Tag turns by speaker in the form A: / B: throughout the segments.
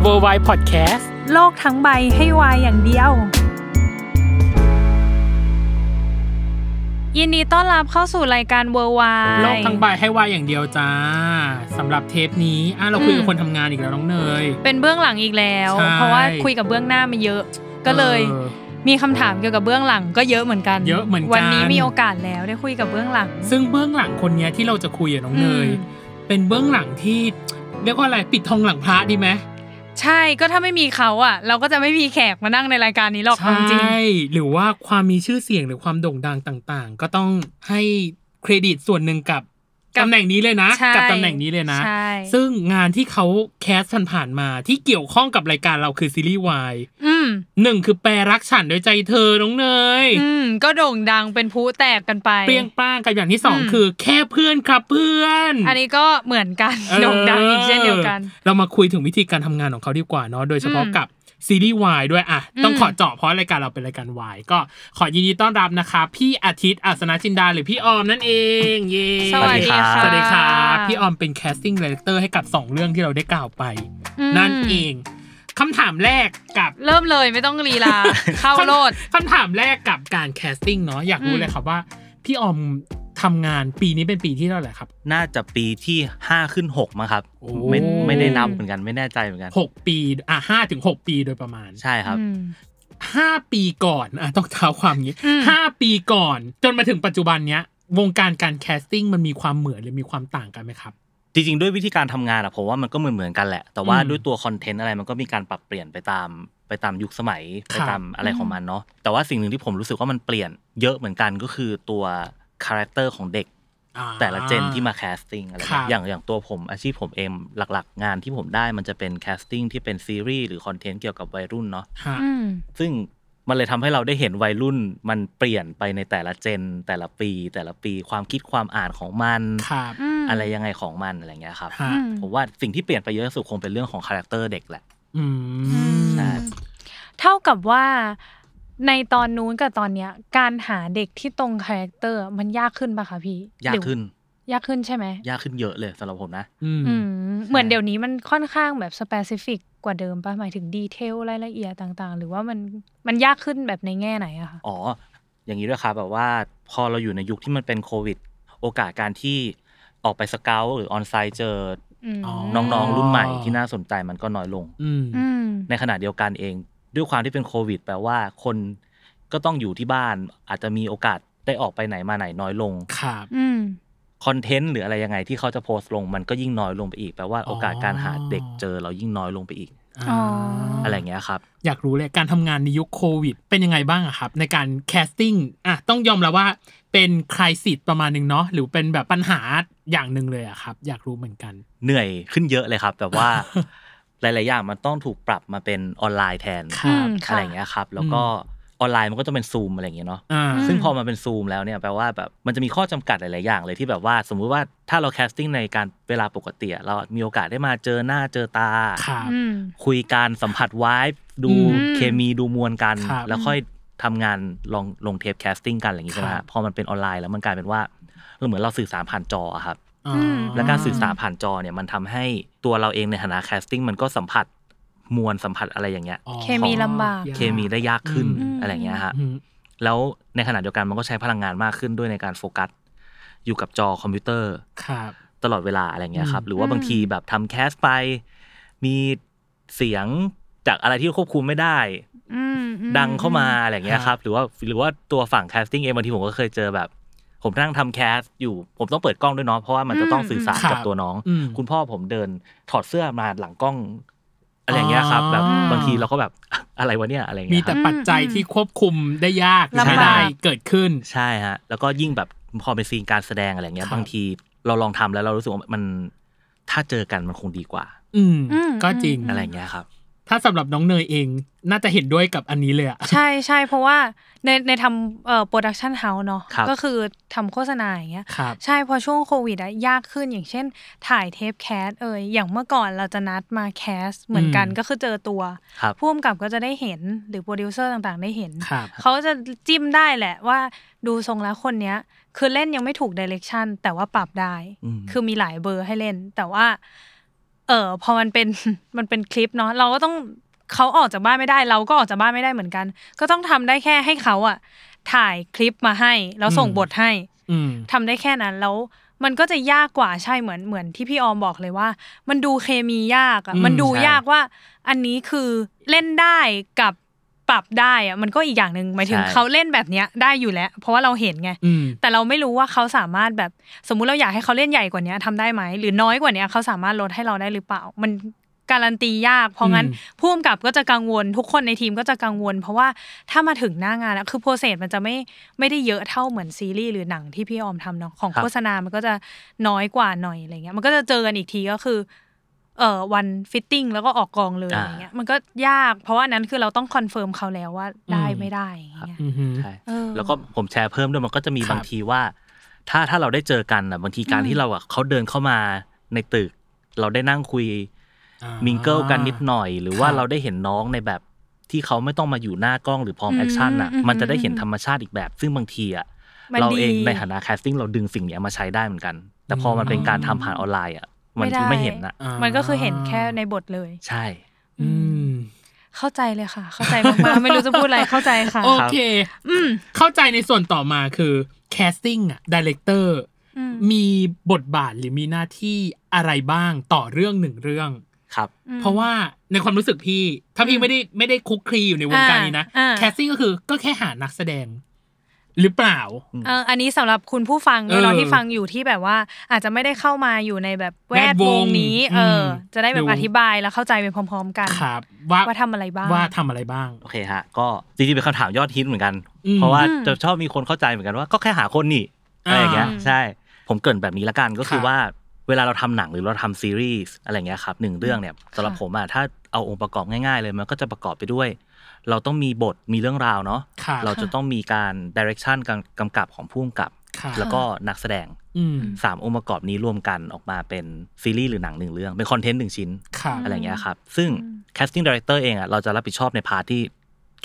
A: เวอร์ไวพอดแคสต์
B: โลกทั้งใบให้วายอย่างเดียว ยินดีต้อนรับเข้าสู่รายการเวอร์วาย
A: โลกทั้งใบให้วายอย่างเดียวจ้าสำหรับเทปนี้อ่ะเราคุยกั
B: อื
A: บ
B: ม
A: คนทำงานอีกแล้วน้องเนย
B: เป็นเบื้องหลังอีกแล้ว
A: ใช่
B: เพราะว่าคุยกับเบื้องหน้ามาเยอะ ก็เลย
A: ออ
B: มีคำถามเกี่ยวกับเบื้องหลังก็เยอะเหมือนกัน
A: เยอะเหมือนกัน
B: วันนี้มีโอกาสแล้วได้คุยกับเบื้องหลัง
A: ซึ่งเบื้องหลังคนเนี้ยที่เราจะคุยกับน้องเนย
B: อืม
A: เป็นเบื้องหลังที่เรียกว่าอะไรปิดทองหลังพระดีไหม
B: ใช่ก็ถ้าไม่มีเขาอ่ะ เราก็จะไม่มีแขกมานั่งในรายการนี้หรอก
A: ใช
B: เอาจริง
A: ่หรือว่าความมีชื่อเสียงหรือความโด่งดังต่างๆ ก็ต้องให้เครดิตส่วนหนึ่งกับ
B: กับ
A: ตำแหน่งนี้เลยนะ
B: ใช่
A: กัตำแหน่งนี้เลยนะ
B: ใช่
A: ซึ่งงานที่เขาแคสทันผ่านๆมาที่เกี่ยวข้องกับรายการเราคือซีรีส์วาย
B: อืม
A: หนึ่งคือแปรรักฉันโดวยใจเธอน้องเนย
B: อืมก็โด่งดังเป็นผู้แตกกันไป
A: เปรี้ยงป้างกับอย่างที่สอง
B: อืม
A: คือแค่เพื่อนครับเพื่อน
B: อันนี้ก็เหมือนกัน
A: เออ
B: โด่งดังอีกเช่นเดียวกัน
A: เรามาคุยถึงวิธีการทำงานของเขาดีกว่าเนาะโดยเฉพาะ
B: อืม
A: กับซีรีส์วายด้วยอ่ะ
B: อืม
A: ต้องขอเจาะเพราะรายการเราเป็นรายการวายก็ขอยินดีต้อนรับนะคะ พี่อาทิตย์อัศนาจินดาหรือพี่ออมนั่นเองเย่
B: สวัสดีค่ะ
A: สวัสดีครับพี่ออมเป็นแคสติ้งดีเลเตอร์ให้กับสองเรื่องที่เราได้กล่าวไป
B: ม
A: นั่นเองคำถามแรกกับ
B: เริ่มเลยไม่ต้องลี ลา เข้าโลด
A: คำถามแรกกับการแคสติ้งเนาะอยากรู้
B: อืม
A: เลยครับว่า พี่ออมทำงานปีนี้เป็นปีที่เท่าไหร่ครับ
C: น่าจะปีที่ห้าขึ้นหกมั้งครับ
A: โอ้
C: ไม่ไม่ได้นับเหมือนกันไม่แน่ใจเหมือนกัน
A: หกปีอ่ะห้าถึงหกปีโดยประมาณ
C: ใช่ครับ
B: อืม
A: ห้าปีก่อนอ่ะต้องเท้าความนี้
B: อืม
A: ห้าปีก่อน จนมาถึงปัจจุบันเนี้ยวงการการแคสติ้งมันมีความเหมือนหรือมีความต่างกันไหมครับ
C: จริงๆ ด้วยวิธีการทำงานอะผมว่ามันก็เหมือนเหมือนๆกันแหละ แต่ว่า
A: อืม
C: ด้วยตัวคอนเทนต์อะไรมันก็มีการปรับเปลี่ยนไปตามไปตามยุคสมัย
A: ครั
C: ไป
A: บ
C: ตามอะไรของมันเนาะแต่ว่าสิ่งหนึ่งที่ผมรู้สึกว่ามันเปลี่ยนเยอะเหมือนกันก็คือตัวคาแรคเตอร์ของเด็ก
A: อ่า
C: แต่ละเจนที่มาแคสติ้งอะไร
A: ครับ
C: อย่างอย่างตัวผมอาชีพผมเองหลัก ๆ งานที่ผมได้มันจะเป็นแคสติ้งที่เป็นซีรีส์หรือคอนเทนต์เกี่ยวกับวัยรุ่นเนาะ
A: ฮะ
B: อืม
C: ซึ่งมันเลยทำให้เราได้เห็นวัยรุ่นมันเปลี่ยนไปในแต่ละเจน แต่ละปี แต่ละปีความคิดความอ่านของมัน
A: ครับ
C: อะไรยังไงของมันอะไรเงี้ยครับ
A: ฮะ
B: อืม
C: ผมว่าสิ่งที่เปลี่ยนไปเยอะที่สุดคงเป็นเรื่องของคาแรคเตอร์เด็กแหละ
A: อืม
C: ใช่
B: เท่ากับว่าในตอนนู้นกับตอนเนี้ย การหาเด็กที่ตรงคาแรคเตอร์มันยากขึ้นปะคะพี่
C: ยากขึ้น
B: หรือยากขึ้นใช่ไหม
C: ยากขึ้นเยอะเลยสำหรับผมนะ
A: อืม
B: อืมเหมือนเดี๋ยวนี้มันค่อนข้างแบบสเปซิฟิกกว่าเดิมปะหมายถึงดีเทลรายละเอียดต่าง ๆ หรือว่ามันมันยากขึ้นแบบในแง่ไหนอะคะ
C: อ๋อ อย่างนี้ด้วยครับแบบว่าพอเราอยู่ในยุคที่มันเป็นโควิด โอกาสการที่ออกไปสเกลหรือออนไซต์เจอ
A: อ๋อ
C: อน้องๆรุ่นใหม่ที่น่าสนใจมันก็น้อยลง
A: อืม
B: อืม
C: ในขณะเดียวกันเองด้วยความที่เป็นโควิด แปลว่าคนก็ต้องอยู่ที่บ้าน อาจจะมีโอกาสได้ออกไปไหนมาไหนน้อยลง
A: ครับ
B: อืม
C: คอนเทนต์หรืออะไรยังไงที่เขาจะโพสต์ลง มันก็ยิ่งน้อยลงไปอีกแปลว่าโอกาสการหาเด็กเจอเรายิ่งน้อยลงไปอีก
B: อ๋อ
C: อะไรอย่างเงี้ยครับ
A: อยากรู้เลยการทำงานในยุคโควิด เป็นยังไงบ้างอะครับ ในการแคสติ้งอ่ะต้องยอมแล้วว่าเป็นคริสิตประมาณหนึ่งเนาะหรือเป็นแบบปัญหาอย่างหนึ่งเลยอะครับ อยากรู้เหมือนกัน
C: เหนื่อยขึ้นเยอะเลยครับ แต่ว่า หลาย ๆ อย่างมันต้องถูกปรับมาเป็นออนไลน์แทน
A: ค
B: อืม
C: อะ
B: ค่ะ
C: ไรอย่างเงี้ยครับ แล้วก็ออนไลน์มันก็จะเป็นซูมอะไรอย่างเงี้ยเนาะ
A: อ่า
C: ซึ่งพอมันเป็นซูมแล้วเนี่ยแปลว่าแบบมันจะมีข้อจำกัดหลาย ๆ อย่างเลยที่แบบว่า สมมุติว่าถ้าเราแคสติ้งในการเวลาปกติอะเรามีโอกาสได้มาเจอหน้าเจอตา
A: ครับ
B: อืม
C: คุยการสัมผัสวายดู
A: อื
B: ม
C: เคมีดูมวลกัน
A: ครับ
C: แล้วค่อยทำงานลองลงเทปแคสติ้งกันอะไรอย่างงี้ใช่ไหมฮะพอมันเป็นออนไลน์แล้วมันกลายเป็นว่าเหมือนเราสื่อสารผ่านจออะครับ
A: อ่า
B: อืม
C: และการสื่อสารผ่านจอเนี่ยมันทำให้ตัวเราเองในฐานะแคสติ้งมันก็สัมผัส มวลสัมผัสอะไรอย่างเงี้ย
A: อ๋อ
B: เคมีลำบาก
A: ย
C: เคมีได้ยากขึ้น
A: อืม
C: อะไรอย่างเงี้ยฮะ
A: อืม
C: แล้วในขณะเดียวกันมันก็ใช้พลังงานมากขึ้นด้วยในการโฟกัส อยู่กับจอคอมพิวเตอร์
A: ครับ
C: ตลอดเวลาอะไรเงี้ยครับ
A: อืม
C: หรือว่าบางทีแบบทำแคสไป มีเสียงจากอะไรที่ควบคุมไม่ได้
B: อืมอื
C: ดังเข้ามาอะไรเงี้ย
A: ค
C: ค
A: รั
C: รับ บ หรือว่าหรือว่าตัวฝั่งแคสติ้งเองบางทีผมก็เคยเจอแบบ ผมนั่งทำแคสอยู่ ผมต้องเปิดกล้องด้วยเนาะเพราะว่ามันจะต้องสื่อสารกับตัวน้อง
A: อืม
C: คุณพ่อผมเดินถอดเสื้อมาหลังกล้องอะไรเงี้ยครับ แบบ
A: อ๋อ
C: บางทีเราก็แบบ อะไรวะเนี่ยอะไรเงี้ย
A: มี
C: ค
A: แต่
C: รับ
A: ปัจจัยที่ควบคุมได้ยาก
B: ลำบาก
A: ไม่ได้เกิดขึ้น
C: ใช่ฮะแล้วก็ยิ่งแบบพอเป็นซีนการแสดงอะไรเงี้
A: ครั
C: ย
A: บ
C: บางทีเราลองทำแล้วเรารู้สึกว่ามันถ้าเจอกันมันคงดีกว่า
A: อืม
B: อืม
A: ก็จริง
B: อืม
C: อะไรเงี้ยครับ
A: ถ้าสำหรับน้องเนยเอง น่าจะเห็นด้วยกับอันนี้เลยอะ
B: ใช่ใช่เพราะว่าในในทำเอ่อโปรดักชันเฮาส์เนาะ
C: ครับ
B: ก็คือทำโฆษณาอย่างเงี้ย
A: ครับ
B: ใช่พอช่วงโควิดอะยากขึ้นอย่างเช่น ถ่ายเทปแคสเอ่ยอย่างเมื่อก่อนเราจะนัดมาแคสเหมือนกัน
A: อืม
B: ก็คือเจอตัว
C: ครับ
B: พ่วงกับก็จะได้เห็นหรือโปรดิวเซอร์ต่างๆ ได้เห็น
A: ครับ
B: เขาจะจิ้มได้แหละว่าดูทรงแล้วคนเนี้ย คือเล่นยังไม่ถูกดิเรกชันแต่ว่าปรับได้
C: อืม
B: คือมีหลายเบอร์ให้เล่น แต่ว่า เออพอมันเป็น มันเป็นคลิปเนาะเราก็ต้องเขาออกจากบ้านไม่ได้ เราก็ออกจากบ้านไม่ได้เหมือนกัน ก็ต้องทำได้แค่ให้เขาอะถ่ายคลิปมาให้ แล้วส่ง
A: อืม
B: บทให้
A: อืม
B: ทำได้แค่นั้นแล้ว มันก็จะยากกว่าใช่เหมือนเหมือนที่พี่ออมบอกเลยว่า มันดูเคมียากอะ
A: อืม
B: มันดู
C: ใช่
B: ยากว่า อันนี้คือเล่นได้กับปรับได้อะมันก็อีกอย่างหนึ่งหมายถึงเขาเล่นแบบเนี้ยได้อยู่แล้ว เพราะว่าเราเห็นไง
A: อืม
B: แต่เราไม่รู้ว่าเขาสามารถแบบสมมุติเราอยากให้เขาเล่นใหญ่กว่านี้ทำได้ไหม หรือน้อยกว่านี้เขาสามารถลดให้เราได้หรือเปล่า มันการันตียาก เพราะงั้น
A: อืม
B: ผู้กำกับก็จะกังวล ทุกคนในทีมก็จะกังวล เพราะว่าถ้ามาถึงหน้างานอะคือโปรเซสมันจะไม่ไม่ได้เยอะเท่าเหมือนซีรีส์หรือหนังที่พี่ออมทำเนาะของ
C: ครับ
B: โฆษณา มันก็จะน้อยกว่าหน่อยอะไรเงี้ยมันก็จะเจอกันอีกทีก็คือเอ่อวันฟิตติ้งแล้วก็ออกกองเลยอะไรเงี้ยมันก็ยากเพราะว่าอันนั้นคือเราต้องคอนเฟิร์มเขาแล้วว่าได้ไม่ได้อย่างเงี้ย
A: อือหือ
C: ใช่
B: เออ
C: แล้วก็ผมแชร์เพิ่มด้วยมันก็จะมี
A: ครับ
C: บางทีว่า ถ้าถ้าเราได้เจอกันอ่ะบางทีการ
B: อืม
C: ที่เราอ่ะเขาเดินเข้ามาในตึก เราได้นั่งคุย
A: อ่า
C: มิงเกิลกันนิดหน่อย หรือว่า
A: ครับ
C: เราได้เห็นน้องในแบบที่เขาไม่ต้องมาอยู่หน้ากล้องหรือพร้อม
B: อืม
C: แอคชั่นอ่ะ
B: อืม
C: มันจะได้
B: อืม
C: เห็นธรรมชาติอีกแบบ ซึ่งบางทีอ่ะ
B: มัน
C: เราเอง
B: ดี
C: ในฐานะแคสติ้งเราดึงสิ่งเนี้ยมาใช้ได้เหมือนกัน แต่พอมันเป็นการทำผ่านออนไลน์อ่ะมันคือ
B: ไม่
C: ไม่
B: ได้
C: เห็นนะ
A: อ่า
B: มันก็คือเห็นแค่ในบทเลย
C: ใช่
A: อืม
B: เข้าใจเลยค่ะ เข้าใจ มากๆ ไม่รู้จะพูดอะไรเข้าใจค่ะ
A: โอเค เข้าใจในส่วนต่อมาคือ casting อะ director
B: อืม
A: มีบทบาทหรือมีหน้าที่อะไรบ้างต่อเรื่องหนึ่งเรื่อง
C: ครับ
B: อืม
A: เพราะว่าในความรู้สึกพี่ ถ้าพี่ไม่ได้ไม่ได้คุกคลีอยู่ในวงการนี้นะ
B: อ่าอ่า
A: casting ก็คือก็แค่หานักแสดง หรือเปล่า
B: เอออันนี้สำหรับคุณผู้ฟังด้วยเนาะ
A: เออ
B: ที่ฟังอยู่ที่แบบว่าอาจจะไม่ได้เข้ามาอยู่ในแบบแวดวงนี้
A: แวดวง
B: เออ จะได้แบ
A: ดู
B: บอธิบายแล้วเข้าใจไปพร้อม ๆ กัน
A: ครับ ว่า
B: ว่าทำอะไรบ้าง
A: ว่าทำอะไรบ้าง
C: โอเคฮะก็จริงๆเป็นคำถามยอดฮิตเหมือนกัน
A: อืม
C: เพราะว่า
B: อืม
C: จะชอบมีคนเข้าใจเหมือนกันว่าก็แค่หาคนนี่อะไรอย่างเงี้ย
B: อ่า
C: ใช่ ผมเกรินแบบนี้ละกันก็คื
A: ครั
C: อ
A: บ
C: ว่าเวลาเราทำหนังหรือเราทำซีรีส์อะไรอย่างเงี้ยครับหนึ่งเรื่องเนี่ยสำหรับผมอะถ้าเอาองค์ประกอบง่ายๆเลยมันก็จะประกอบไปด้วย เราต้องมีบทมีเรื่องราวเนาะ
A: ครับ
C: เราจะต้องมีการดิเรกชันการกำกับของผู้กำกับ
A: ครับ
C: แล้วก็นักแสดง
A: อืม
C: สามองค์ประกอบนี้รวมกันออกมาเป็นซีรีส์หรือหนังหนึ่งเรื่องเป็นคอนเทนต์หนึ่งชิ้น
A: ครับ
C: อะไรอย่างเงี้ยครับ ซึ่ง casting director เองอ่ะ เราจะรับผิดชอบในพาร์ทที่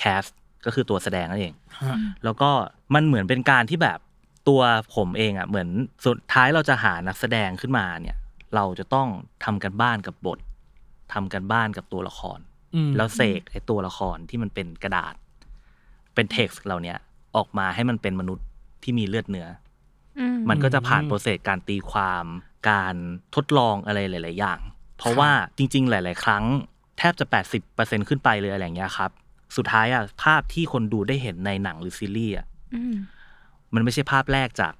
C: cast ก็คือตัวแสดงนั่นเอง
A: ฮะ
C: แล้วก็มันเหมือนเป็นการที่แบบตัวผมเองอ่ะ เหมือนสุดท้ายเราจะหานักแสดงขึ้นมาเนี่ย เราจะต้องทำกันบ้านกับบททำกันบ้านกับตัวละคร
A: อืม
C: แล้วเสกไอ้ตัวละครที่มันเป็นกระดาษ เป็น text เราเนี่ยออกมาให้มันเป็นมนุษย์ที่มีเลือดเนื้อ
B: อืม
C: มันก็จะผ่าน
A: อืม
C: โปรเซสการตีความการทดลองอะไรหลาย ๆ อย่าง เพราะว่าจริง ๆ หลาย ๆ ครั้ง แทบจะ 80%ขึ้นไปเลยอะไรอย่างเงี้ยครับ สุดท้ายอ่ะภาพที่คนดูได้เห็นในหนังหรือซีรีส์อ่ะ
B: อืม
C: มันไม่ใช่ภาพแรกจาก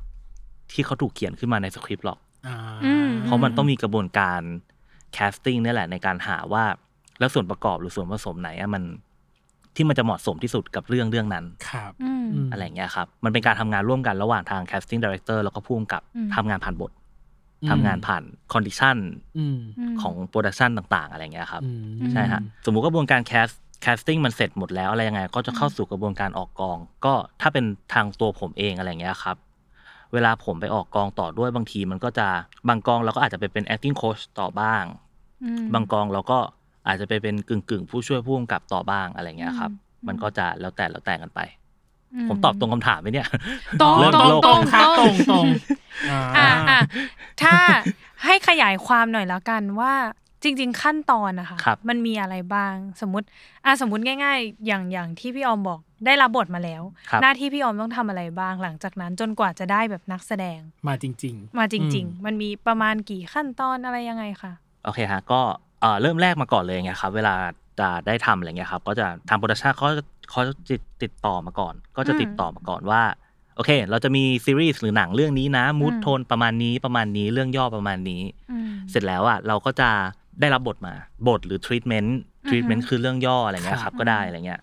C: ที่เขาถูกเขียนขึ้นมาในสคริปต์หรอก
A: า
B: อืม
C: เพราะมันต้องมีกระบวนการแคสติ้งนี่ยแหละในการหาว่า แล้วส่วนประกอบหรือส่วนผสมไหนอ่ะมันที่มันจะเหมาะสมที่สุดกับเรื่องเรื่องนั้น
A: ครับ
B: อืม
A: อืม
C: อะไรอย่างเงี้ยครับ มันเป็นการทำงานร่วมกันระหว่างทาง casting director แล้วก็ผู้กำกับ
B: อืม
C: ทำงานผ่านบท
A: อืม
C: ทำงานผ่าน condition
A: อืม
C: ของโปรดักชันต่าง ๆ อะไรอย่างเงี้ยครับ
A: อืม
C: ใช่ฮะ สมมุติกระบวนการ cast casting มันเสร็จหมดแล้ว อะไรยังไง ก็จะเข้าสู่กระบวนการออกกอง ก็ถ้าเป็นทางตัวผมเองอะไรอย่างเงี้ยครับ เวลาผมไปออกกองต่อด้วยบางทีมันก็จะบางกองเราก็อาจจะไปเป็น acting coach ต่อบ้าง
B: อืม
C: บางกองเราก็อาจจะไปเป็นกึ่งกึ่งๆผู้ช่วยผู้กำกับต่อบ้างอะไรอย่างเงี้ยครับ
B: อืม
C: มันก็จะแล้วแต่แล้วแต่กันไป ผมตอบตรงคำถามไหมเนี่ย
B: ตรง
C: เริ่ม
B: ตรง
C: โลก
B: ตรง
A: ครับ
B: ต
A: ต
B: ร
A: รง งตรงอ่า
B: อ่ะอ่ะถ้าให้ขยายความหน่อยแล้วกันว่า จริง ๆ ขั้นตอนนะคะ
C: ครับ
B: มันมีอะไรบ้างสมมติอ่ะสมมติง่าย ๆ อย่างอย่างที่พี่ออมบอกได้รับบทมาแล้ว
C: ครับ
B: หน้าที่พี่ออมต้องทำอะไรบ้าง หลังจากนั้นจนกว่าจะได้แบบนักแสดง
A: มาจริง
B: มาจริง
A: อืม
B: ๆ มันมีประมาณกี่ขั้นตอนอะไรยังไงคะ
C: โอเคฮะก็เอ่อเริ่มแรกมาก่อนเลยไงครับเวลาจะได้ทำอะไรเงี้ยครับก็จะทางโปรดักชั่นเขาเขาจะติดติดต่อมาก่อน ก็จะติดต่อมาก่อนว่าโอเค เราจะมีซีรีส์หรือหนังเรื่องนี้นะมูดโทนประมาณนี้ประมาณนี้เรื่องย่อประมาณนี้
B: อืม
C: เสร็จแล้วอ่ะเราก็จะได้รับบทมาบทหรือทรีทเมนต์
B: อือฮึ
C: ทรีทเมนต์คือเรื่องย่ออะไรเงี้ย
A: ค่ะ
C: ครับก็ได้อะไรเงี้ย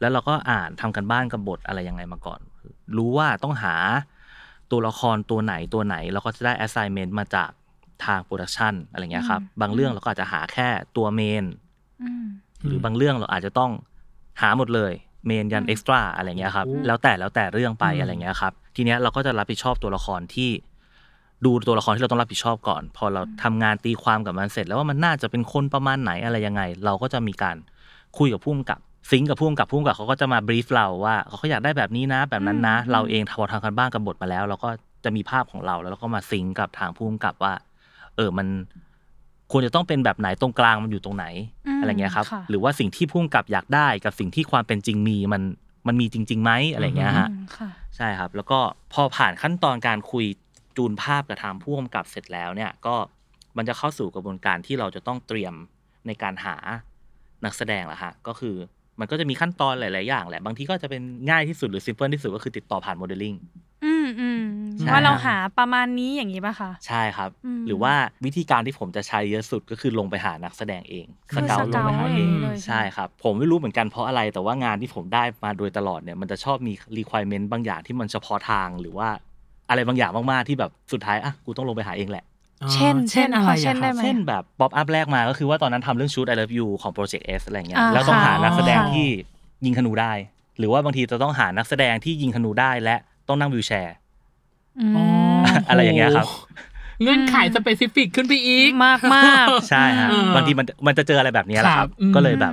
C: แล้วเราก็อ่านทำกันบ้านกับบทอะไรยังไงมาก่อน รู้ว่าต้องหาตัวละครตัวไหนตัวไหน เราก็จะได้ assignment มาจากทางโปรดักชันอะไรเงี้ยครับบางเรื่องเราก็อาจจะหาแค่ตัวเมน
B: อืม
C: หรือบางเรื่องเราอาจจะต้องหาหมดเลยเมนยันเอ็กซ์ตร้าอะไรเงี้ยครับ
A: โอ้
C: แล้วแต่แล้วแต่เรื่องไป
A: อืม
C: อะไรเงี้ยครับทีเนี้ยเราก็จะรับผิดชอบตัวละครที่ ดูตัวละครที่เราต้องรับผิดชอบก่อน พอเราทำงานตีความกับมันเสร็จ แล้วว่ามันน่าจะเป็นคนประมาณไหนอะไรยังไง เราก็จะมีการคุยกับผู้กำกับซิงค์กับผู้กำกับผู้กำกับเขาก็จะมาบรีฟเราว่าเขาอยากได้แบบนี้นะ แบบนั้นนะ
B: อืม
C: เราเองพอทำกันบ้านกับบทมาแล้ว เราก็จะมีภาพของเราแล้วเราก็มาซิงค์กับทางผู้กำกับว่า เออมันควรจะต้องเป็นแบบไหนตรงกลางมันอยู่ตรงไหน
B: ม
C: อะไรเงี้ยครับ
B: ค่ะ
C: หรือว่าสิ่งที่ผู้กำกับอยากได้กับสิ่งที่ความเป็นจริงมีมันมันมีจริงๆไหมอะไรเงี้ยฮะ
B: อืมค่ะ
C: ใช่ครับ แล้วก็พอผ่านขั้นตอนการคุยจูนภาพกับทางผู้กำกับเสร็จแล้วเนี่ยก็มันจะเข้าสู่กระบวนการที่เราจะต้องเตรียมในการหานักแสดงละฮะก็คือมันก็จะมีขั้นตอนหลาย ๆ อย่างแหละ บางทีก็จะเป็นง่ายที่สุดหรือซิมเพิลที่สุดก็คือติดต่อผ่านโมเดลลิ่ง
B: อืมอืม
C: ใช่
B: ว่าเราหาประมาณนี้อย่างนี้ป่ะคะ
C: ใช่ครับ
B: อืม
C: หรือว่าวิธีการที่ผมจะใช้เยอะสุดก็คือลงไปหานักแสดงเอง
B: คือ
A: เกา
B: ส
A: ต์
C: ล
B: เกาง ต์
C: ไปหา
B: อะไรอง
C: เอ
B: ย่างนี้เลย
C: ใช่ครับ ผมไม่รู้เหมือนกันเพราะอะไร แต่ว่างานที่ผมได้มาโดยตลอดเนี่ยมันจะชอบมี requirement บางอย่างที่มันเฉพาะทางหรือว่าอะไรบางอย่างมาก ๆ ที่แบบสุดท้าย อ่ะ กูต้องลงไปหาเองแหละ
A: ๆอ่า
B: เช่น
A: เช่นอะไร
B: เช่
A: อะ
B: น
A: ค
B: ได้
A: รับ
B: ไหม
C: เช่นแบบป๊อปอัพแรกมาก็คือว่าตอนนั้นทำเรื่องชุด I love you ของ Project S อะไรเงี้ย
B: อ่า
C: แล้วต้องหา
B: ค่ะ
C: นักแสดง
A: อ๋อ
C: ที่ยิงธนูได้ หรือว่าบางทีจะต้องหานักแสดงที่ยิงธนูได้และต้องนั่งวิวแชร์
B: อืม
A: อ๋อ
C: อะ
A: อะไร
C: อย่างเงี้ยครับ
A: เงื่อนไขสเปซิฟิกขึ้นไปอีก
B: มากมาก
C: ใช่ฮะ
A: อืม
C: บางทีมันมันจะเจออะไรแบบเนี้ยแหละครับ
A: ครับอืม
C: ก็เลยแบบ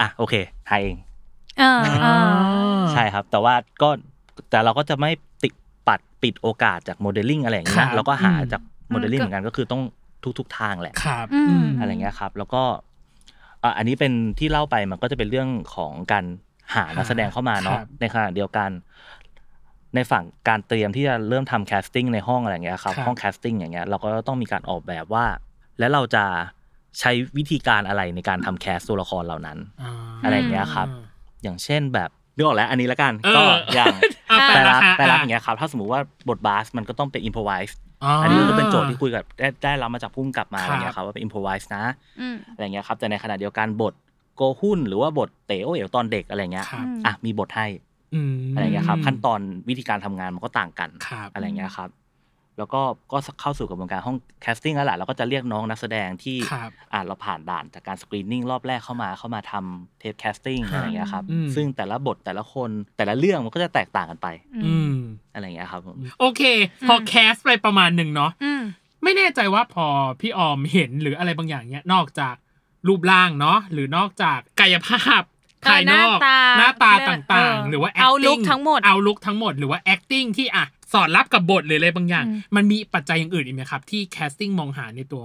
C: อ่ะโอเคหาเอง
B: อ่า
A: อ่า
B: อ่า
C: ใช่ครับ แต่ว่าก็แต่เราก็จะไม่ติดปัดปิดโอกาสจากโมเดลลิ่งอะไรอย่างเงี้
A: ค
C: ย
A: รับ
C: เราก็หา
A: อืม
C: จากโมเดลลิ่ง
B: อืม
C: เหมือนกันก็คือต้องทุกทุกๆทางแหละ
A: ครับ
B: อืม
A: อืม
C: อะไรเงี้ยครับ แล้วก็อ่ะอันนี้เป็นที่เล่าไปมันก็จะเป็นเรื่องของการหานักแสดงเข้ามาเนาะ
A: ครับ
C: ในขณะเดียวกัน ในฝั่งการเตรียมที่จะเริ่มทำแคสติ้งในห้องอะไรอย่างเงี้ยครับ
A: ครับ
C: ห้องแคสติ้งอย่างเงี้ยเราก็ต้องมีการออกแบบว่า แล้วเราจะใช้วิธีการอะไรในการทำแคสตัวละครเหล่านั้น
A: อ่า
C: อะไรอย่างเงี้ยครับ อย่างเช่นแบบนึกออกแล้วอันนี้ละกัน
A: เอ
C: ก็
A: อ
C: อย่าง
A: อ่ะ
C: แต่รับ
A: ฮะ
C: แต่รับอย่างเงี้ยครับ ถ้าสมมติว่าบทบาสมันก็ต้องเป็นอินพ v ไวส์
A: า
C: อันนี้ก็เป็นโจทย์ที่คุยกับได้ได้รับมาจากพุ่มกลับมา
A: ค
C: อะ
A: รับ
C: ไรเงี้ยครับว่าเป็นอินพ v ไวส์นะ
B: อืม
C: อะไรเงี้ยครับแต่ในขณะเดียวกันบทโกหุ้นหรือว่าบทเต๋อโอเอ๋วตอนเด็กอะไรเงี้ย
A: ครับ
C: อ่ะมีบทให้
A: ม
C: อะไรเงี้ยครับขั้นตอนวิธีการทำงานมันก็ต่างกัน
A: ครับ
C: อะไรเงี้ยครับ แล้วก็ก็เข้าสู่กระบวนการห้องแคสติ้งแล้วแหละเราก็จะเรียกน้องนักแสดงที่
A: ครับ
C: อ่าเราผ่านด่านจากการสกรีนนิ่งรอบแรกเข้ามาเข้ามาทำเทปแคสติ้ง
A: ครับ
C: อะไรเงี้ยครับ
A: อืม
C: ซึ่งแต่ละบทแต่ละคนแต่ละเรื่องมันก็จะแตกต่างกันไป
B: อื
A: อื
B: ม
A: ม
C: อะไรเงี้ยครับผม
A: โอเค พอแคสไปประมาณหนึ่งเนาะ
B: อืม
A: ไม่แน่ใจว่าพอพี่ออมเห็นหรืออะไรบางอย่างเนี้ยนอกจากรูปร่างเนาะหรือนอกจากกายภาพภายนอกห
B: เออหน้า
A: น้า
B: ตา
A: ตา
B: เออ
A: ต่างๆ หรือว่า
B: เอา
A: acting
B: look ทั้งหมด
A: เอาลุกทั้งหมดหรือว่า acting ที่อ่ะสอดรับกับบทหรืออะไรบางอย่าง
B: อืม
A: มันมีปัจจัยอย่างอื่นอีกไหมครับ ที่ casting มองหาในตัว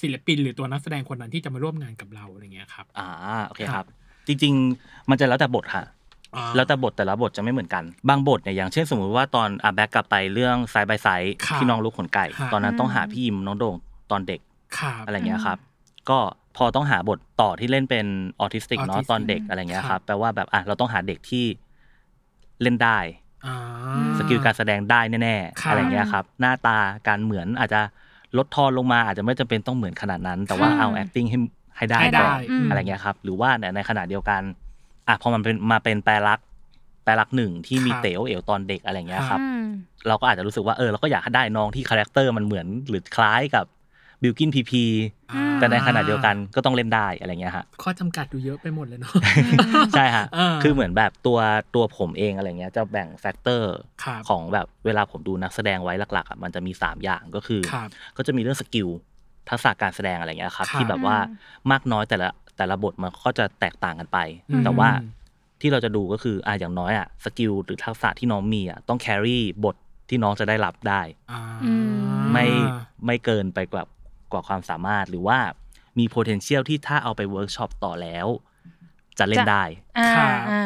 A: ศิลปิน หรือตัวนักแสดงคนนั้นที่จะมาร่วมงานกับเราอะไรเงี้ยครับ
C: อ่าโอเค
A: ค
C: ค
A: รั
C: รับ บ จริง ๆ มันจะแล้วแต่บทค่ะ
A: อ่า
C: แล้วแต่บทแต่ละบทจะไม่เหมือนกัน บางบทเนี่ยอย่างเช่นสมมุติว่าตอนอ่ะแบ็กกลับไปเรื่องไซด์บายไซด์
A: ครับ
C: ที่น้องลูกขนไก่
A: ครับ
C: ตอนนั้นต้องหา
B: อืม
C: พี่ยิมน้องโด่งตอนเด็ก
A: ครับ
C: อะไรเงี้ยครับ ก็พอต้องหาบทต่อที่เล่นเป็นออทิสติกเนาะ
A: Autistic
C: ตอนเด็กอะไรเงี้ย
A: ค
C: ค
A: รั
C: รับ บ แปลว่าแบบอ่ะเราต้องหาเด็กที่เล่นได้
A: อ่า
C: สกิลการแสดงได้แน่
A: ค
C: ๆ
A: รับ
C: อะไรเงี้ยครับ หน้าตาการเหมือนอาจจะลดทอนลงมาอาจจะไม่จำเป็นต้องเหมือนขนาดนั้น แต่ว่า
B: ค่ะ
C: เอา acting ให้ให้ได้
A: ให้
C: ก่อ
A: ได้
C: น
B: อืม
C: อะไรเงี้ยครับ หรือว่าในขณะเดียวกันอ่ะพอมันเป็นมาเป็นแปรลักษณ์แปรลักษณ์หนึ่งที่มี
A: ครับ
C: เต๋อเอ๋วตอนเด็กอะไรเงี้ยครับ
B: อืม
C: เราก็อาจจะรู้สึกว่าเออเราก็อยากให้ได้น้องที่คาแรคเตอร์มันเหมือนหรือคล้ายกับบิลกินพีพี
A: อ่า
C: แต่ในขณะเดียวกันก็ต้องเล่นได้อะไรเงี้ยฮะ
A: ข้อจำกัดดูเยอะไปหมดเลยเนาะ
C: ใช่ฮะ
A: เออ
C: คือเหมือนแบบตัวตัวผมเองอะไรเงี้ยจะแบ่งแฟกเตอร์
A: ครับ
C: ของแบบเวลาผมดูนักแสดงไว้หลักๆอ่ะมันจะมี 3 อย่างก็คือ
A: ครับ
C: ก็จะมีเรื่องสกิลทักษะการแสดงอะไรเงี้ยครับ
A: ครับ
C: ที่แบบว่า
B: อื
C: มากน้อยแต่ละแต่ละบทมันก็จะแตกต่างกันไป
A: อืม
C: แต่ว่าที่เราจะดูก็คืออ่ะอย่างน้อยอ่ะสกิลหรือทักษะที่น้องมีอ่ะต้องแครี่บทที่น้องจะได้รับได้
A: า
B: อืม
C: ไม่ไม่เกินไปกว่ากว่าความสามารถหรือว่า มี potential ที่ถ้าเอาไปเวิร์กช็อปต่อแล้ว จะเล่น
B: จะ
C: ได้
B: อ่า
A: ครับ
B: อ่าอ่า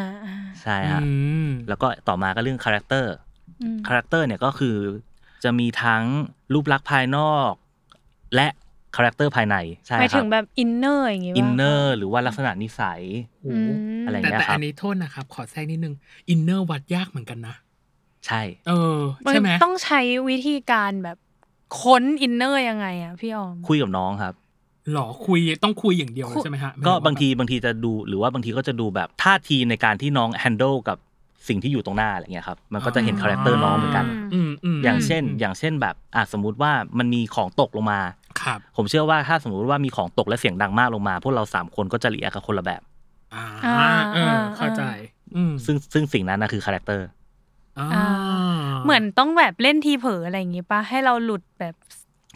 C: ใช่ฮะ
A: อืม
C: แล้วก็ต่อมาก็เรื่องคาแรคเตอร์
B: อืม
C: คาแรคเตอร์เนี่ยก็คือจะมีทั้งรูปลักษณ์ภายนอก และคาแรคเตอร์ภายในใช่
B: หมาย
C: ค
B: ถึ
C: รับ
B: งแบบอินเนอร์อย่างงี้
C: อิ
B: ป่ะ
C: นเนอร์หรือว่าลักษณะนิสัย
B: อืม
C: อะไร
A: แต่
C: เงี้ย
A: แต่
C: ครับ
A: อันนี้โทษนะครับ ขอแทรกนิดนึง อินเนอร์วัดยากเหมือนกันนะ
C: ใช่
A: เออ ใช่ไหม
B: นต้องใช้วิธีการแบบค้นอินเนอร์ยังไงอ่ะพี่ออม
C: คุยกับน้องครับ
A: หรอคุยต้องคุยอย่างเดียวเลยใช่ไหมฮะ
C: ก็บางทีบางทีจะดูหรือว่าบางทีก็จะดูแบบท่าทีในการที่น้อง handle กับสิ่งที่อยู่ตรงหน้าอะไรเงี้ยครับมันก็จะเห็นคาแรคเตอร์น้องเหมือนกัน
A: อืมอืม
C: อย่างเช่น อย่างเช่นแบบอ่ะสมมุติว่ามันมีของตกลงมา
A: ครับ
C: ผมเชื่อว่าถ้าสมมุติว่ามีของตกและเสียงดังมากลงมา พวกเราสามคนก็จะรีแอคกับคนละแบบ
A: อ่า
B: อ่า
A: เออ
B: อ่า
A: เข้าใจ อืม
C: ซึ่งซึ่งสิ่งนั้นนะคือคาแรคเตอร์
A: อ่า
B: เหมือนต้องแบบเล่นทีเผลออะไรอย่างงี้ป่ะให้เราหลุดแบบ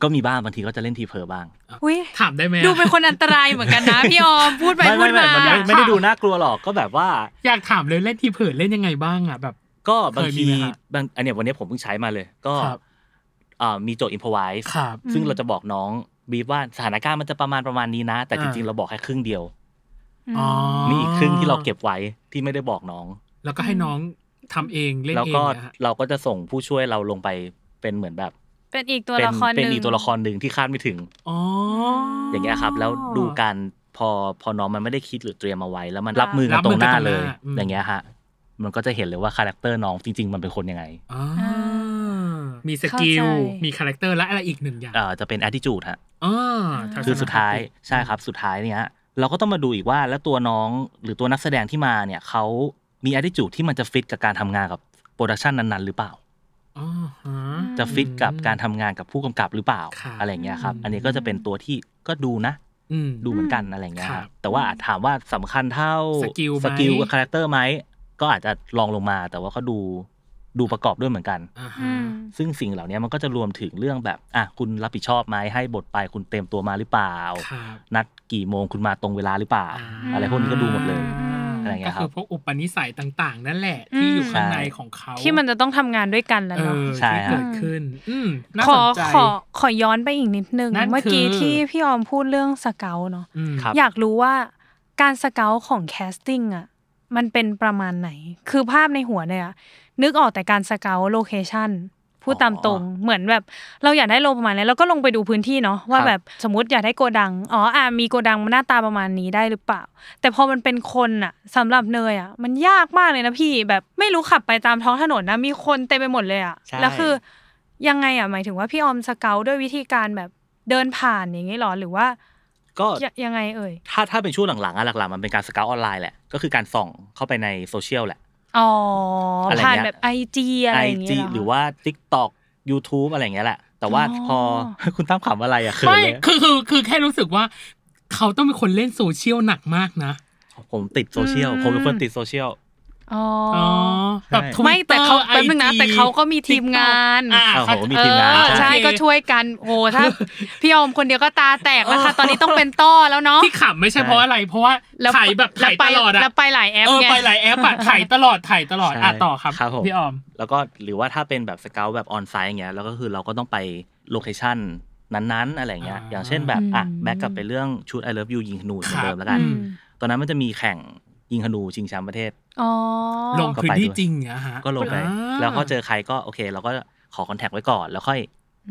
C: ก็มีบ้างบางทีก็จะเล่นทีเพอบ้าง
B: อุ้ย
A: ถามได้ไหม
B: ดูเป็นคนอันตรายเหมือนกัน นะพี่ออมพูดไปพูดมา
C: ไม่ไม่ไม่ได้ดูน่ากลัวหรอกก็แบบว่า
A: อยากถามเลยเล่นทีเผินเล่นยังไงบ้างอ่ะแบบ
C: ก็บาง
A: เคยมี
C: ที
A: ไหมฮะ
C: บางอันเนี้ยวันเนี้ยผมเพิ่งใช้มาเลย ก็
A: ครับ
C: อ่ามีโจทย์อินพไวส์
A: ครับ
C: ซึ่ง
B: อืม
C: เราจะบอกน้องบีฟว่าสถานการณ์มันจะประมาณประมาณนี้นะ แต่จ
A: อ่า
C: ริงๆ เราบอกแค่ครึ่งเดียว
B: ม
A: อ๋อ
C: มีอีกครึ่งที่เราเก็บไว้ที่ไม่ได้บอกน้อง
A: แล้วก็ให้น้องทำเองเล่น
C: แล้ว
A: เอง
C: ก็
A: นะฮะ
C: เราก็จะส่งผู้ช่วยเราลงไปเป็นเหมือนแบบ
B: เป็นอีกตัว
C: เป็น
B: ละครห
C: เป็น
B: นึ่ง
C: อีกตัวละครหนึ่งที่คาดไม่ถึง
A: อ๋อ
C: อย่างเงี้ยครับ แล้วดูการพอพอน้องมันไม่ได้คิดหรือเตรียมมาไว้ แล้วมัน
B: รั
C: รั
B: บบ มื
C: มื
B: อ
C: อ
B: กั
C: กับ นตรงหน้าเลย
A: อืม
C: อย่างเงี้ยฮะมันก็จะเห็นเลยว่าคาแรคเตอร์น้องจริง ๆ มันเป็นคนยังไง
A: อ่า
B: อ่า
A: มีสกิล
B: เข้าใจ
A: มีคาแรคเตอร์และอะไรอีกหนึ่งอย่าง
C: เอ่อจะเป็น attitude ฮะ
A: อ่า
B: อ่า
C: คือสุดท้ายใช่ครับสุดท้ายเนี่ยเราก็ต้องมาดูอีกว่าแล้วตัวน้องหรือตัวนักแสดงที่มาเนี่ยเขามี attitude ที่มันจะฟิตกับการทำงานกับโปรดักชันนั้นๆ หรือเปล่า
A: อ๋อฮะ
C: จะฟิตกับการทำงานกับผู้กำกับหรือเปล่า
A: ครับ
C: อะไรอย่างเงี้ยครับ
B: อืม
C: อันนี้ก็จะเป็นตัวที่ก็ดูนะ
A: อืม
C: ดูเหมือนกันอะไรอย่างเงี้ย
A: ค
C: ค
A: รั
C: รั
A: บบ
C: แต่ว่าถามว่าสำคัญเท่า
A: สกิลไหม
C: สกิลกับคาแรคเตอร์ไหมก็อาจจะลองลงมา แต่ว่าก็ดูดูประกอบด้วยเหมือนกัน
A: อ่า
B: อื
A: ฮะ
B: ม
C: ซึ่งสิ่งเหล่านี้มันก็จะรวมถึงเรื่องแบบอ่ะคุณรับผิดชอบไหมให้บทไปคุณเต็มตัวมาหรือเปล่า
A: ครับ
C: นัดกี่โมงคุณมาตรงเวลาหรือเปล่า
B: อ่า
C: อะไรพวกนี้ก็ดูหมดเลย อะไร
A: ก็
C: เงี้ยค
A: คื
C: รั
A: อบ พวกอุปนิสัยต่างๆ นั่นแหละ ที่อยู่
B: อืม
A: ข้างใน
C: ใช่
A: ของเขา
B: ที่มันจะต้องทำงานด้วยกันแล้ว
A: เอ
B: เนาะ
A: อ
C: ใช่
A: ที่
C: ฮะ
A: เกิดขึ้น อืมน่า
B: ข
A: ส
B: อน
A: ใจ
B: ขอขอย้อนไปอีกนิดนึง
A: นั่น
B: เมื่อกี้
A: คือ
B: ที่พี่ออมพูดเรื่องสเกลเนาะ
A: ม
C: ครับ
B: อยากรู้ว่าการสเกลของแคสติ้งอ่ะมันเป็นประมาณไหน คือภาพในหัวเนี่ยอะนึกออกแต่การสเกลโลเคชันพูดตามตรงเหมือนแบบ เราอยากได้โลประมาณนี้เราก็ลงไปดูพื้นที่เนาะว่า
C: ครับ
B: แบบสมมติอยากได้โกดังอ๋ออ่ะมีโกดังหน้าตาประมาณนี้ได้หรือเปล่า แต่พอมันเป็นคนอะสำหรับเนยอะมันยากมากเลยนะพี่แบบไม่รู้ขับไปตามท้องถนนนะมีคนเต็มไปหมดเลยอะ
C: ใช่
B: แล้วคือ ยังไงอะหมายถึงว่าพี่ออมสเกลด้วยวิธีการแบบเดินผ่านอย่างนี้หรอหรือว่า
C: ก็
B: ยยังไงเอ่ย
C: ถ้าถ้าเป็นช่วงหลังๆอะหลังๆมันเป็นการสเกาวออนไลน์แหละ ก็คือการส่องเข้าไปในโซเชียลแหละ
B: อ๋ออะไร
C: เงี้ย
B: ผ่านแบบไอจีอะไร
C: ไอ
B: อย่าง
C: จี
B: เงี้ย
C: หรือว่า Tik t o k YouTube อะไรอย่างเงี้ยแหละ แต่ว่า
B: อ๋อ
C: พอ คุณตั้มขำอะไรอะเขิน
A: ไม่
C: เลย
A: คือคือคือแค่รู้สึกว่า เขาต้องเป็นคนเล่นโซเชียลหนักมากนะ
C: ผมติดโซเชียล
B: อืม
C: ผมเป็นคนติดโซเชียล
B: อ๋อ
A: อ๋
B: อ
A: อแบบ
C: ใช่
A: Twitter
B: ไม่แต่เขา
A: IG
B: แป๊บนึงนะแต่เขาก็มีทีมงาน
A: อ่ะ
C: โอ้โห
A: เขา
C: มี
B: เอ
C: ทีมงาน
B: อใช่
A: โอเค
B: ก็ช่วยกันโอ้ ถ้า พี่ออมคนเดียวก็ตาแตกแล้วค่ะตอนนี้ต้องเป็นต้อแล้วเนาะ
A: ที่ขำไม่ใช่เพราะอะไร เพราะว่า
B: แล้ว
A: ถ่ายแบบถ่าย
B: แวไป
A: ตลอดอะ
B: แล้วไปหลายแอป
A: เออ
B: ไง
A: ไปหลายแอป อะถ่ายตลอดถ่ายตลอด
C: ใช่
A: อ่ะต่อครับ
C: ครับผม
A: พี่ออม
C: แล้วก็หรือว่าถ้าเป็นแบบสเกลแบบออนไซต์อย่างเงี้ยแล้วก็คือเราก็ต้องไปโลเคชันนั้นๆ อะไรอย่างเงี้ย
A: อ่า
C: อย่างเช่นแบบอ่ะ
B: อืม
C: แบ็กกลับไปเรื่องชุด I love you ยิงธนูเหมือนเดิ
A: ครั
C: ม
A: บ
C: แล้วกัน
B: อืม
C: ตอนนั้นมันจะมีแข่งยิงธนูชิงแชมป์ประเทศ
B: อ๋อ
A: ลงพื้นที่
C: ก็ไปด้วย
A: จริงอะฮะ
C: ก็ลงไป
A: อ่า
C: แล้วก็เจอใครก็โอเค เราก็ขอคอนแทคไว้ก่อน แล้วค่อย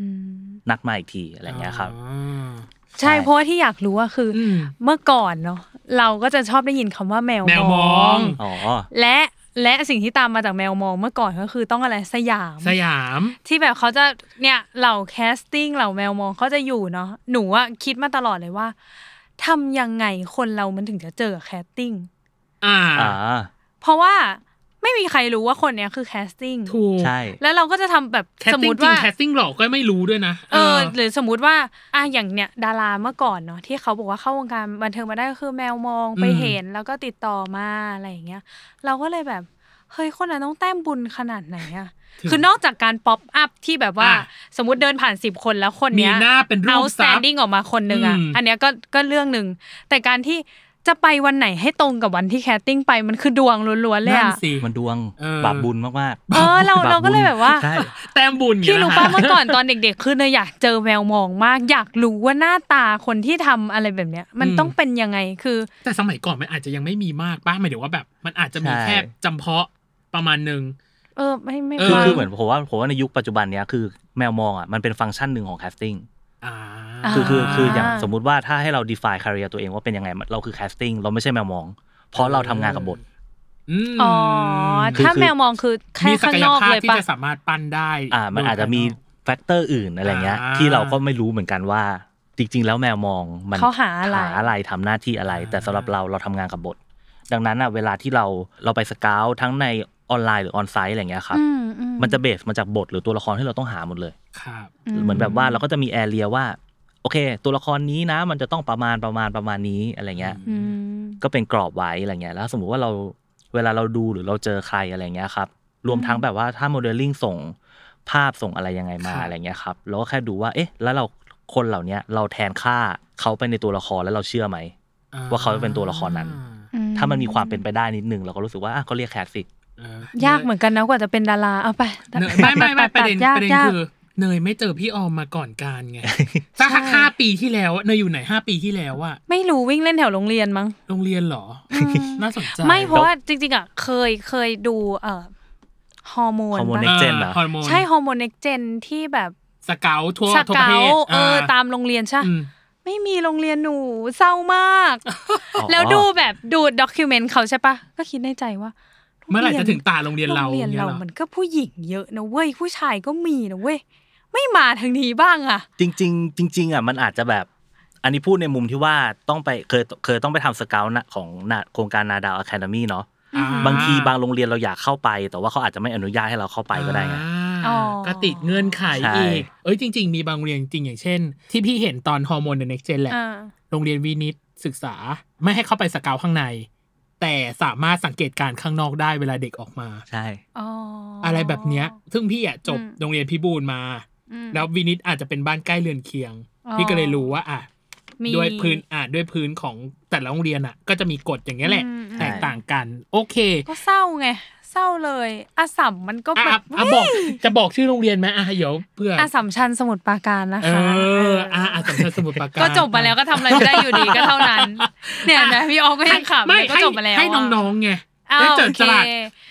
B: อืม
C: นัดมาอีกทีอะไรอย่างเงี้ยครับ
B: ใช่
C: ใช่
B: เพราะว่าที่อยากรู้อะคืออ
A: ม
B: เมื่อก่อนเนาะเราก็จะชอบได้ยินคำว่าแมว
A: แมวมอง
C: อ๋อ
B: และและสิ่งที่ตามมาจากแมวมองเมื่อก่อนก็คือต้องอะไรสยาม
A: สยาม
B: ที่แบบเขาจะเนี่ยเหล่าแคสติ้งเหล่าแมวมองเขาจะอยู่เนาะหนูอะคิดมาตลอดเลยว่าทำยังไงคนเรามันถึงจะเจอกับแคสติ้ง
A: อ่า
C: อ่า
B: เพราะว่าไม่มีใครรู้ว่าคนเนี้ยคือแคสติ้ง
A: ถูก
C: ใช่
B: แล้วเราก็จะทำแบบ
A: แคส
B: สม
A: ติ้
B: ม
A: งจ
B: ติ
A: ริง
B: ว่า
A: แคสติ้งหลอกก็ไม่รู้ด้วยนะ
B: เออหรือสมมุติว่าอ่ะอย่างเนี้ยดาราเมื่อก่อนเนาะที่เขาบอกว่าเข้าวงการบันเทิงมาได้ก็คือแมวมองไปเห็นแล้วก็ติดต่อมาอะไรอย่างเงี้ย เราก็เลยแบบเฮ้ยคนนั้นต้องแต้มบุญขนาดไหนอะ
A: ถึง
B: คือนอกจากการป๊อปอัพที่แบบว่า
A: อ่ะ
B: สมมติเดินผ่านสิบคนแล้วคนเนี้ย
A: มีหน้าเป็นรูป
B: เอา
A: ซับ
B: แซนดิ้งออกมาคนหนึ่งอะ
A: อืม
B: อันเนี้ยก็ก็เรื่องหนึ่งแต่การที่ จะไปวันไหนให้ตรงกับวันที่แคสติ้งไปมันคือดวงล้วนๆเลย
A: นั่น
B: อะ
A: สิ
C: มันดวง
A: เออ
C: บาปบุญมาก
B: เออเรา
C: ๆ
B: เราก็เลยแบบว่า
C: ใช่
A: แต้มบุญ
B: พี่รู้ป่ะ
A: ย่ง
B: เมื่
A: เงี้ยนะ
B: อก่อนตอนเด็ก ๆ คือเนยอยากเจอแมวมองมาก อยากรู้ว่าหน้าตาคนที่ทำอะไรแบบเนี้ย มันต้องเป็นยังไงคือ
A: แต่สมัยก่อนมันอาจจะยังไม่มีมากป้าหมายถึงว่าแบบ มันอาจจะมีแค่จำเพาะประมาณหนึ่ง
B: เออไม่ไม่
A: เอ
C: คือ
B: ว่า
C: คือเหมือนผมว่าผมว่าในยุคปัจจุบันเนี้ยคือแมวมองอ่ะมันเป็นฟังก์ชันหนึ่งของแคสติ้ง
A: อ่า
B: า
C: คือคือคืออย่าง
B: อ่า
C: สมมุติว่าถ้าให้เรา define career ตัวเองว่าเป็นยังไงเราคือ casting เราไม่ใช่แมวมอง เพราะเราทำงานกับบท
A: อืม
B: อ๋อ
C: คือ
B: ถ้าแมวมองคือแค่
A: มีศั
B: ข้าง
A: กย
B: นอก
A: ภาพ
B: เลย
A: ที่
B: ปะ
A: จะสามารถปั้นได้
C: อ่ามันอาจจะมี
A: โดยภยนอก
C: แฟกเตอร์อื่นอะไรเงี้ย
A: อ่า
C: ที่เราก็ไม่รู้เหมือนกันว่า จริง ๆ แล้วแมวมองมัน
B: เขาหาอะไร
C: หาอะไรทำหน้าที่อะไร แต่สำหรับเราเราทำงานกับบท ดังนั้นอ่ะเวลาที่เราเราไปสเกาวทั้งในออนไลน์หรือออนไซต์อะไรเงี้ยครับ
B: อืมอื
C: มันจะเบสมาจากบทหรือตัวละครที่เราต้องหาหมดเลย
A: ครับ
C: เหมือนแบบว่าเราก็จะมีแอเรียว่าโอเค ตัวละครนี้นะ มันจะต้องประมาณประมาณประมาณนี้อะไรเงี้ย
B: อืม
C: ก็เป็นกรอบไว้อะไรเงี้ยแล้วสมมุติว่าเราเวลาเราดูหรือเราเจอใครอะไรเงี้ยครับ รวมทั้งแบบว่าถ้าโมเดลลิ่งส่งภาพส่งอะไรยังไงมา
A: ครับ
C: อะไรเงี้ยครับเราก็แค่ดูว่า เอ๊ะ แล้วเราคนเหล่าเนี้ยเราแทนค่าเขาไปในตัวละครแล้วเราเชื่อไหม
A: อ่
C: ว่าเขาเป็นตัวละครนั้น
B: อื
C: ถ้ามันมีความเป็นไปได้นิดนึงเราก็รู้สึกว่าอ่ะก็เรียกแคสสิ
A: เออย
B: ากเหมือนกันนะกว่าจะเป็นดาราเอาไป
A: เนยไม่ไม่ไม่
B: ตัด
A: ประเด็น
B: ตัดยาก
A: ประเด็น
B: ยาก
A: คือเนยไม่เจอพี่ออมมาก่อนการไงสักห้าปีที่แล้วเนยอยู่ไหนห้าปีที่แล้วอะ
B: ไม่รู้วิ่งเล่นแถวโรงเรียนมั้ง
A: โรงเรียนเหรอ
B: อืม
A: น่าสนใจ
B: ไม่เพราะว่าจริงๆอ่ะเคยเคยดูเอ่อฮอร์โมน
C: ฮอร์โมนเน็
B: ปะ
C: กเจนเหรอ
A: าฮอร์โมน
B: ใช่ฮอร์โมนเน็กเจนที่แบบ
A: สเกาทั่ว
B: ส
A: ทั่ว
B: เการ
A: ปะเทศ
B: เออตามโรงเรียนใช่
A: อืม
B: ไม่มีโรงเรียนหนูเศร้ามาก
C: อ๋อ
B: แล้วดูแบบดูด็อกิวเมนต์เขาใช่ปะก็คิดในใจว่า
A: เมื่อไหร่จะถึงตาโรงเรียนเรา
B: โรงเรียน
A: งี้
B: เรา
A: หอ
B: มันก็ผู้หญิงเยอะนะเว้ยผู้ชายก็มีนะเว้ยไม่มาทางนี้บ้างอ่ะ
C: จริง ๆ จริง ๆอ่ะมันอาจจะแบบ อันนี้พูดในมุมที่ว่าต้องไปเคยเคยต้องไปทำสเกลนะของนาโครงการนาดาวอะคาเดมี่เนาะ
A: อ่า
C: บางทีบางโรงเรียนเราอยากเข้าไป แต่ว่าเขาอาจจะไม่อนุญาตให้เราเข้าไปก็ได้ไง
B: อ๋
A: อ่า
B: อ
A: ก็ติดเงื่อนไข
C: ใช่
A: อีก เอ้ยจริง ๆ มีบางโรงเรียนจริงอย่างเช่น ที่พี่เห็นตอนฮอร์โมนเน็กเจนแหละ
B: อ่า
A: โรงเรียนวินิตศึกษาไม่ให้เข้าไปสเกาวข้างใน แต่สามารถสังเกตการณ์ข้างนอกได้เวลาเด็กออกมา
C: ใช่
B: อ๋ออ
A: อะไรแบบเนี้ย ซึ่งพี่อ่ะจบ
B: อืม
A: โรงเรียนพิบูลมา
B: อืม
A: แล้ววินิตอาจจะเป็นบ้านใกล้เรือนเคียง
B: อ๋อ
A: พี่ก็เลยรู้ว่าอ่ะ
B: มี
A: ด้วยพื้นอ่ะด้วยพื้นของแต่ละโรงเรียนอ่ะ ก็จะมีกฎอย่างเงี้ยแหละ
B: อืม
A: แตกต่างกัน โอเค
B: ก็เศร้าไง เศร้าเลยอาสัมมันก็
A: อ่ะ
B: แบ
A: อ่ะ
B: บ
A: อ่ะบอกจะบอกชื่อโรงเรียนไหมอ่ะเดี๋ยวเพื่อ
B: อาสัมชันสมุทรปราการนะ
A: เอ
B: คะ
A: ออ่ะอ่ะสำคัญสมุดปรากการ
B: ก็จบมาแล้วก็ทำอะไรไม่ได้อยู่ดีก็เท่านั้น เนี่ยนะพี่ออฟก็ยังขำ
A: ไม่
B: เลยก็จบมาแล้ว
A: ให้น้องๆไง
B: อ้าว
A: ได้เจอ
B: โอเค
A: ตลาด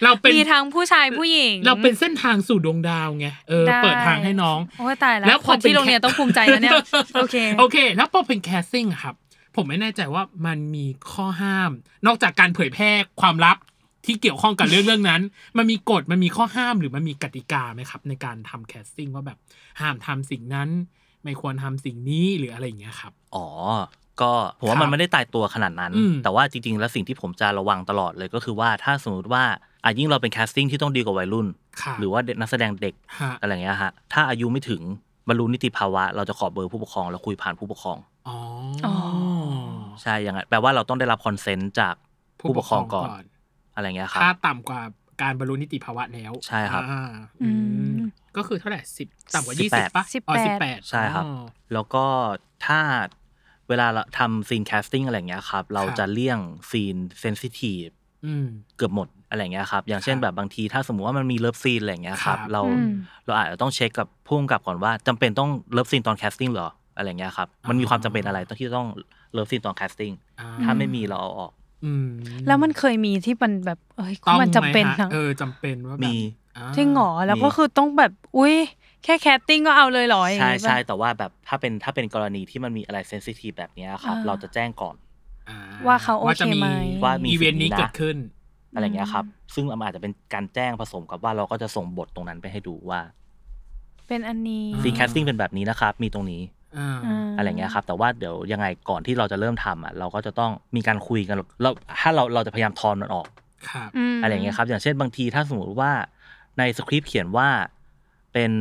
A: เราเป็น
B: มีทั้งผู้ชายผู้หญิง
A: เราเป็นเส้นทางสู่ดวงดาวไงเออ
B: ได้
A: เปิดทางให้น้อง
B: โอ้ยตายแล้ว
A: แล้วพ
B: ค
A: อน เป็น
B: ที่โรงเรียนต้องภูมิใจ นะเนี่ยโอเค
A: โอเค แล้วพอเป็นแคสซิ่งอะครับ ผมไม่แน่ใจว่ามันมีข้อห้าม นอกจากการเผยแพร่ความลับที่เกี่ยวข้องกับเรื่องเรื่องนั้น มันมีกฎมันมีข้อห้ามหรือมันมีกติกาไหมครับ ในการทำแคสซิ่งว่าแบบห้ามทำสิ่งนั้น ไม่ควรทำสิ่งนี้หรืออะไรอย่างเงี้ยครับ
C: อ๋อ ก็ผมว่า
A: ครับ
C: มันไม่ได้ตายตัวขนาดนั้น
A: อืม
C: แต่ว่าจริง ๆ แล้วสิ่งที่ผมจะระวังตลอดเลยก็คือว่าถ้าสมมติว่าอ่ะยิ่งเราเป็นแคสติ้งที่ต้องดีลกับวัยรุ่น
A: ครับ
C: หรือว่าเด็กนักแสดงเด็ก
A: ฮะ
C: อะไรอย่างเงี้ยฮะ ถ้าอายุไม่ถึงบรรลุนิติภาวะ เราจะขอเบอร์ผู้ปกครองแล้วคุยผ่านผู้ปกครอง
A: อ๋อ
B: อ๋อ
C: ใช่อย่างนั้นแปลว่าเราต้องได้รับคอนเซนต์จากผู้ปกครองก่อนอะไรอย่างเงี้ยครับ
A: ถ้าต่ำกว่าการบรรลุนิติภาวะแล้ว
C: ใช่ครับ
A: อ่า
B: อืม
A: ก็คือเท่าไหร่สิบต่ำกว่า
C: สิ
A: ยี่
C: บแป
A: สิบ
C: ด
A: ปะอ๋อ
B: สิ
A: สิบบ แป
B: แป
A: ด
B: ด
C: ใช่ครับ
A: อ๋อ
C: แล้วก็ถ้าเวลาเราทำซีนแคสติ้งอะไรอย่างเงี้ยครับ เรา
A: ครับ
C: จะเลี่ยงซีนเซนซิทีฟ
A: อืม
C: เกือบหมดอะไรอย่างเงี้ยครับอย่างเช่
A: ค
C: น
A: รับ
C: แบบบางทีถ้าสมมติว่ามันมีเลิฟซีนอะไรอย่างเงี้ยครับ
A: ครับ
C: เรา
B: อืม
C: เราอาจจะต้องเช็คกับผู้กำกับก่อนว่าจำเป็นต้องเลิฟซีนตอนแคสติ้งเหรออะไรอย่างเงี้ยครับมันมีความจำเป็นอะไรต้องที่ต้องเลิฟซีนตอนแคสติ้ง
A: อ่า
C: ถ้าไม่มีเราเอาออก
A: อืม
B: แล้วมันเคยมีที่มันแบบเอ้ย
A: ต้อง
B: มันจำเป็น
A: ไหฮะ
B: ทั้ง
A: เออจำเป็นว่าแบบ
C: มี
A: อ่า
B: จริงเหรอแล้วก็
C: มี
B: คือต้องแบบ อุ้ยแค่แคสติ้งก็เอาเลยเหรออย่าง
C: ใช่
B: งี้ปะ
C: ใช่แต่ว่าแบบถ้าเป็นถ้าเป็นกรณีที่มันมีอะไรเซนซิทีฟแบบเนี้ยครับ
B: อ่า
C: เราจะแจ้งก่อน
A: อ่
B: ว่าเขาโอเค
A: จะ
B: ไหม
C: ว่ามี
A: อีเวนต์นี้
C: สิ่งนี้นะ
A: เกิดขึ้น
C: อะไรอย่างเงี้ยครับซึ่งมันอาจจะเป็นการแจ้งผสมกับว่าเราก็จะส่งบทตรงนั้นไปให้ดูว่า
B: เป็นอันนี้
A: อืม
C: ซีนแคสติ้งเป็นแบบนี้นะครับมีตรงนี้
A: อ่า
B: า
C: อะไรอย่างเงี้ยครับแต่ว่าเดี๋ยวยังไงก่อนที่เราจะเริ่มทำอ่ะเราก็จะต้องมีการคุยกันเราถ้าเราเราจะพยายามทอนมันออก
A: ครับ
B: ม
C: อะไรอย่างเงี้ยครับอย่างเช่นบางทีถ้าสมมติว่าในสคริปต์เขียนว่าเป็น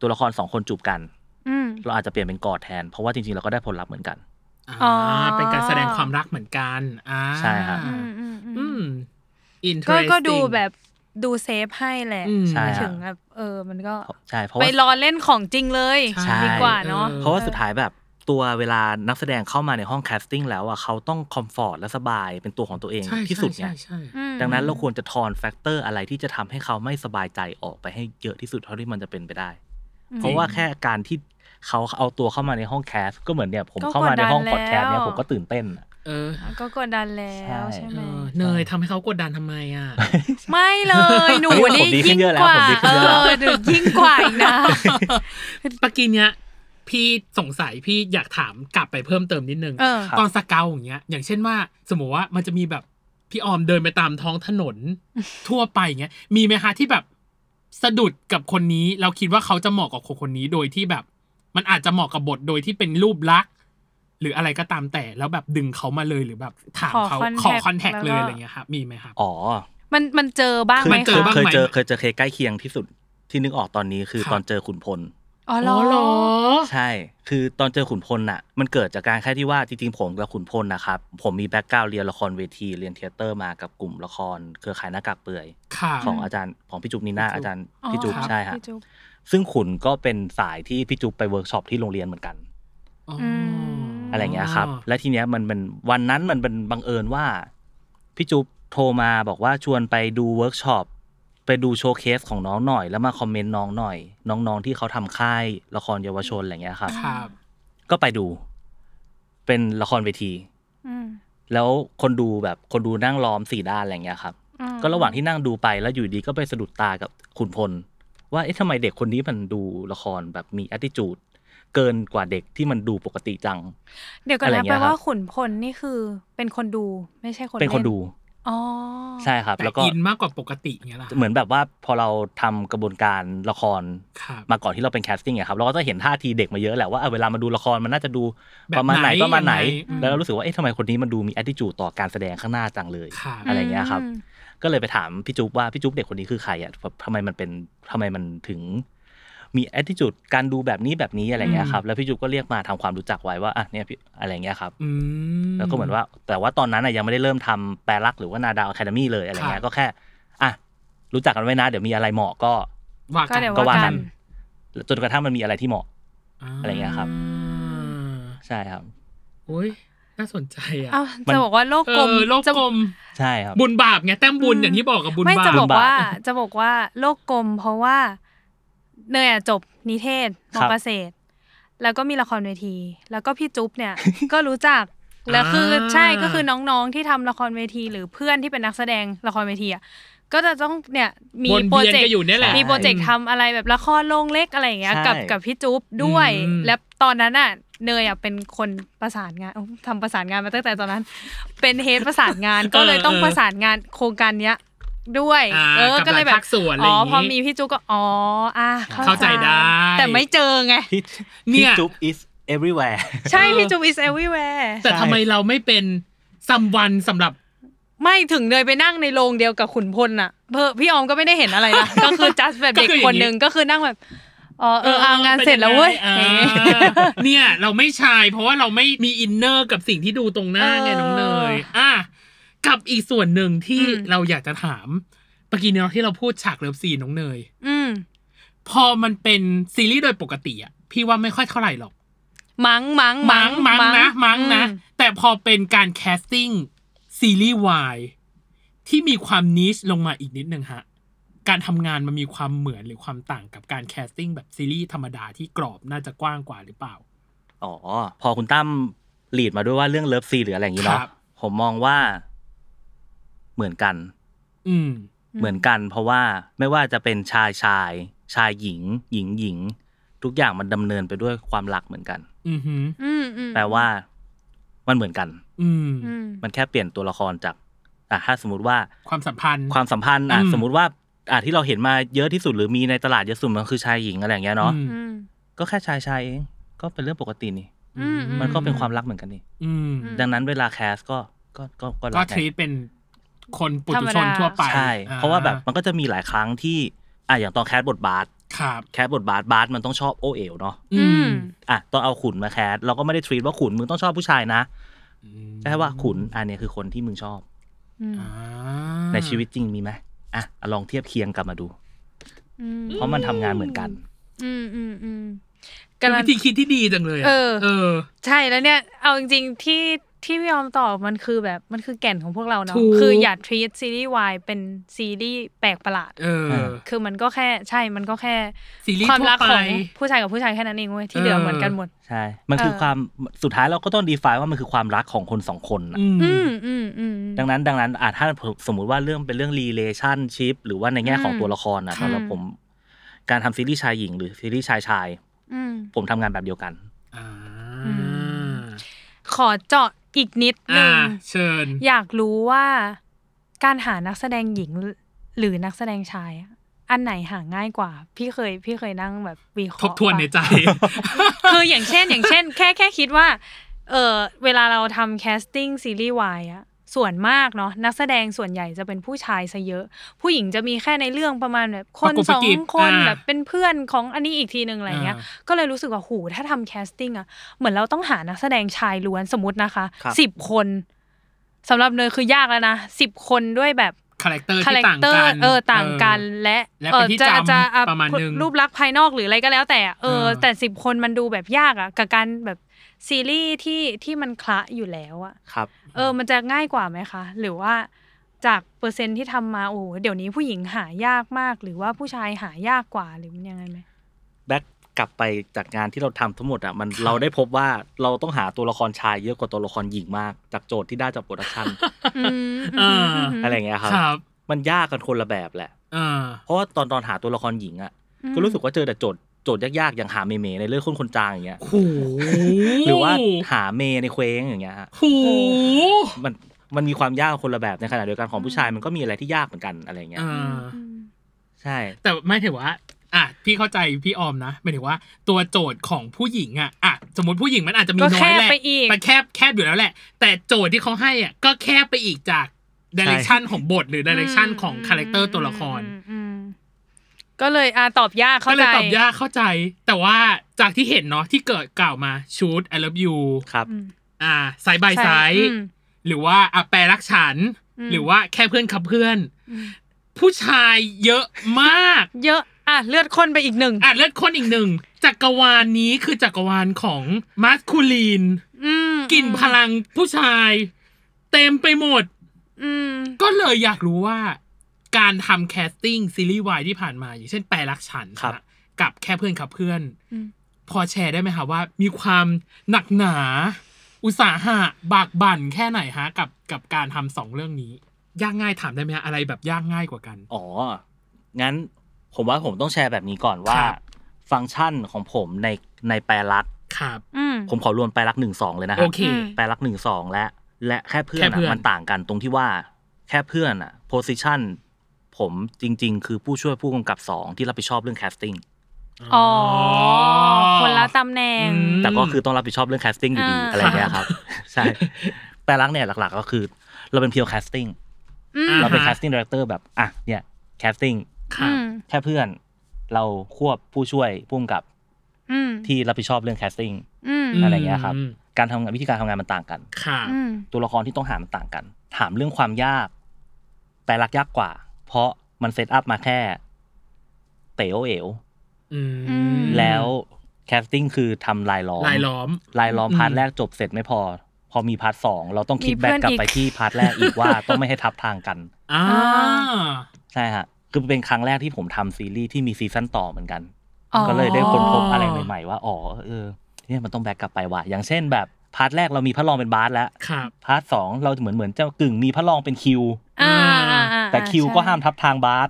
C: ตัวละครสองคนจูบกัน
B: อืม
C: เราอาจจะเปลี่ยนเป็นกอดแทน เพราะว่าจริงๆเราก็ได้ผลลัพธ์เหมือนกัน
B: อ๋
A: อ่า
B: อ
A: เป็นการแสดงความรักเหมือนกันอ่า
C: ใช่ครับ
B: อืมอืมอืม
A: อืม
B: ก็
A: interesting
B: ก็ดูแบบดูเซฟให้แหละ
A: อืม
C: ใช่
B: หมาย
C: ฮะ
B: ถึงแบบเออมันก็
C: ใช่เพราะ
B: ไป
C: ว่า
B: รอเล่นของจริงเลย
C: ใช่
B: ดีกว่าเนาะ
C: เพราะว่าสุดท้ายแบบ ตัวเวลานักแสดงเข้ามาในห้องแคสติ้งแล้วอ่ะเขาต้องคอมฟอร์ตและสบายเป็นตัวของตัวเอง
A: ใช่
C: ที่
A: ใช่
C: สุดไง
A: ใช่ใช่
B: อืม
C: ดังนั้นเราควรจะทอนแฟกเตอร์อะไรที่จะทำให้เขาไม่สบายใจออกไปให้เยอะที่สุดเท่าที่มันจะเป็นไปได้
B: อืม
C: เพราะว่าแค่การที่เขาเอาตัวเข้ามาในห้องแคสก็เหมือนเนี่ยผม
B: ก็
C: เข้ามาในห้อง
B: กดดัน
C: พอดแคสต์เนี่ย
B: แล้ว
C: ผมก็ตื่นเต้นอะ
A: เออ
B: ก็กดดันแล้ว
C: ใช่
B: ใช่ไห
A: เอ
B: ม
A: อเนยทำให้เขากดดันทำไมอ่ะ
B: ไม่เลยหนู
C: เฮ้ยผม
B: นี่
C: ดีขึ้
B: ยิ่
C: น
B: ง
C: เยอะแล้ว
B: กว่า
C: ผมดีขึ้
B: เอน
C: เยอะแล้ว
B: อหนูยิ่งกว่าอีก นะ
A: ปกี้เนี้ยพี่สงสัยพี่อยากถามกลับไปเพิ่มเติมนิดนึง
B: เออ
C: ครับ
A: ตอนสเกลอย่างเงี้ย อย่างเช่นว่าสมมติว่ามันจะมีแบบพี่ออมเดินไปตามท้องถนน ทั่วไปอย่างเงี้ยมีไหมคะที่แบบสะดุดกับคนนี้เราคิดว่าเขาจะเหมาะกับคนคนนี้โดยที่แบบ มันอาจจะเหมาะกับบทโดยที่เป็นรูปลักษณ์หรืออะไรก็ตามแต่แล้วแบบดึงเขามาเลยหรือแบบถามเขา
B: ขอ contact
A: ขอคอนแทคเลย
B: แล้วก็
A: อะไรเงี้ยครับมีไหมครับ
C: อ๋อ
B: มันมันเจอบ้าง
C: คือ
B: ไหม
A: เจ
B: คะ
A: อบ้าง
C: เคย
A: ไหม
C: เจอเคยเจอเคสใกล้เคียงที่สุดที่นึกออกตอนนี้คือ
A: ครับ
C: ตอนเจอขุนพล
B: อ๋อเหรอ
A: เหรอ
C: ใช่ คือตอนเจอขุนพลน่ะ มันเกิดจากการแค่ที่ว่าจริงๆผมกับขุนพลนะครับ ผมมีแบ็กกราวเรียนละครเวที เรียนเทยเตอร์มากับกลุ่มละคร เครือข่ายหน้ากากเปื่อย
A: ค่ะ
C: ของอาจารย์ของพี่จุ๊บนีน่าอาจารย์
B: อ๋อ
C: พี่จุ๊บ
B: ครับ
C: ใช่ฮะ
B: พี่จุ๊บ
C: ซึ่งขุนก็เป็นสายที่พี่จุ๊บไปเวิร์กช็อปที่โรงเรียนเหมือนกัน อะไรอย่างเงี้ยครับ และทีเนี้ยมันเป็นวันนั้นมันเป็นบังเอิญว่าพี่จุ๊บโทรมาบอกว่าชวนไปดูเวิร์กช็อปไปดูโชว์เคสของน้องหน่อย แล้วมาคอมเมนต์น้องหน่อย น้องๆที่เขาทำค่ายละครเยาวชนอะไรเงี้ยครับ
A: ครับ
C: ก็ไปดู เป็นละครเวที
B: อืม
C: แล้วคนดูแบบคนดูนั่งล้อมสี่ด้านอะไรเงี้ยครับ
B: อืม
C: ก็ระหว่างที่นั่งดูไปแล้วอยู่ดีก็ไปสะดุดตากับขุนพล ว่าเอ๊ะทำไมเด็กคนนี้มันดูละครแบบมี attitude เกินกว่าเด็กที่มันดูปกติจัง
B: เดี๋ยวก่อน
C: อะไร
B: นะ
C: อย่างเงี้
B: แปล
C: ยครับ
B: ว่าขุนพลนี่คือเป็นคนดูไม่ใช่คน
C: เป็นคน
B: ล่
C: ดู
B: อ๋อ
C: ใช่ครับ
A: แต่
C: แล้วก็
A: อินมากกว่าปกติเงี้ยล่ะ
C: เหมือนแบบว่าพอเราทำกระบวนการละคร
A: ครับ
C: มาก่อนที่เราเป็นแคสติ้งอะครับเราก็จะเห็นท่าทีเด็กมาเยอะแหละว่าเออเวลามาดูละครมันน่าจะดูประมาณไหน
A: แบบไหน
C: ประมาณไหน
A: ยังไงอืม
C: แล้วเรารู้สึกว่าเอ๊ะทำไมคนนี้มันดูมี attitude ต่อการแสดงข้างหน้าจังเลย
A: ครับ
C: อะไรอย่างเงี้ยครับ
B: ม
C: ก็เลยไปถามพี่จุ๊บว่าพี่จุ๊บเด็กคนนี้คือใครอ่ะแบบทำไมมันเป็นทำไมมันถึง มี attitude การดูแบบนี้แบบนี้อะไรเงี้ยครับแล้วพี่จุ๊บก็เรียกมาทำความรู้จักไว้ว่าอ่ะเนี่ยพี่อะไรเงี้ยครับ
A: อืม
C: แล้วก็เหมือนว่า แต่ว่าตอนนั้นน่ะยังไม่ได้เริ่มทำแปลรักษณ์หรือว่านาดาวอะคาเดมี่เลยอะไร
A: ค
C: เงี้
A: รั
C: ย
A: บ
C: ก็แค่อ่ะรู้จักกันไว้นะเดี๋ยวมีอะไรเหมาะก็
A: ว่า
B: ก็
A: กัน
B: เดี๋ยว
C: ก็ว่า
B: ว่ากั
C: กัน นจนกระทั่งมันมีอะไรที่เหมาะ อะไรเงี้ยครับ
A: อา
C: ใช่ครับ
A: โอ้ยน่าสนใจอ่ะ
B: เอา
C: มัน
B: จะบอกว่าโลก
A: เอก
B: ลม
A: อโลก
B: จะ
A: กลม
C: ใช่ครับ
A: บุญบาปไงแต้มบุญอย่างที่บอกกับบุญ
B: ไม่
A: บา
B: จะ
A: ป
B: บอก
C: บุญบาป
B: ว่าจะบอกว่าโลกกลม เพราะว่าเนยอะจบนิเทศม
C: ครับ
B: เกษตร แล้วก็มีละครเวที แล้วก็พี่จุ๊บ เนี่ย ก็รู้จักแล้วคือ
A: อ่า
B: ใช่ก็คือน้องๆที่ทำละครเวที หรือเพื่อนที่เป็นนักแสดงละครเวทีอ่ะก็จะต้องเนี่ยมี
A: วน
B: โปร
A: เวียน
B: เจก
A: กัน
B: ต์
A: อยู่เนี่ยแหละ
B: มีโปรเจกต์ทำอะไรแบบละครโรงเล็กอะไรอย่างเงี้ย
C: ใช่
B: กับกับพี่จุ๊บด้วย
A: อืม
B: แล้วตอนนั้นอ่ะเนยอ่ะเป็นคนประสานงานอุ๊ยทำประสานงานมาตั้งแต่ตอนนั้น เป็นเฮดประสาน งานก็เลยต้องประสานงานโครงการเนี้ยด้วย
A: อ่า
B: เออ
A: กับ
B: ก็เลยแบ
A: หลาย
B: บ
A: ภาคส่วนอะไร
B: อ๋อ
A: อย่างงี้
B: พอมีพี่จุ๊กก็อ๋ออ่ะ
A: เข้าใจได้
B: แต่ไม่เจอไง
C: พี่
A: เนี่
C: พี่
A: ย
C: จุ๊บ is everywhere
B: ใช่พี่จุ๊บ is everywhere
A: แต่ทำไมเราไม่เป็นซัมวันสำหรับ
B: ไม่ถึงเนยไปนั่งในโรงเดียวกับขุนพลน่ะเพอพี่ออมก็ไม่ได้เห็นอะไรนะ ก็คือจัสแบบเด็ก
A: ก็คืออย่างนี้
B: คนหนึ่งก็คือนั่งแบบอ๋อเออเอางานเสร็จแล้วเว้ย
A: ออเนี่ย เราไม่ชาย เพราะว่าเราไม่มีอินเนอร์กับสิ่งที่ดูตรงหน้าไงน้องเนยอ่ะกับอีกส่วนหนึ่งที่เราอยากจะถามเมื่อกี้เนาะที่เราพูดฉากเลิฟซีนน้องเนย
B: อืม
A: พอมันเป็นซีรีส์โดยปกติอะพี่ว่าไม่ค่อยเท่าไหร่หรอก
B: มั้งมั้ง
A: มั้งมั้งนะมั้งนะ
B: อืม
A: แต่พอเป็นการแคสติ้งซีรีส์วายที่มีความนิชลงมาอีกนิดนึงฮะ การทำงานมันมีความเหมือนหรือความต่างกับการแคสติ้งแบบซีรีส์ธรรมดาที่กรอบน่าจะกว้างกว่าหรือเปล่า
C: อ๋อ พอคุณตั้มลีดมาด้วยว่าเรื่องเลิฟซีหรืออะไรอย่างนี้
A: ค
C: เนาะ
A: รับ
C: ผมมองว่าเหมือนกัน
A: อืม
C: เหมือนกันเพราะว่าไม่ว่าจะเป็นชายชาย ชายหญิง หญิงหญิง ทุกอย่างมันดำเนินไปด้วยความรักเหมือนกัน
A: อืมฮึ
B: อืมอืม
C: แปลว่ามันเหมือนกัน
A: อืม
B: อืม
C: มันแค่เปลี่ยนตัวละครจากอ่ะถ้าสมมติว่า
A: ความสัมพันธ์
C: ความสัมพันธ์อ่ะ
A: อืม
C: สมมติว่าอ่ะที่เราเห็นมาเยอะที่สุดหรือมีในตลาดเยอะสุดมันคือชายหญิงอะไรอย่างเงี้ยเนาะ
A: อืม
B: อืม
C: ก็แค่ชายชายเองก็เป็นเรื่องปกตินี่
B: อืมอื
C: มันก็เป็นความรักเหมือนกันนี่
A: อืม
B: อืม
C: ดังนั้นเวลาแคสก็ก็ก็ก็รั
A: ก็
C: ก
A: ท
C: กั
A: รี
C: น
A: ตเป็นคนปุถุช
B: ธร
A: น
B: รมดา
A: ทั่วไป
C: ใช่ เพราะว่าแบบมันก็จะมีหลายครั้งที่อ่ะอย่างตอนแคสบทบาท
A: ครับ
C: แคสบทบาทบาสมันต้องชอบโอเอ๋วเนาะ
A: อื
B: อื
A: ม
B: ม
C: อ่ะตอนเอาขุนมาแคสเราก็ไม่ได้ทรีตว่าขุนมึงต้องชอบผู้ชายนะแค่ว่าขุนอันเนี้ยคือคนที่มึงชอบ
A: อ่า
C: ในชีวิตจริงมีไหมอ่ะเอาลองเทียบเคียงกลับมาดู
B: อืม
C: เพราะมันทำงานเหมือนกัน
B: อืมอืมอืม
A: เป็น
B: กำลัง
A: วิธีคิดที่ดีจังเลยะ
B: เออ
A: เออ
B: ใช่แล้วเนี่ย เอาจริงๆที่ที่พี่ออมตอบมันคือแบบมันคือแก่นของพวกเราเนาะ
A: ถูก
B: คืออย่า treat ซีรีส์วายเป็นซีรีส์แปลกประหลาด
A: เออ
C: เออ
B: คือมันก็แค่ใช่มันก็แค่
A: ซีรีส์
B: ความรัก
A: ทั่ว
B: ข
A: ไป
B: องผู้ชายกับผู้ชายแค่นั้นเองเว้ยที่เหลือเหมือนกันหมด
C: ใช่ มันคือ
B: เออ
C: ความสุดท้ายเราก็ต้อง define ว่ามันคือความรักของคนสองคนน่ะ
A: อืม
B: อืมอืมอืม
C: ดังนั้นดังนั้นอาจถ้าสมมุติว่าเรื่องเป็นเรื่อง relationship หรือว่าในแง่ของ
B: อืม
C: ตัวละครนะ
B: ค่ะ
C: สำหรับผม การทำซีรีส์ชายหญิงหรือซีรีส์ชายชาย
B: อืม
C: ผมทำงานแบบเดียวกัน
A: อ่า
B: อื ขอเจาะอีกนิดนึ
A: อ่าง เชิญ
B: อยากรู้ว่าการหานักแสดงหญิงหรือนักแสดงชายอะอันไหนหาง่ายกว่า พี่เคยพี่เคยนั่งแบบวิเค
A: ท
B: ราะ
A: บ
B: ห์
A: ทวนในใจ
B: ปะ คืออย่างเช่น อย่างเช่น แค่แค่คิดว่า เออเวลาเราทำแคสติ้งซีรีส์วายอะส่วนมากเนาะนักแสดงส่วนใหญ่จะเป็นผู้ชายซะเยอะ ผู้หญิงจะมีแค่ในเรื่องประมาณแบบคน
A: ประกบประ
B: สอง
A: กิจ
B: คน
A: อ่า
B: แบบเป็นเพื่อนของอันนี้อีกทีหนึ่งอะไรเงี้ย
A: อ่
B: ก็เลยรู้สึกว่าหูถ้าทำแคสติ้งอะเหมือนเราต้องหานักแสดงชายล้วนสมมตินะคะ
C: ครับ
B: สิบคนสำหรับเนยคือยากแล้วนะสิบคนด้วยแบบ
A: คาแรคเตอร์ที่
B: คาแรคเตอ
A: ต่างกั
B: ร์
A: น
B: เออต่างกัน
A: เออ
B: และ
A: และ
B: เอ
A: เป็น
B: อ
A: ที่
B: จะ
A: จำ
B: จะอ่
A: ประมาณหนึ่ง
B: รูปลักษณ์ภายนอกหรืออะไรก็แล้วแต่เออ
A: เออ
B: แต่สิบคนมันดูแบบยากอ่ะกับการแบบซีรีส์ที่ที่มันคละอยู่แล้วอ่ะ
C: ครับ
B: เออมันจะง่ายกว่าไหมคะ หรือว่าจากเปอร์เซ็นต์ที่ทำมาโอ้โหเดี๋ยวนี้ผู้หญิงหายากมาก หรือว่าผู้ชายหายากกว่าหรือมันยังไงไหม
C: แบ็กกลับไปจากงานที่เราทำทั้งหมดอ่ะมันเราได้พบว่าเราต้องหาตัวละครชายเยอะกว่าตัวละครหญิงมาก จากโจทย์ที่ได้จากโปรดักชัน
B: อืม
A: เอออื
B: ม
C: อะไรอย่างเงี้ยครับ
A: ครับ
C: มันยากกันคนละแบบแหละ
A: เออ
C: เพราะว่าตอนตอนหาตัวละครหญิงอ่ะ
B: อืม
C: ก็รู้สึกว่าเจอแต่โจทย์โจทย์ยากๆอย่างหาเมเมในเรื่องคนคนจางอย่างเงี้ย
A: โห
C: หรือว่าหาเมในเคว้งอย่างเงี้ยฮะ
A: โห
C: มันมันมีความยากคนละแบบในขณะเดียวกันของผู้ชายมันก็มีอะไรที่ยากเหมือนกันอะไรอย่างเงี้ย
A: เอ่า
B: อืม
C: ใช่
A: แต่ไม่ถือว่า อ่ะ พี่เข้าใจพี่ออมนะหมายถึงว่าตัวโจทย์ของผู้หญิงอ่ะ อ่ะ สมมติผู้หญิงมันอาจจะมี
B: ก็
A: น้
B: แค
A: อย
B: บ
A: แหละ
B: ไปอีก
A: มันแคบแคบอยู่แล้วแหละ แต่โจทย์ที่เขาให้อ่ะ ก็แคบไปอีกจากดิเรกชันของบทหรือดิเรกชันของคาแรคเตอร์ตัวละคร
B: อืมอืมก็เลยอ่าตอบยาก
A: ก็
B: เข้า
A: เลย
B: ใจ
A: ตอบยากเข้าใจ แต่ว่าจากที่เห็นเนาะที่เกิดกล่าวมาชูด I love you
C: ครับ
A: อ่าสายบายสาย
B: อืม
A: หรือว่าอ่ะแปรรักฉัน
B: อืม
A: หรือว่าแค่เพื่อนขับเพื่อน
B: อืม
A: ผู้ชายเยอะมาก
B: เยอะ อ่ะ เลือดข้นไปอีกหนึ่ง
A: อ่ะเลือดข้นอีกหนึ่งจักรวาลนี้คือจักรวาลของมาสคูลีน
B: อืม
A: กลิ่นพลังผู้ชาย เต็มไปหมด
B: อืม
A: ก็เลยอยากรู้ว่า การทำแคสติ้งซีรีส์วายที่ผ่านมา อย่างเช่นแปรรักฉันนะกับแค่เพื่อนขับเพื่อน
B: อืม
A: พอแชร์ได้ไหมคะว่า มีความหนักหนา อุตสาหะบากบั่นแค่ไหนฮะ กับกับการทำสองเรื่องนี้ ยากง่ายถามได้ไหมฮะอะไรแบบยากง่ายกว่ากัน
C: อ๋องั้นผมว่าผมต้องแชร์แบบนี้ก่อนว่า
A: ครับ
C: ฟังก์ชันของผมในในแปรลักษณ์
A: ครับ
B: อืม
C: ผมขอรวมแปรลักหนึ่งสองเลยนะค
A: โอ
C: รับ
A: เค
B: อืม
C: แปรลักหนึ่งสองและ และแค่เพื่อน
A: แค่เพื่อ
C: อะ
A: น
C: มันต่างกันตรงที่ว่าแค่เพื่อนอะโพสิชันผมจริง ๆ คือผู้ช่วยผู้กำกับสองที่รับผิดชอบเรื่องแคสติ้ง
B: อ๋อ คนละตำแหน่ง
A: อืม
C: แต่ก็คือต้องรับผิดชอบเรื่องแคสติ้งอยู่ดี
B: อ่า
C: อะไรเงี้ยครับ ใช่ แปรลักเนี่ยหลักๆ ก็คือ เราเป็นเพียวแคสติ้ง
B: อืม
A: อ่า
C: เราเป็นแคสติ้งดี r e c เตอร์แบบอ่ะเนี่ยแคสติ้ง
A: ครับ
C: แค่เพื่อนเราควบผู้ช่วยผู้กำกับ
B: อืม
C: ที่รับผิดชอบเรื่องแคสติ้ง
B: อืม
C: อะไรเงี้ยครับ
A: อืม
C: การทำงานวิธีการทำงานมันต่างกัน
A: ค่ะ
B: อืม
C: ตัวละครที่ต้องหามันต่างกัน ถามเรื่องความยาก แต่รักยากกว่า เพราะมันเซตอัพมาแค่ เต๋อเอ๋ว
A: อืม
B: อืม
C: แล้วแคสติ้งคือทำลายล้อม
A: ลายล้อม
C: ลายล้อม
A: อืม
C: พาร์ทแรกจบเสร็จไม่พอ พอมีพาร์ทสองเราต้องคิด
B: มีเพื่
C: แบ็ก
B: อน
C: กลับ
B: อีก
C: ไปที่พาร์ทแรกอีกว่า ต้องไม่ให้ทับทางกัน
A: อ่า
C: ใช่ฮะ คือเป็นครั้งแรกที่ผมทำซีรีส์ที่มีซีซั่นต่อเหมือนกัน
B: อ๋อ
C: ก็เลยได้ค้นพบอะไรใหม่ๆว่า อ๋อเออเนี่ยมันต้องแบ็กกลับไปว่ะอย่างเช่นแบบพาร์ทแรกเรามีพระรองเป็นบาสแล้ว
A: ครับ
C: พาร์ทสองเราเหมือนเหมือนจะกึ่งมีพระรองเป็นคิว
B: อ่าอ่าอ่า
C: แต่คิวก็ห้าม
B: ใช่
C: ทับทางบาส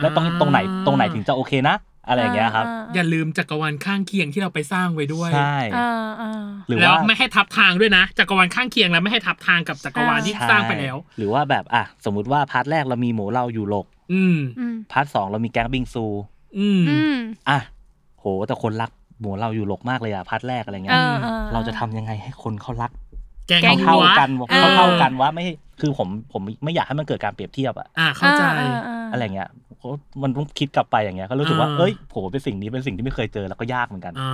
C: แล้วตรง
A: อ่า
C: ตรงไหนตรงไหนถึงจะโอเคนะ อะไรอย่างเงี้ยครับ
A: อย่าลืมจักรวาลข้างเคียงที่เราไปสร้างไว้ด้วย
C: ใช่
B: อ่าอ่า
C: หรือ
A: แล้ว
C: ว่า
A: ไม่ให้ทับทางด้วยนะ จักรวาลข้างเคียงแล้วไม่ให้ทับทางกับจักรวาลที่
C: ใช่
A: สร้างไปแล้ว
C: หรือว่าแบบอ่ะสมมติว่าพาร์ทแรกเรามีหมูเราอยู่หลก
A: อืม
B: อืม
C: พาร์ทสองเรามีแก๊งบิงซู
A: อืม
B: อืม
C: อ่ะโหแต่คนรักหมูเราอยู่หลกมากเลยอ่ะพาร์ทแรกอะไร
B: เอ
C: เงี้ย
B: อออ
C: เราจะทำยังไงให้คนเขารัก
A: แกง
B: แกง
A: หั
C: เท่าว ๆกัน
B: เออ
C: เขาเท่าๆกันว่าไม่ให้คือผมผมไม่อยากให้มันเกิดการเปรียบเทียบอะ
A: อ่าเข้าใจ
B: อ่าาา
C: อะไรเงี้ยโหมันต้องคิดกลับไปอย่างเงี้ยก็รู้สึกว่า
A: อ่า
C: เอ้ยโหเป็นสิ่งนี้เป็นสิ่งที่ไม่เคยเจอแล้วก็ยากเหมือนกัน
A: อ่า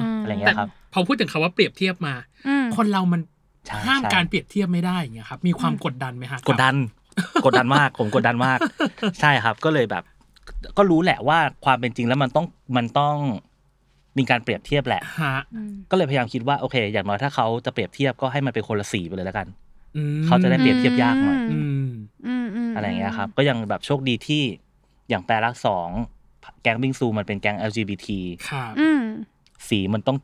B: อืม
C: อะไร
A: แต่
C: เงี้ยครับ
A: พอพูดถึงคำว่าเปรียบเทียบมา
B: อืม
A: คนเรามัน
C: ใช่
A: ห้าม
C: ใช่
A: การเปรียบเทียบไม่ได้อย่างเงี้ยครับ มีความ
B: อืม
A: กดดันไหมฮะ
C: กดดัน กดดันมาก ผมกดดันม าก ใช่ครับ ก็เลยแบบ ก็รู้แหละว่าความเป็นจริงแล้วมันต้องมันต้อง มีการเปรียบเทียบแหละ
A: ฮะ
B: อืม
C: ก็เลยพยายามคิดว่าโอเค อย่างน้อยถ้าเขาจะเปรียบเทียบก็ให้มันเป็นคนละสีไปเลยแล้วกัน
A: อืม
C: เขาจะได้เปรียบเทียบยากหน่อย
A: อืม
B: อืมม
C: อะไรอย่างเงี้ยครับ ก็ยังแบบโชคดีที่อย่างแปรรักสองแก๊งบิงซูมันเป็นแก๊ง LGBT
A: ครับ
B: อืม
C: สีมันต้อง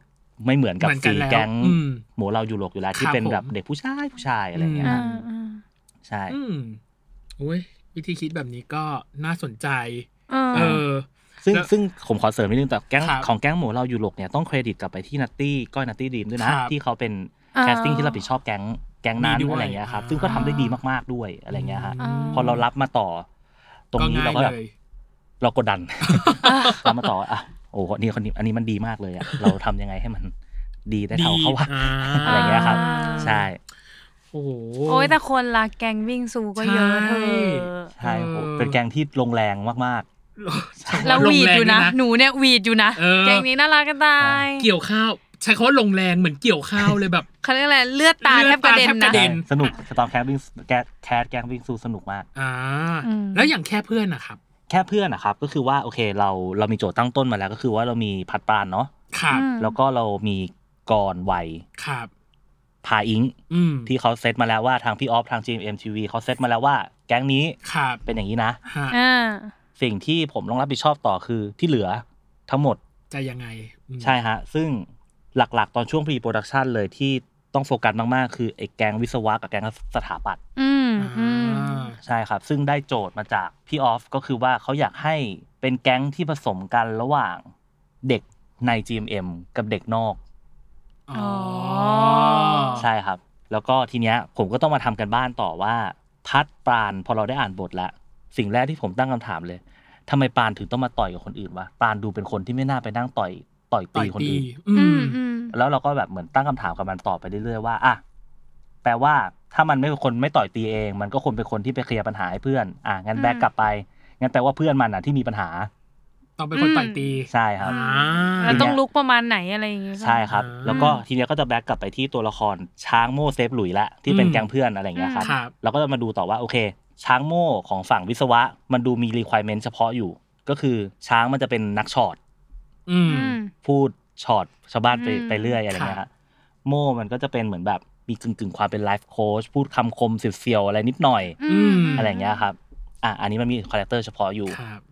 C: ไม่เหมือนกับ
A: เหมือนกั
C: สี
A: นแล้ว
C: แก๊ง
A: อืม
C: หมูเราอยู่หลกอยู่แล้ว
A: ค
C: ที่
A: รับ
C: เป็นแบบ
A: ผม
C: เด็กผู้ชายผู้ชายอะไรเงี้
A: อื
C: ย
A: ม
B: อ่า
C: ครับ
B: อ่า
C: ใช่
A: อืมอุ้ยวิธีคิดแบบนี้ก็น่าสนใจ
B: เออ
A: เออ
C: ซึ่ง
A: แล้ว
C: ซึ่งผมขอเสริมนิดนึงแต่แก๊ง
A: ครับ
C: ของแก๊งหมูเราอยู่หลกเนี่ยต้องเครดิตกลับไปที่นัตตี้ก้อยนัตตี้ดีมด้วยนะครับ ที่เขาเป็น
B: อ่า
C: แคสติ้งที่รับผิดชอบแก๊งแก๊งนั้น
A: นี่ด้วย
C: อะไรเงี้ยครับ
A: อ่า
C: ซึ่งก็ทำได้ดีมากๆด้วยอะไรเงี้ยฮะ
B: อ่า
C: พอเรารับมาต่อ ตรงนี้เราก็แบบ
A: ย
C: เรากด ดัน เรามาต่อว่าอ่ะโอ้โหนี่คนนี้อันนี้มันดีมากเลย อ่ะ เราทำยังไงให้มันดีได้เท่าเขาวะ
A: ดีอ่า
C: อะไรเงี้ยครับ ใช่
A: โอ้โห
B: โอ้ยแต่คนละแกงวิ่งซูก็เยอะเธอ
C: ใช่โอ้โห
A: เออ
C: เป็นแกงที่ลงแรงมาก
B: แล้วหวีดอยู่นะ
A: ลงแรงด้วยนะ
B: หนูเนี่ยหวีดอยู่นะ
A: เออ
B: แกงนี้น่ารักกันตาย
A: เกี่ยวข้าว ใช้คำว่าลงแรงเหมือนเกี่ยวข้าว เลยแบบ
B: เขาเรียกอะไรเลือดตา
A: เลื
B: แท
A: อด
B: บกระเด็น
A: ตาแทบก
B: นะ
A: ระ
C: ๆ
A: เด็
C: ใช่สนุกตอนแคสวิ่งแกแคสแกงวิ่งซูสนุกมาก
A: อ่า
B: อืม
A: แล้วอย่างแค่เพื่อนนะครับ
C: แค่เพื่อนนะครับ ก็คือว่าโอเคเราเรามีโจทย์ตั้งต้นมาแล้วก็คือว่าเรามีพัดปรานเนาะ
A: ครับ
B: อืม
C: แล้วก็เรามีกรวัย
A: ครับ
C: พาอิง
A: อืม
C: ที่เขาเซตมาแล้วว่าทางพี่ออฟทาง GMMTV เขาเซตมาแล้วว่า แก๊งนี้
A: ครับ
C: เป็นอย่างนี้นะ
A: ฮะ
B: อ่า
C: สิ่งที่ผมต้องรับผิดชอบต่อคือที่เหลือทั้งหมด
A: จะยังไงอืม
C: ใช่ฮะ ซึ่งหลักๆ ตอนช่วง pre production เลยที่ต้องโฟกัสมาก ๆ คือไอ้แกงวิศวะกับแกงสถาปัตย์
B: อืมอืม
A: อ่า
C: ใช่ครับ ซึ่งได้โจทย์มาจากพี่ออฟก็คือว่าเขาอยากให้เป็นแก๊งที่ผสมกันระหว่างเด็กใน GMM กับเด็กนอก
A: อ๋อ
C: ใช่ครับ แล้วก็ทีเนี้ยผมก็ต้องมาทำกันบ้านต่อว่า พัดปรานพอเราได้อ่านบทแล้วสิ่งแรกที่ผมตั้งคำถามเลยทำไมปรานถึงต้องมาต่อยกับคนอื่นวะปรานดูเป็นคนที่ไม่น่าไปนั่งต่อยต่อย
A: ต่
C: ตี
A: อย
C: คน
A: ตี
C: อื่น
A: อื
B: อื
A: ม
B: มอืม
C: แล้วเราก็แบบเหมือนตั้งคำถามกับมันต่อไปเรื่อยๆว่าอ่ะแปลว่าถ้ามันไม่เป็นคนไม่ต่อยตีเอง มันก็ควรเป็นคนที่ไปเคลียร์ปัญหาให้เพื่อน อ่ะงั้นแบกกลับไปงั้นแปลว่าเพื่อนมันอ่ะที่มีปัญหา
A: ต้องเป็นคนต่อยตี
C: ใช่ครับ
A: อ่า
B: แล้วต้องลุกประมาณไหนอะไรอย่างเงี้ย
C: ใช่ครับ
A: อ่า
C: แล้วก็ทีเนี้ยก็จะแบกกลับไปที่ตัวละครช้างโม่เซฟหลุยละที่เป็น
A: อืม
C: แก๊งเพื่อนอะไรอย่างเงี้ยครับ
A: ครับ
C: เราก็จะมาดูต่อว่าโอเค ช้างโม่ของฝั่งวิศวะ มันดูมี requirement เฉพาะอยู่ ก็คือช้างมันจะเป็นนักช็อต
A: อืม
C: พูดช็อตชาวบ้านไป
B: อืม
C: ไปเรื่อยอะไรเงี้ย
A: ค่ะ
C: ฮะโม่มันก็จะเป็นเหมือนแบบมีกึ่งกึ่งๆความเป็นไลฟ์โค้ชพูดคำคมเสียวๆอะไรนิดหน่อย
B: อืมม
C: อะไรเงี้ยครับอ่ะอันนี้มันมีคาแรคเตอร์เฉพาะอยู่
A: ครับ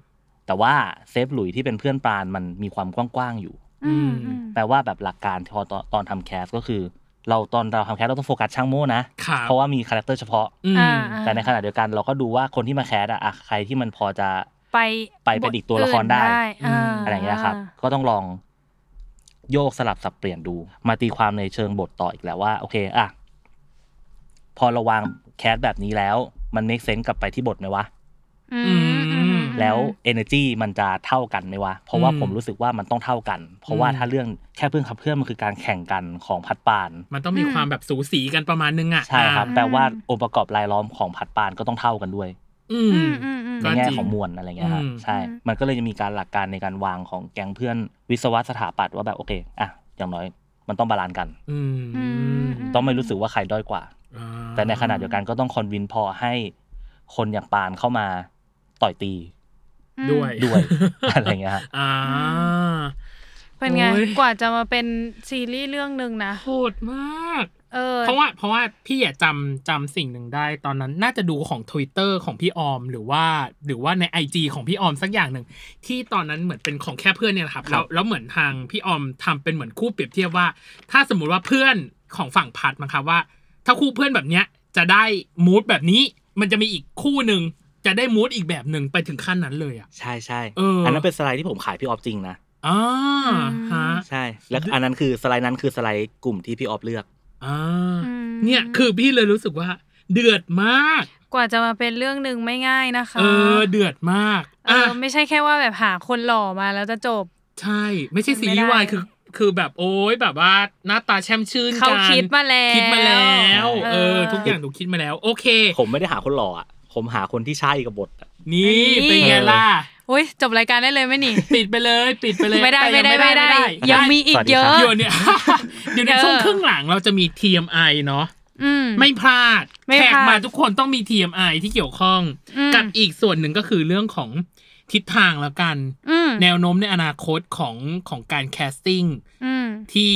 C: แต่ว่าเซฟหลุยที่เป็นเพื่อนปรานมันมีความกว้างๆอยู่
B: อืมอืม
C: แปลว่าแบบหลักการพอตอนตอนทำแคสก็คือ เราตอนเราทำแคสเราต้องโฟกัสช่างโม่นะครับ เพราะว่ามีคาแรคเตอร์เฉพาะ
A: อืม
B: อ่า
C: แต่ในขณะเดียวกันเราก็ดูว่าคนที่มาแคสอะอ่ะใครที่มันพอจะ
B: ไป
C: ไปเป็นอีกตัวละครได้
B: บท
A: อื
B: อื่น
A: ม
B: ด้า
C: อะไรอย่างเงี้ยครับ ก็ต้องลองโยกสลับสับเปลี่ยนดู มาตีความในเชิงบทต่ออีกแล้วว่า โอเคอะพอเระวางแคสแบบนี้แล้ว มัน make sense กลับไปที่บทไหมวะ
B: อืมอืม
C: แล้ว energy มันจะเท่ากันไหมวะ เพราะว่า
A: อืม
C: ผมรู้สึกว่ามันต้องเท่ากัน เพราะว่า
A: อืม
C: ถ้าเรื่องแค่เพื่อนขับเพื่อนมันคือการแข่งกันของพัดปาน
A: มันต้องมีความแบบสูสีกันประมาณนึงอ่ะ
C: ใช่ครับ
A: อ่า
C: แปลว่าองค์ประกอบรายล้อมของพัดปานก็ต้องเท่ากันด้วย
A: อืม
C: ใน
A: ก็
C: แง่
A: จริง
C: ของมวลอะไรเงี้ยครับ
A: อืม
C: ใช่
B: อืม
C: มันก็เลยจะมีการหลักการในการวางของแก๊งเพื่อนวิศวะสถาปัตย์ว่าแบบโอเคอ่ะอย่างน้อยมันต้องบาลานซ์กัน
A: อืม
B: อืม
C: ต้องไม่รู้สึกว่าใครด้อยกว่า
A: อ่า
C: แต่ในขณะเดียวกันก็ต้องคอนวินพอให้คนอย่างปานเข้ามาต่อยตี
A: ด้วย
C: ด้วย อะไร เงี้ยฮะ
A: อ่า
B: เป็นไง
A: โอ้ย
B: กว่าจะมาเป็นซีรีส์เรื่องหนึ่งนะ
A: โหดมาก
B: เออ
A: เพราะว่าเพราะว่าพี่อยากจำจำสิ่งหนึ่งได้ ตอนนั้นน่าจะดูของ Twitter ของพี่ออมหรือว่า หรือว่าใน IG ของพี่ออมสักอย่างหนึ่ง ที่ตอนนั้นเหมือนเป็นของแค่เพื่อนเนี่ยแหละครับ แล้วแล้วเหมือนทางพี่ออมทำเป็นเหมือนคู่เปรียบเทียบว่า ถ้าสมมุติว่าเพื่อนของฝั่งพัดมั้งครับว่า ถ้าคู่เพื่อนแบบเนี้ยจะได้มูดแบบนี้ มันจะมีอีกคู่หนึ่งจะได้มูดอีกแบบหนึ่งไปถึงขั้นนั้นเลยอ่ะ
C: ใช่ใช่
A: เอออั
C: นนั้นเป็นสไลด์ที่ผมขายพี่ออฟจริงนะ
A: อ่า
B: อืม
A: ฮะ
C: ใช่ แล้วอันนั้นคือสไลด์นั้นคือสไลด์กลุ่มที่พี่ออฟเลือก
A: อ่า
B: อืม
A: เนี่ยคือพี่เลยรู้สึกว่า เดือดมาก
B: กว่าจะมาเป็นเรื่องหนึ่งไม่ง่ายนะคะ
A: เออ เดือดมาก
B: เอ
A: อ่ะ
B: อไม่ใช่แค่ว่าแบบหาคนหล่อมาแล้วจะจบ
A: ใช่ ไม่ใช่ซีรีส์วาย
B: ไม่ได้
A: คือ คือแบบโอ้ยแบบว่าหน้าตาแช่มชื่น
B: เขา
A: กัน
B: คิดมาแล้ว
A: คิดมาแล้ว
B: เอ
A: เอ
B: อ
A: อ ทุกอย่างถูกคิดมาแล้ว โอเค
C: ผมไม่ได้หาคนหล่ออะผมหาคนที่ใช่กับบทอะ
A: นี่
B: นี่
A: เป็นไงล่ะ
B: อุ้ยจบรายการได้เลยไหมนี่
A: ปิดไปเลย ปิดไปเลย
B: ไม่ได้
A: แต่
B: ไม่ได้
A: ยัง
B: ไม่ได้ยังมีอีกเยอะ
A: เดี๋ยว เนี่ย เดี๋ยวในช่วงครึ่งหลังเราจะมี TMI เนาะ
B: อืม
A: ไม่พลาด
B: ไม่
A: แข
B: พลาด
A: กมาทุกคนต้องมี TMI ที่เกี่ยวข้อง
B: อืม
A: กับอีกส่วนหนึ่งก็คือเรื่องของ ทิศทางแล้วกัน
B: อืม
A: แนวโน้มในอนาคตของของการแคสติ้ง
B: อืม
A: ที่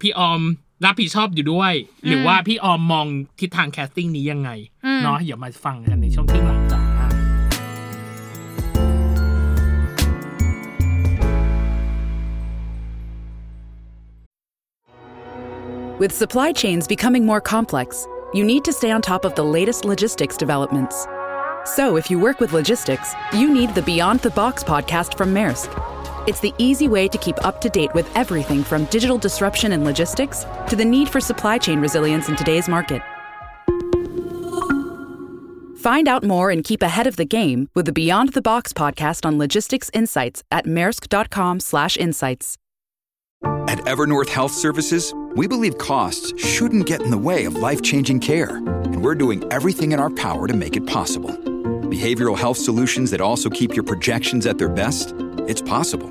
A: พี่ออมรับผิดชอบอยู่ด้วย หรือว่าพี่ออมมองทิศทางแคสติ้งนี้ยังไง
B: อืม
A: เนาะเดี๋ยวมาฟังกันในช่วงครึ่งหลังจ้า
D: With supply chains becoming more complex, you need to stay on top of the latest logistics developments. So, if you work with logistics, you need the Beyond the Box podcast from Maersk. It's the easy way to keep up to date with everything from digital disruption in logistics to the need for supply chain resilience in today's market. Find out more and keep ahead of the game with the Beyond the Box podcast on logistics insights at maersk.com/insights.
E: At Evernorth Health Services, we believe costs shouldn't get in the way of life changing care, and we're doing everything in our power to make it possible. Behavioral health solutions that also keep your projections at their best? It's possible.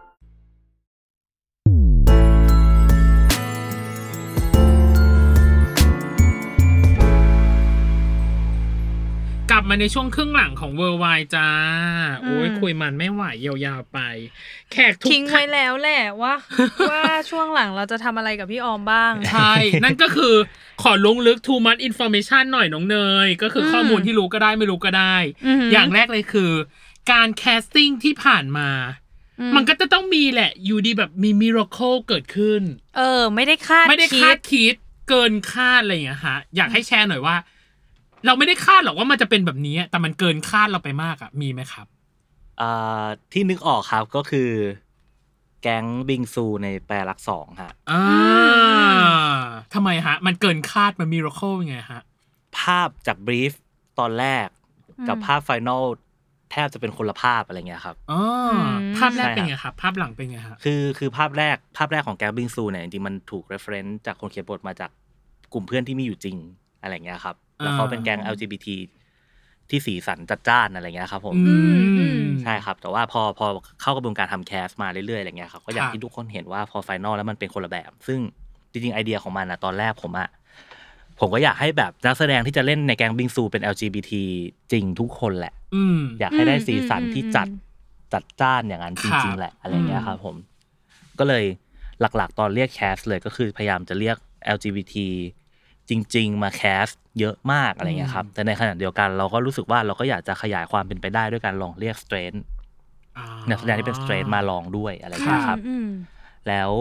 A: กลับมาในช่วงครึ่งหลังของเวอร์ไวจ้า
B: อืม
A: โอ้ยคุยมันไม่ไหวยาวๆไป แขกทุก
B: ทิ้ง
A: ท่า
B: ไว้
A: น
B: แล้วแหละว่า ว่าช่วงหลังเราจะทำอะไรกับพี่ออมบ้าง
A: ใช่ นั่นก็คือขอลงลึก too much information หน่อยน้องเนย ก็คืออ
B: ม
A: ข้อมูลที่รู้ก็ได้ไม่รู้ก็ได้
B: อือหือ
A: อ
B: อ
A: ย่างแรกเลยคือ การแคสติ้งที่ผ่านมา มันก็จะต้องมีแหละ อยู่ดีแบบมีมิราเคิลเกิดขึ้น
B: เออ ไม่ได้คาด
A: ไม่ได้
B: คิ
A: คา
B: ด
A: ดคิดเกินคาดอะไรอย่างเงี้ยฮะ อยากให้แชร์หน่อยว่า เราไม่ได้คาดหรอกว่ามันจะเป็นแบบนี้ แต่มันเกินคาดเราไปมากอะมีไหมครับ
C: อ่าที่นึกออกครับก็คือ แก๊งบิงซูในแปรลักษ์สองฮะ
A: อ่าม ทำไมฮะ มันเกินคาดมันมีโรเคิลยังไงฮะ
C: ภาพจากบรีฟตอนแรก กับภาพไฟนอลแทบจะเป็นคนละภาพอะไรเงี้ยครับ
A: อ๋ออ
B: ม
A: ภาพแรกเป็นไงครับ ภาพหลังเป็นไงฮะ
C: คือคือภาพแรกภาพแรกของแก๊งบิงซูเนี่ยจริงๆมันถูก reference จากคนเขียนบทมาจากกลุ่มเพื่อนที่มีอยู่จริงอะไรเงี้ยครับ แล้วเขาเป็นแก๊ง LGBT ที่สีสันจัดจ้านอะไรเงี้ยครับผม
A: อืม
C: ใช่ครับ แต่ว่าพอพอเข้ากระบวนการทำแคสมาเรื่อยๆอะไรเงี้ยครับก็อย่าง
A: ครับ
C: ที่ทุกคนเห็นว่าพอไฟนอลแล้วมันเป็นคนละแบบ ซึ่งจริงๆ ไอเดียของมันอะตอนแรกผมอะผมก็อยากให้แบบนักแสดงที่จะเล่นในแกงบิงซูเป็น LGBT จริงทุกคนแหละ
A: อืม
C: อยากให้ได้
B: อืม
C: สีสัน
B: อืม
C: ที่
B: อืม
C: จัดจัดจ้านอย่างนั้นจ
A: ครั
C: ริง
A: บ
C: ๆ แหละอะไรเงี้
A: อื
C: ย
A: ม
C: ครับผม ก็เลยหลักๆ ตอนเรียกแคสเลยก็คือพยายามจะเรียก LGBT จริง ๆ มาแคสเยอะมากอะไรเงี้ยครับ แต่ในขณะเดียวกันเราก็รู้สึกว่าเราก็อยากจะขยายความเป็นไปได้ด้วยการลองเรียกสเตรน
A: อ่า
C: นักแสดงที่เป็นสเตรทมาลองด้วยอะไรอย่างเงี้ย
A: ค
C: ค
A: รั
C: รับ บ
B: อืม
C: แล้ว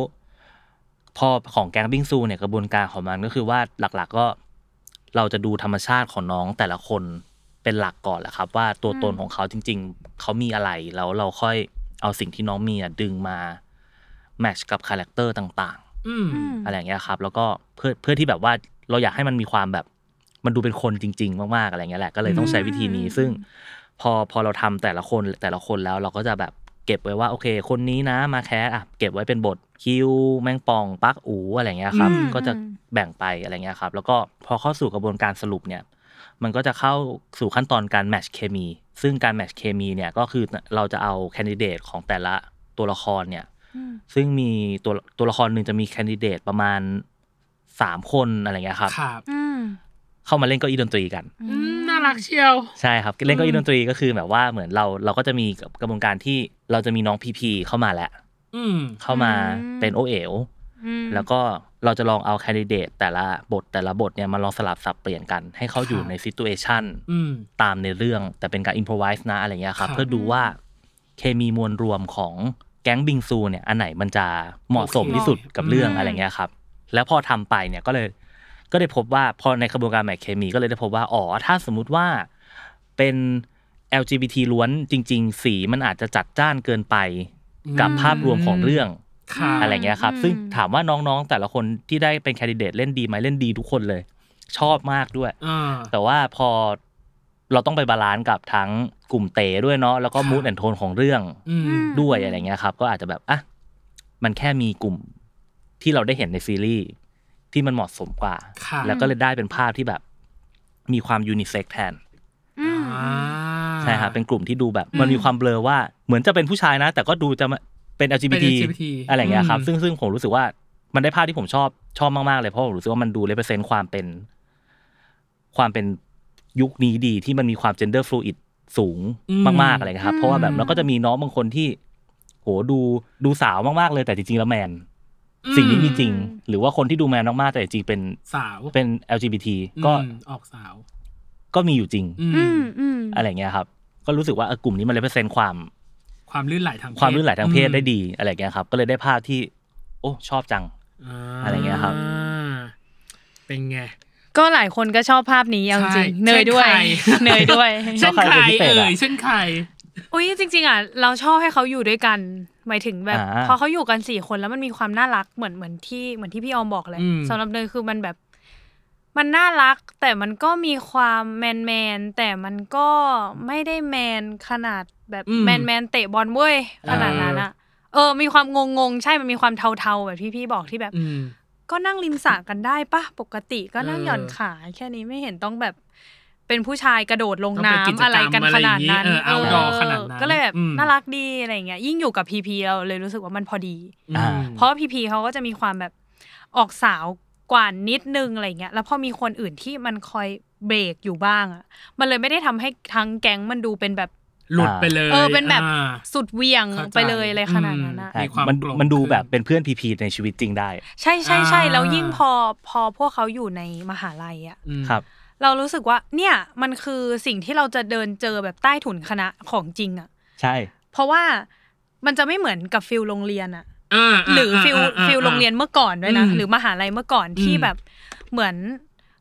C: พอของแกงบิงซูเนี่ยกระบวนการของมันก็คือว่าหลักๆก็เราจะดูธรรมชาติของน้องแต่ละคนเป็นหลักก่อนแหละครับ ว่าตัวตนของเขาจริง ๆ เขามีอะไรแล้วเราค่อยเอาสิ่งที่น้องมีอะดึงมาแมทช์กับคาแรคเตอร์ต่าง
A: อืม
B: อืม
C: ๆ อะไรอย่างเงี้ยครับ แล้วก็เพื่อเพื่อที่แบบว่าเราอยากให้มันมีความแบบมันดูเป็นคนจริง ๆ มากๆอะไรเงี้ยแหละก็เลยต้องใช้วิธีนี้ซึ่ง พอพอเราทำแต่ละคนแต่ละคนแล้วเราก็จะแบบเก็บไว้ว่าโอเค คนนี้นะมาแคสอ่ะเก็บไว้เป็นบทคิวแมงปองปักอูอะไรเงี้ยครับ
A: อืม
C: ก็จะแบ่งไปอะไรเงี้ยครับ แล้วก็พอเข้าสู่กระบวนการสรุปเนี่ย มันก็จะเข้าสู่ขั้นตอนการแมทช์เคมี ซึ่งการแมทช์เคมีเนี่ยก็คือเราจะเอาแคนดิเดตของแต่ละตัวละครเนี่ย ซึ่งมีตัวตัวละครหนึ่งจะมีแคนดิเดตประมาณสามคนอะไรเงี้ยครับ
A: ครับ
B: อืม
C: เข้ามาเล่นเก็อีดนตรีกัน
A: อืมน่ารักเชียว
C: ใช่ครับเล่นเก็อีดนตรีก็คือแบบว่าเหมือนเราเราก็จะมีกระบวนการที่เราจะมีน้องพีพีเข้ามาแล้ว
A: อืม
C: เข้ามา
B: อืม
C: เป็นโอเอ๋ว
B: อืม
C: แล้วก็เราจะลองเอาแคนดิเดตแต่ละบทแต่ละบทเนี่ยมาลองสลับสับเปลี่ยนกัน ให้เขาอยู่
A: ครับ
C: ในซิตูเอชัน
A: อืม
C: ตามในเรื่องแต่เป็นการอินพ o ไวส์นะอะไรเงี้ยค
A: ค
C: รั
A: รับ บ
C: เพื่อดูว่าเคมีมวลรวมของแก๊งบิงซูเนี่ยอันไหนมันจะเหมาะสม
A: โอเค
C: ที่สุดกับเรื่อง
B: อืม
C: อะไรเงี้ยครับ แล้วพอทำไปเนี่ยก็เลยก็ได้พบว่าพอในกระบวนการแมทเคมีก็เลยได้พบว่าอ๋อถ้าสมมุติว่าเป็น LGBT ล้วนจริง ๆ สีมันอาจจะจัดจ้านเกินไปกับ
A: อืม
C: ภาพรวมของเรื่อง
A: ค่ะ
C: อะไรเงี้ยครับ
B: อืม
C: ซึ่งถามว่าน้องๆ แต่ละคนที่ได้เป็นแคนดิเดตเล่นดีไหมเล่นดีทุกคนเลย ชอบมากด้วย
A: อ่า
C: แต่ว่าพอเราต้องไปบาลานซ์กับทั้งกลุ่มเต๋ด้วยเนาะแล้วก็
A: ครับ
C: มูดแอนโทนของเรื่อง
A: อืม
C: ด้วยอะไรเงี้ยครับ ก็อาจจะแบบอ่ะมันแค่มีกลุ่มที่เราได้เห็นในซีรีส์ที่มันเหมาะสมกว่า
A: ครับ
C: แล้วก็เลยได้เป็นภาพที่แบบมีความยูนิเซ็กแทน
B: อืม
A: อ่า
C: ใช่ครับเป็นกลุ่มที่ดูแบบมันมีความเบลอว่าเหมือนจะเป็นผู้ชายนะ แต่ก็ดูจะเป็น LGBT
A: เป็น LGBT
C: อะไรอย่างเงี้ยครับ
A: อืม
C: ซึ่งซึ่งผมรู้สึกว่ามันได้ภาพที่ผมชอบชอบมาก ๆ เลยเพราะผมรู้สึกว่ามันดูเลเปอร์เซนต์ความเป็น ความเป็นยุคนี้ดีที่มันมีความ gender fluid สูงมาก ๆ อะไรเงี้ยครับ เพราะว่าแบบแล้วก็จะมีน้องบางคนที่ โหดูดูสาวมาก ๆ เลยแต่จริง ๆ แล้วแมน สิ่งนี้มีจริง หรือว่าคนที่ดูแมนมาก ๆ แต่จริงๆเป็น
A: สาว
C: เป็น LGBT
A: อืม
C: ก็
A: ออกสาว
C: ก็มีอยู่จริง
A: อืม
B: อืมอืม
C: อะไรเงี้ยครับ ก็รู้สึกว่าเออกลุ่มนี้มันเลยเปอร์เซ็นต์ความ
A: ความลื่นไหลทางเพศ
C: ความลื่นไหลทางเพศ
A: อืม
C: ได้ดีอะไรเงี้ยครับ ก็เลยได้ภาพที่ โอ้ชอบจัง
A: า
C: อะไรเงี้ยครับ
A: เป็นไง
B: ก็หลายคนก็ชอบภาพนี้เอาจ
A: ใช่
B: ริงๆเนยด้วย
A: เช่นใคร
B: เนยด้วย
A: เช่น
C: ชอ
A: ใค
C: บใค
A: ร
C: รเป็นพิเศษอะ
A: เอ่ยเช่นใคร
B: อุ้ยจริง ๆอ่ะเราชอบให้เขาอยู่ด้วยกันหมายถึงแบบ
C: อ่า
B: พอเขาอยู่กันสี่คนแล้วมันมีความน่ารักเหมือนเหมือนที่เหมือนที่พี่ออมบอกเลย
A: อืม
B: สำหรับเนยคือมันแบบ มันน่ารัก แต่มันก็มีความแมนแมนๆแต่มันก็ไม่ได้แมนขนาดแบบแมนแมนๆเตะบอลเว้ยขนาดนั้นอ่ะเออ มีความงงงๆใช่มันมีความเทาๆแบบที่พี่บอกที่แบบ
A: อืม
B: ก็นั่งริมสระกันได้ปะปกติก็นั่ง
A: เออ
B: หย่อนขาแค่นี้ไม่เห็นต้องแบบเป็นผู้ชายกระโดดลง
A: ต้องไปกิจกรรม
B: น้ำอะไรกันขนาดนั้น
A: อะไรอย่างงี้เออ outdoor ขนาดนั้น
B: ก็เลยแบบ
A: อืม
B: น่ารักดีอะไรอย่างเงี้ยยิ่งอยู่กับพีพีเราเลยรู้สึกว่ามันพอดี
A: อืม
C: อ่า
B: เพราะว่าพีพีเขาก็จะมีความแบบออกสาวกว่านิดนึงอะไรอย่างเงี้ยแล้วพอมีคนอื่นที่มันคอยเบรกอยู่บ้างอ่ะมันเลยไม่ได้ทำให้ทั้งแก๊งมันดูเป็นแบบ
A: หลุดไปเลย
B: เออเป็นแบบ
A: อ่า
B: สุดเหวียง
A: เข้าใจ
B: ไปเลยอะไรขนาดนั้นอะ
A: อื มีความ
C: มัน
A: กลม
C: มันดู
A: ขึ้น
C: แบบเป็นเพื่อนพีพีในชีวิตจริงได้
B: ใช่ใช่ใช่
A: อ่า
B: แล้วยิ่งพอพอพวกเขาอยู่ในมหาลัยอ่ะ
A: อืม
C: ครับ
B: เรารู้สึกว่าเนี่ยมันคือสิ่งที่เราจะเดินเจอแบบใต้ถุนคณะของจริงอะ
C: ใช่
B: เพราะว่ามันจะไม่เหมือนกับฟิลโรงเรียนอะ
A: อ่าา
B: หรือฟิล
A: าา
B: ฟิลโรงเรียนเมื่อก่อนด้วยนะ
A: อืม
B: หรือมหาลัยเมื่อก่อนที่
A: อืม
B: แบบเหมือน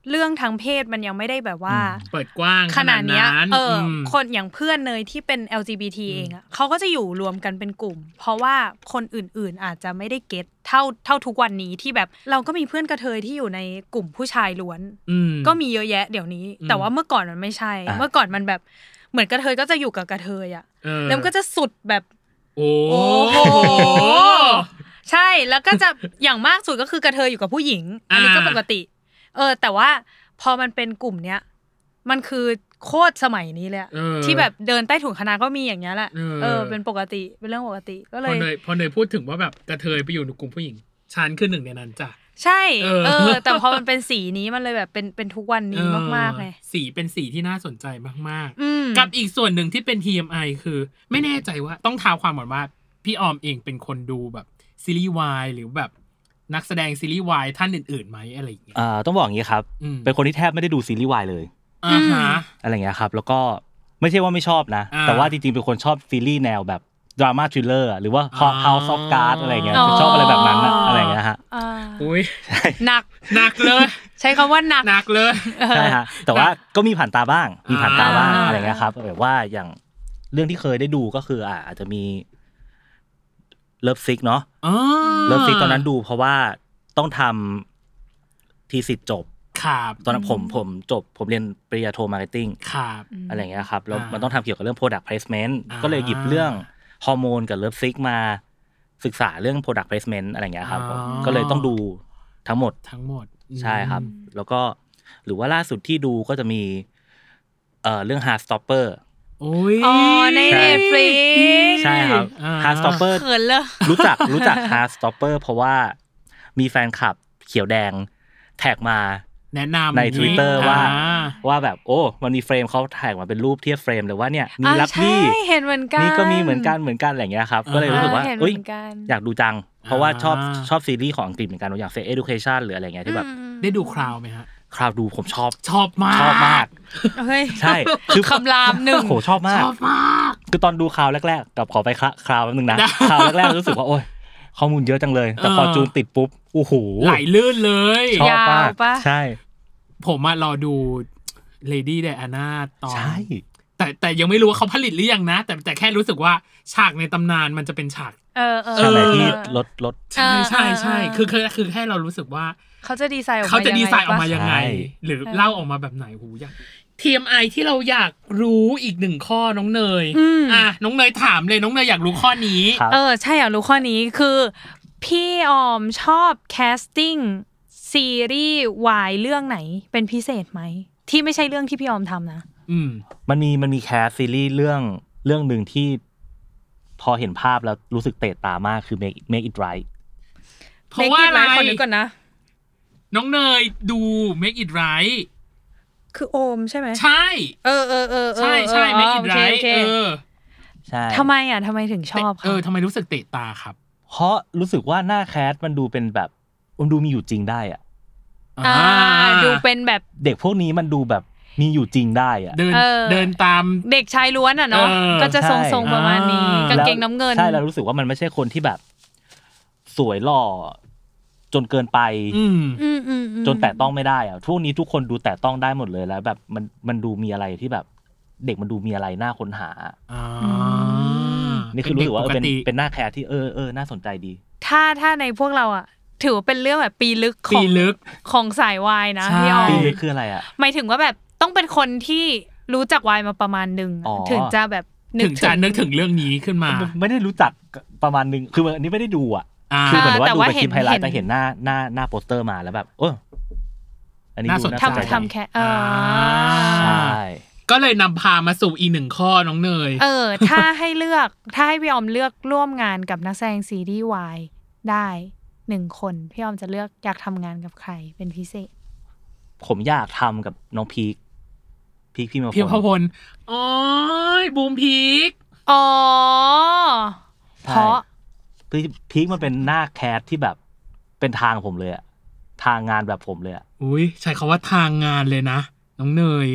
B: เรื่องทางเพศมันยังไม่ได้แบบว่า
A: เปิดกว้าง
B: ขนาดเนี้ยเอออ
A: ม
B: คนอย่างเพื่อนเนยที่เป็น LGBT เองอะเขาก็จะอยู่รวมกันเป็นกลุ่ม เพราะว่าคนอื่นๆอาจจะไม่ได้เก็ตเท่าเท่าทุกวันนี้ที่แบบเราก็มีเพื่อนกระเทยที่อยู่ในกลุ่มผู้ชายล้วน
A: อืม
B: ก็มีเยอะแยะเดี๋ยวนี้ แต่ว่าเมื่อก่อนมันไม่ใช่
C: อ่ะ
B: เมื่อก่อนมันแบบเหมือนกระเทยก็จะอยู่กับกระเทยอ่ะ
A: เออ
B: แล้วมันก็จะสุดแบบ
A: โอ้
B: โอ้
A: โห
B: โห ใช่แล้วก็จะ อย่างมากสุดก็คือกระเทยอยู่กับผู้หญิง อันนี้ก็
A: อ่า
B: ปกติ เออ แต่ว่าพอมันเป็นกลุ่มเนี้ยมันคือโคตรสมัยนี้เลยอะ
A: เออ
B: ที่แบบเดินใต้ถุนคณะก็มีอย่างเงี้ยแหละ
A: เออ
B: เป็นปกติเป็นเรื่องปกติก็
A: พ
B: เล
A: อย เนยพอเนยพูดถึงว่าแบบกระเทยไปอยู่ในกลุ่มผู้หญิงชันขึ้นหนึ่งในนั้นจ้ะ
B: ใช่
A: เออ
B: เออ แต่พอมันเป็นสีนี้มันเลยแบบเป็นเป็นทุกวันนี้มากๆเลย
A: เออสีเป็นสีที่น่าสนใจมาก
B: อืม
A: กับอีกส่วนหนึ่งที่เป็น TMI คือ ไม่แน่ใจว่าต้องเท้าความก่อนว่า พี่ออมเองเป็นคนดูแบบซีรีส์วายหรือแบบนักแสดงซีรีส์วายท่านอื่นๆไหมอะไรอย่างเงี้ย
C: อ่าต้องบอกอย่างนี้ครับ
A: อืม
C: เป็นคนที่แทบไม่ได้ดูซีรีส์วายเลย
A: อ่าฮะ
C: อะไรเงี้ยครับ แล้วก็ไม่ใช่ว่าไม่ชอบนะ
A: อ่า
C: แต่ว่าจริงๆ เป็นคนชอบซีรีส์แนวแบบดราม่าทริลเลอร์หรือว่า
A: อ๋อ
C: House of Cards อะไรเงี้ย
B: อ๋อ
C: จะชอบอะไรแบบนั้นอะอะไรเงี้ยฮะ
B: อ่า
A: อุ้ย
B: หนัก
A: หนักเลย
B: ใช้คำว่าหนัก
A: หนักเลย
C: ใช่ฮะแต่ว่าก็มีผ่านตาบ้าง มีผ่านตาบ้าง
A: อ่า
C: อะไรเงี้ยครับแบบว่าอย่างเรื่องที่เคยได้ดูก็คืออ่าอาจจะมีเลิฟซิกเนาะ
A: อ๋อ
C: เลิฟซิกตอนนั้นดูเพราะว่าต้องทำทีสิทธิ์จบ
A: ครับ
C: ตอนนั้นผมผมจบ ผมเรียนปริญญาโทมาร์เก็ตติ้ง
A: ครับ
C: อะไรเงี้ยครับแล้ว
A: อ่ามั
C: มันต้องทำเกี่ยวกับเรื่อง Product Placement
A: อ่า
C: ก็เลยหยิบเรื่องฮอร์โมนกับเลิฟซิกมาศึกษาเรื่อง Product Placement อะไรเงี้ยครับผม
A: อ๋อ
C: ก็เลยต้องดูทั้งหมด
A: ทั้งหมด
C: ใช่ครับ แล้วก็หรือว่าล่าสุดที่ดูก็จะมีเอ่อเรื่อง Hard Stopper
A: โอ้ย
B: อ๋อในเน็ตฟลิก
C: ใช่ครับ
A: อ่า
C: Hard Stopper
B: เขินเลย
C: รู้จักรู้จัก Hard Stopper เพราะว่ามีแฟนคลับเขียวแดงแท็กมา
A: แนะนำ
C: ใน Twitter ว่า
A: อ่
C: ว่าแบบโอ้มันมีเฟรมเขาแท็กมาเป็นรูปเทียบเฟรมเลยว่าเนี่ยมี
B: อ่า
C: รับนี่
B: ใช่เห็นเหมือนกัน
C: ก็มีเหมือนกันเหมือนกันอะไรอย่างเงี้ยครับ ก็เลยรู้สึกว่า
B: อ่าเห็นเหมื
C: เอ้ย
B: อนกัน
C: อยากดูจัง เพราะว่าชอบ
A: อ่า
C: ชอบซีรีส์ของอังกฤษเหมือนกันอย่างเซ Education หรืออะไรเงี้ยที่แบบ
A: ได้ดูคราวไหมฮะ
C: คราวดูผมชอบ
A: ชอบมาก
C: ชอบมาก
B: เฮ้ย
C: ใช่คือ
B: คำรามหนึ่ง
C: โอ้โหชอบมาก
A: ชอบมาก
C: คือตอนดูข่าวแรกๆกับขอไปคะข่าวแป๊บนึงนะ
A: ได้
C: ข่าวแรกๆรู้สึกว่าโอ้ยข้อมูลเยอะจังเลย แต่พอจูนติดปุ๊บโอ้โห
A: ไหลลื่นเลย
C: ชอบมาย
B: าว
C: ก
B: ปะ
C: ใช่
A: ผมอะรอดูเลดี้ไดอาน่าตอน
C: ใช่
A: แต่แต่ยังไม่รู้ว่าเขาผลิตหรือยังนะ แต่แต่แค่รู้สึกว่าฉากในตำนานมันจะเป็นฉาก
B: เออเออ
C: ใช่ไหนที่
B: เออ
C: ลดลด
A: ใช่ใช่ใช่
B: เออเออ
A: คือคือคือแค่เรารู้สึกว่า
B: เขาจะดีไซน์ออกมา
A: เขาจะดีไซน์ออกมา
B: ยังไงปะ
A: ยังไง
C: ใช่
A: หรือเล่าออกมาแบบไหนหูอยาก TMI ที่เราอยากรู้อีกหนึ่งข้อน้องเนย
B: อืม
A: อ่ะน้องเนยถามเลยน้องเนยอยากรู้ข้อนี้
C: ครับ
B: เออ ใช่อยากรู้ข้อนี้คือ พี่ออมชอบแคสติ้งซีรีส์วายเรื่องไหนเป็นพิเศษไหม ที่ไม่ใช่เรื่องที่พี่ออมทำนะ
A: อืม
C: มันมีมันมีแคสซีรีส์เรื่องเรื่องหนึ่งที่พอเห็นภาพแล้วรู้สึกเตะตามากคือ make make it right
A: เพราะว่าอะไร
B: ขอนึกก่อนนะ
A: น้องเนยดู Make It Right
B: คือโอมใช่ไหม
A: ใช่
B: เออเออเออเออ
A: ใช่ใช่
B: เออ
A: Make It
B: โอเค
A: Right
B: โอเค
A: เออ
C: ใช่
B: ทำไมอ่ะทำไมถึงชอบ
A: เอ
B: คะ
A: อทำไมรู้สึกเตะตาครับ
C: เพราะรู้สึกว่าหน้าแคสมันดูเป็นแบบมันดูมีอยู่จริงได้อะ
B: อ่าดูเป็นแบบ
C: เด็กพวกนี้มันดูแบบมีอยู่จริงได้อะ
A: เดิน
B: เออ
A: เดินตาม
B: เด็กชายล้วนอ่ะเนาะ
A: เออ
B: ก็จะทรง
C: ใช่
B: ทรงประมาณนี้ กางเกงน้ำเงิน
C: ใช่แล้วรู้สึกว่ามันไม่ใช่คนที่แบบ สวยหล่อจนเกินไป
A: อืม
B: อืมอืมอืม
C: จนแตะต้องไม่ได้อะทุกนี้ทุกคนดูแตะต้องได้หมดเลยแล้ว แบบมันมันดูมีอะไรที่แบบ เด็กมันดูมีอะไรน่าค้นหา
A: อ่า
C: นี่คือรู้สึกว่าเออเป็น
A: ด็ก
C: เป็นหน้าแคร์ที่เออเออน่าสนใจดี
B: ถ้าถ้าในพวกเราอ่ะ ถือว่าเป็นเรื่องแบบปีลึกข
A: ปี
B: อง
A: ลึก
B: ของสายวายนะ
A: ใช่
B: พี่ออม
C: ปีลึกคืออะไรอ่ะ
B: หมายถึงว่าแบบต้องเป็นคนที่รู้จักวายมาประมาณหนึ่ง
C: อ๋อ
B: ถึงจะแบบนึ
A: ถึ
B: ก
A: ง
B: ถึ
A: จะ
B: ง
A: นึกถึงเรื่องนี้ขึ้นมา
C: ไม่ได้รู้จักประมาณนึงคืออันนี้ไม่ได้ดูอ่ะ
A: อ่า
C: คือเหมือน
B: า
C: ว่าดู
B: แต่ว่า
C: ไปคลิ
B: เห็
C: ป
B: น
C: ไฮไล
B: เห็น
C: ท์แต่เห็นหน้าหน้าหน้าโปสเตอร์มาแล้วแบบเอออันนี้ดู
A: น่าสน
C: น่าสนใจ
B: ทำทำแค่เออ
C: ใช่
A: ก็เลยนำพามาสู่อีกหนึ่งข้อน้องเนย
B: เออ ถ้าให้เลือกถ้าให้พี่ออมเลือกร่วมงานกับนักแสดงซีรีส์วายได้หนึ่งคนพี่ออมจะเลือกอยากทำงานกับใครเป็นพิเศษ
C: ผมอยากทำกับน้องพีคพีคพี่มา
A: เพียงพอพลอ๋อยบูมพีก
B: อ๋อ เพ
C: ใช่
B: ราะ
C: พีคพีคมันเป็นหน้าแคสที่แบบเป็นทางผมเลยอะทางงานแบบผมเลยอะ
A: อุ้ยใช้คาว่าทางงานเลยนะ น้องเนย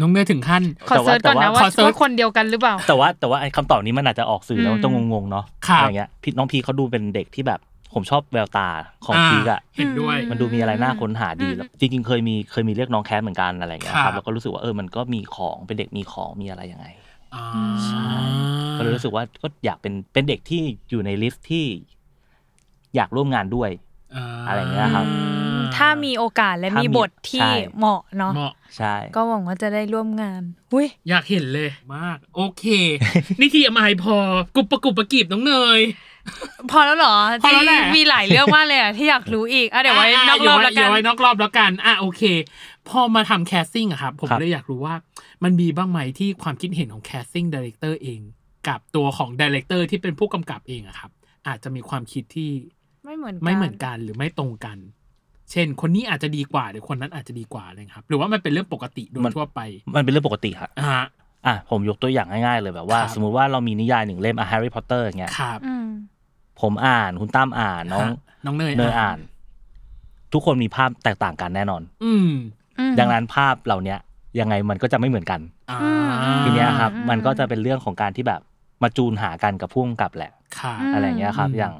A: น้องเนยถึงขั้น
B: ขอเซิร์ชก่อนนะ
C: แต่ว่า
B: ว่า
A: ขอเสิร์ช
B: ว่าคนเดียวกันหรือเปล่า
C: แต่ว่าแต่ว่าไอ้คำตอบนี้มันอาจจะออกสื่อแล้ว
B: อืม
C: มันจะงงๆเนาะ
A: ครับ
C: อะไรเงี้ยพี่น้องพีคเขาดูเป็นเด็กที่แบบ ผมชอบแววตาของพีคอะ
A: เห็นด้วย
C: มันดูมีอะไรน่าค้นหาดี
B: อืม
C: แล้วจริงๆ เคยมีเคยมีเรียกน้องแคสเหมือนกันอะไรอย่างเงี้ยค
A: ครั
C: รับ บแล้วก็รู้สึกว่าเออมันก็มีของเป็นเด็กมีของมีอะไรยังไง
A: อ่า
C: ใช่ ก็เลยรู้สึกว่าก็อยากเป็นเป็นเด็กที่อยู่ในลิสต์ที่ อยากร่วมงานด้วย
A: า
C: อะไรเงี้ยครับ
B: ถ้ามีโอกาสและ
C: ถ้ามี
B: มีบทที่
C: ใช่
B: เหมาะเนาะ
A: เหมาะ
C: ใช่
B: ก็หวังว่าจะได้ร่วมงาน อุ้ย
A: อยากเห็นเลยมาก โอเค นี่ทีมายพอ กุบประกุบประกีบน้องเนย
B: พอแล้วเหรอ
A: พอแล้วแหละ
B: มีหลายเรื่องมากเลยอะ ที่อยากรู้อีกอ่ะเดี๋ยวไว้นอกรอบแล้วกั
A: เดี๋ย
B: น
A: วไว้นอกรอบแล้วกัน อ่ะโอเค พอมาทำแคสติ้งอะครับ ผมเลยอยากรู้ว่า มันมีบ้างไหมที่ความคิดเห็นของแคสติ้งดีเลกเตอร์เอง กับตัวของดีเลกเตอร์ที่เป็นผู้กำกับเองอะครับ อาจจะมีความคิดที่
B: ไม่เหมือน
A: ไม่เหมือนกันหรือไม่ตรงกัน เช่น คนนี้อาจจะดีกว่า หรือคนนั้นอาจจะดีกว่าอะไรครับ หรือว่ามันเป็นเรื่องปกติโดยทั่วไป
C: มันเป็นเรื่องปกติครับ
A: อ่ะฮะ
C: อ่ะผมยกตัวอย่างง่ายๆเลยแบบว่า
A: ครับ
C: สมมุติว่าเรามีนิยายหนึ่งเล่มอะแฮร์รี่พอตเตอร์อย่างเงี้ย
A: ครับ
B: อืม
C: ผมอ่านคุณตั้มอ่านน้อง
A: ฮะน้องเนย
C: เนยอ่าน ทุกคนมีภาพแตกต่างกันแน่นอน
A: อืม
B: อืม
C: ดังนั้นภาพเหล่าเนี้ยยังไงมันก็จะไม่เหมือนกัน
A: อ่า
C: ทีเนี้ยครับ
B: อืม
C: มันก็จะเป็นเรื่องของการที่แบบมาจูนหากันกับผู้กำกับแหละ
A: ครับ
B: อืม
C: อะไรอย่างเงี้ยครับ
A: อืม
C: อย่าง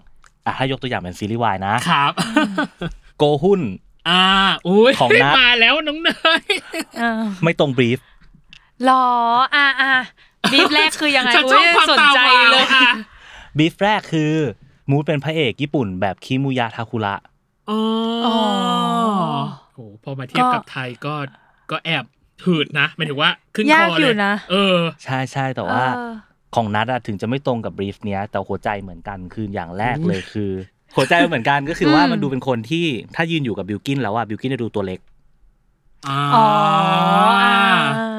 C: อ่ะถ้ายกตัวอย่างเป็นซีรีส์วายนะครับ โกหุ้น
A: อ่าอุ้ย
C: ของนัด
A: มาแล้วน้องเนย
B: เออ
C: ไม่ตรงบรีฟ
B: หรออ่ะอ่ะดีฟแรกคือยังไง
A: ฉันชอบ
B: ย
A: ความ
B: สน
A: ตา
B: ใจ
A: วาว
B: เลย
A: อ่ะ
C: บรีฟแรกคือมูดเป็นพระเอกญี่ปุ่นแบบคิมุยะทาคุระ
A: อ๋ออ๋อโหพอมาเทียบกับไทยก็ก็แอบถืดนะหมายถึงว่าขึ้นค
B: ยาก
A: อ
B: อ
A: เล
B: ยู่
A: ย
B: นะ
A: เออ
C: ใช่ใช่แต่ว่า
B: เออ
C: ของนัดถึงจะไม่ตรงกับบรีฟเนี้ย แต่หัวใจเหมือนกันคืออย่างแรกเลยคือ หัวใจเหมือนกันก็คือว่า
B: อืม
C: มันดูเป็นคนที่ถ้ายืนอยู่กับบิลกินแล้วอะบิลกินจะดูตัวเล็ก
A: อ๋อ
B: อ๋อ
A: อ่า
B: อ่า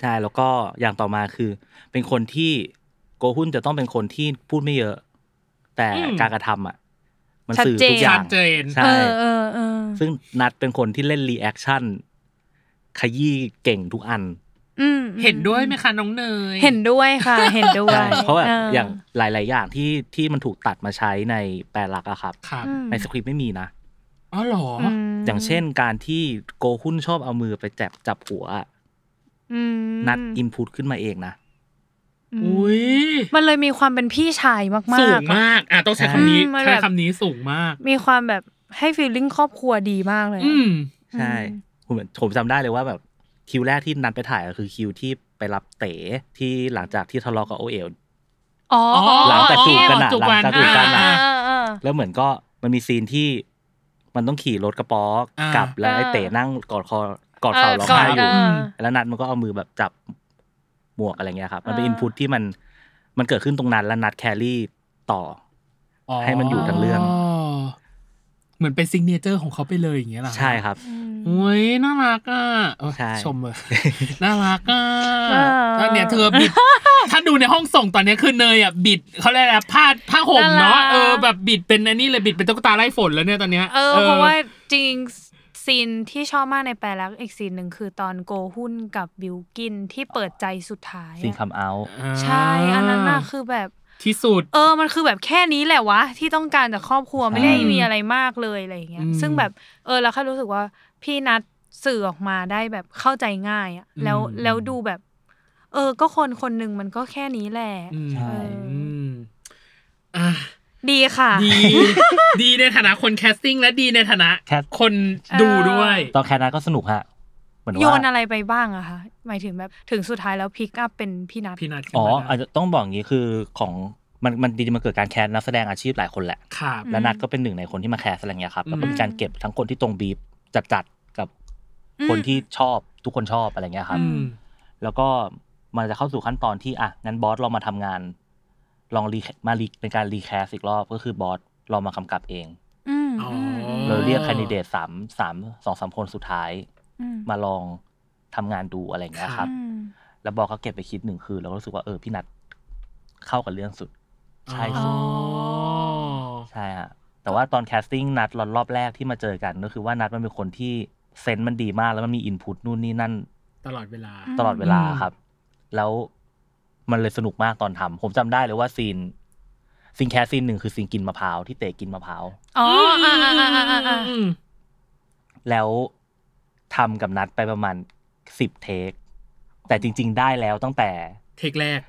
C: ใช่แล้วก็อย่างต่อมาคือ เป็นคนที่โกหุ้นจะต้องเป็นคนที่พูดไม่เยอะ แต่การกระทำอ่ะ มันสื่อทุกอ
B: ชั
C: ย่า
A: ชั
C: ง
A: ดเจน
B: เอ
C: ใช่
B: อเออเออ
C: ซึ่งนัดเป็นคนที่เล่นรีแอคชั่นขยี้เก่งทุกอัน
B: อืม
A: เห็นด้วยไหมคะน้องเนย
B: เห็นด้วยค่ะ เห็นด้วย
C: ใช่เพราะแบบ
B: อ
C: อย่างหลาย ๆ อย่างที่ที่มันถูกตัดมาใช้ในแปลหลักอะครับ
A: ครับ
B: อืม
C: ในสคริปต์ไม่มีนะ
A: อ๋อเหรออ
B: ม
C: อย่างเช่นการที่โกหุ้นชอบเอามือไปจับจับหัวอะ
B: อืม
C: นัดอินพุตขึ้นมาเองนะ
B: ม
A: อุ้ย
B: มันเลยมีความเป็นพี่ชายมากๆ
A: สูง
B: อะ
A: มากอ่ะต้องใช้คำนี้
B: อืมมัน
A: ใช้
B: แบบ
A: คำนี้สูงมาก
B: มีความแบบให้ฟีลลิ่งครอบครัวดีมากเลยอะ
A: อืม
C: ใช่ผมผมจำได้เลยว่าแบบคิวแรกที่นัดไปถ่ายก็คือคิวที่ไปรับเต๋ที่หลังจากที่ทะเลาะกับโอเอล
B: อ๋ออ๋อ
C: หลังจากจูบกันอะ
A: จูบกัน
C: หลังจากจูบกันอะ
B: อ่า
A: อ่า
B: อ่าอ่า
C: แล้วเหมือนก็มันมีซีนที่มันต้องขี่รถกระป๋อก
A: อ่าก
C: กลับแล้วไอ้เต๋นั่งกอดคอกอดเข่าร้องไห้อยู่
B: เออ
C: แล้วนัดมันก็เอามือแบบจับหมวกอะไรเงี้ยครับมันเป็น
B: อ่า
C: อินพุตที่มันมันเกิดขึ้นตรงนั้นแล้วนัดแครี่ต่อ ให้มันอยู่ทั้งเรื่อง
A: เหมือนเป็นซิงเนเจอร์ของเขาไปเลยอย่างเงี้ยเหรอ
C: ใช่ครับ
A: โอ้ยน่ารักอ่ะเออ
C: ใช่
A: ชมเลย น่ารักอ่ะ
B: เออ
A: ตอนเนี้ยเธอบิด ถ้าดูในห้องส่งตอนเนี้ยคือเนยอ่ะบิดเขาเรียกอะไรนะผ้าผ้าห่มเนาะเออแบบบิดเป็นอันนี้เลยบิดเป็นตุ๊กตาไล่ฝนแล้วเนี่ยตอนเนี้ย
B: เออเพราะว่าจริงๆซีนที่ชอบมากในแปลรักอีกซีนหนึ่งคือตอนโกหุ้นกับบิวกินที่เปิดใจสุดท้ายอะ
C: ซิงคำเอา
B: ใช่อันนั้นน่ะคือแบบ
A: ที่สุด
B: เออ มันคือแบบแค่นี้แหละวะ ที่ต้องการจากครอบครัวไม่ได้
A: ใช่
B: มีอะไรมากเลยอะไรอย่างเงี้ย
A: อืม
B: ซึ่งแบบเออเราแค่รู้สึกว่าพี่นัดสื่อออกมาได้แบบเข้าใจง่ายอะแล้ว
A: อืม
B: แล้วดูแบบ เออ ก็คนคนหนึ่งมันก็แค่นี้แหละ
A: อืม
C: ใช่
A: อืมอ่ะ
B: ดีค่ะ
A: ดี ดีในฐานะคนแคสติ้งและดีในฐานะ
C: แคส
A: คนดูด้วย
C: ตอนแคสนั้นก็สนุกฮะเหมือน
B: โย
C: ว่าน
B: อะไรไปบ้างอะคะหมายถึงแบบถึงสุดท้ายแล้วพิกอัพเป็นพี่นัด
A: พี่นัท
C: อ๋อ
A: ขึ้นมา
C: อาจจะต้องบอกอย่างนี้คือของมันมันดีๆมันเกิดการแคสนักแสดงอาชีพหลายคนแหละ
A: ครับ
C: และนัดก็เป็นหนึ่งในคนที่มาแคสอะไรเงี้ยครับ
A: อืม
C: แล้วก็มีการเก็บทั้งคนที่ตรงบีบจัดๆกับคนที่ชอบทุกคนชอบอะไรเงี้ยครับ
A: อืม
C: แล้วก็มันจะเข้าสู่ขั้นตอนที่อ่ะงั้นบอสเรามาทำงาน ลองรีมารีเป็นการรีแคสอีกรอบก็คือบอสเรามากำกับเอง
B: อืม
A: อ๋อ
B: มม
C: เราเรียกคนดิเดตสามสามสองสามคนสุดท้าย
B: อืม
C: มาลองทำงานดูอะไรเงี้ยครับ
B: อืม
C: แล้วบอกก็เก็บไปคิดหนึ่งคืนแล้วก็รู้สึกว่าเออพี่นัทเข้ากับเรื่องสุด ใช่
A: อ๋
C: สุ
A: อ
C: ดใช่ฮะแต่ว่าตอนแคสติ้งนัดรอบแรกที่มาเจอกันก็คือว่านัดมันเป็นคนที่เซนส์มันดีมากแล้วมันมีอินพุตนู่นนี่นั่น
A: ตลอดเวลา
B: อืม
C: ตลอดเวลาครับ แล้วมันเลยสนุกมากตอนทำผมจำได้เลยว่าซีนซีนแคสซีนหนึ่งคือซีนกินมะพร้าวที่เตะกินมะพร้าว
B: อ๋ออ่าอ่าอ่าอ่า
A: อืม
C: แล้วทำกับนัดไปประมาณสิบเทค แต่จริง ๆ ได้แล้วตั้งแต่
A: เทคแรก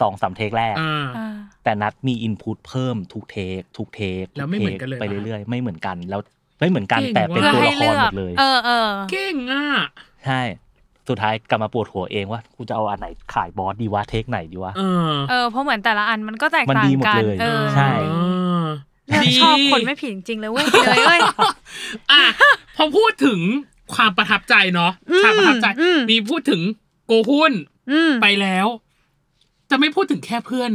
C: สองสามเทคแรก
A: อ่า
B: อ่า
C: แต่นัดมีอินพุตเพิ่มทุกเทคทุกเทค
A: แล้วไม่เหมือนกันเลย
C: ไป
A: เหรอ
C: เรื่อยๆ ไม่เหมือนกันแล้วไม่เหมือนกัน
A: เก่ง
C: แต่เป็น
B: เพื่อ
C: ตัว
B: ให้เลื
C: ละคร
B: อ
C: หม
B: ก
C: ดเลย
B: เออเออ
A: เก่งอ่ะ
C: ใช่สุดท้ายกลับมาปวดหัวเองว่ากูจะเอาอันไหนขายบอสดีวะเทคไหนดีวะ
A: เออ
B: เออเพราะเหมือนแต่ละอันมันก็แตก
C: มัน
B: ต่า
C: ดี
B: ง
C: หมด
B: กัน
C: เลย
B: เออ
C: ใช่
A: อ่า
B: เลือกชอบคนไม่ผิดจริงๆเลยเว้ยเลยเอ้ย
A: อ่ะพอพูดถึงความประทับใจเนาะฉากประทับใจ
B: อืม
A: มีพูดถึงโกหุ้น
B: อืม
A: ไปแล้ว จะไม่พูดถึงแค่เพื่อน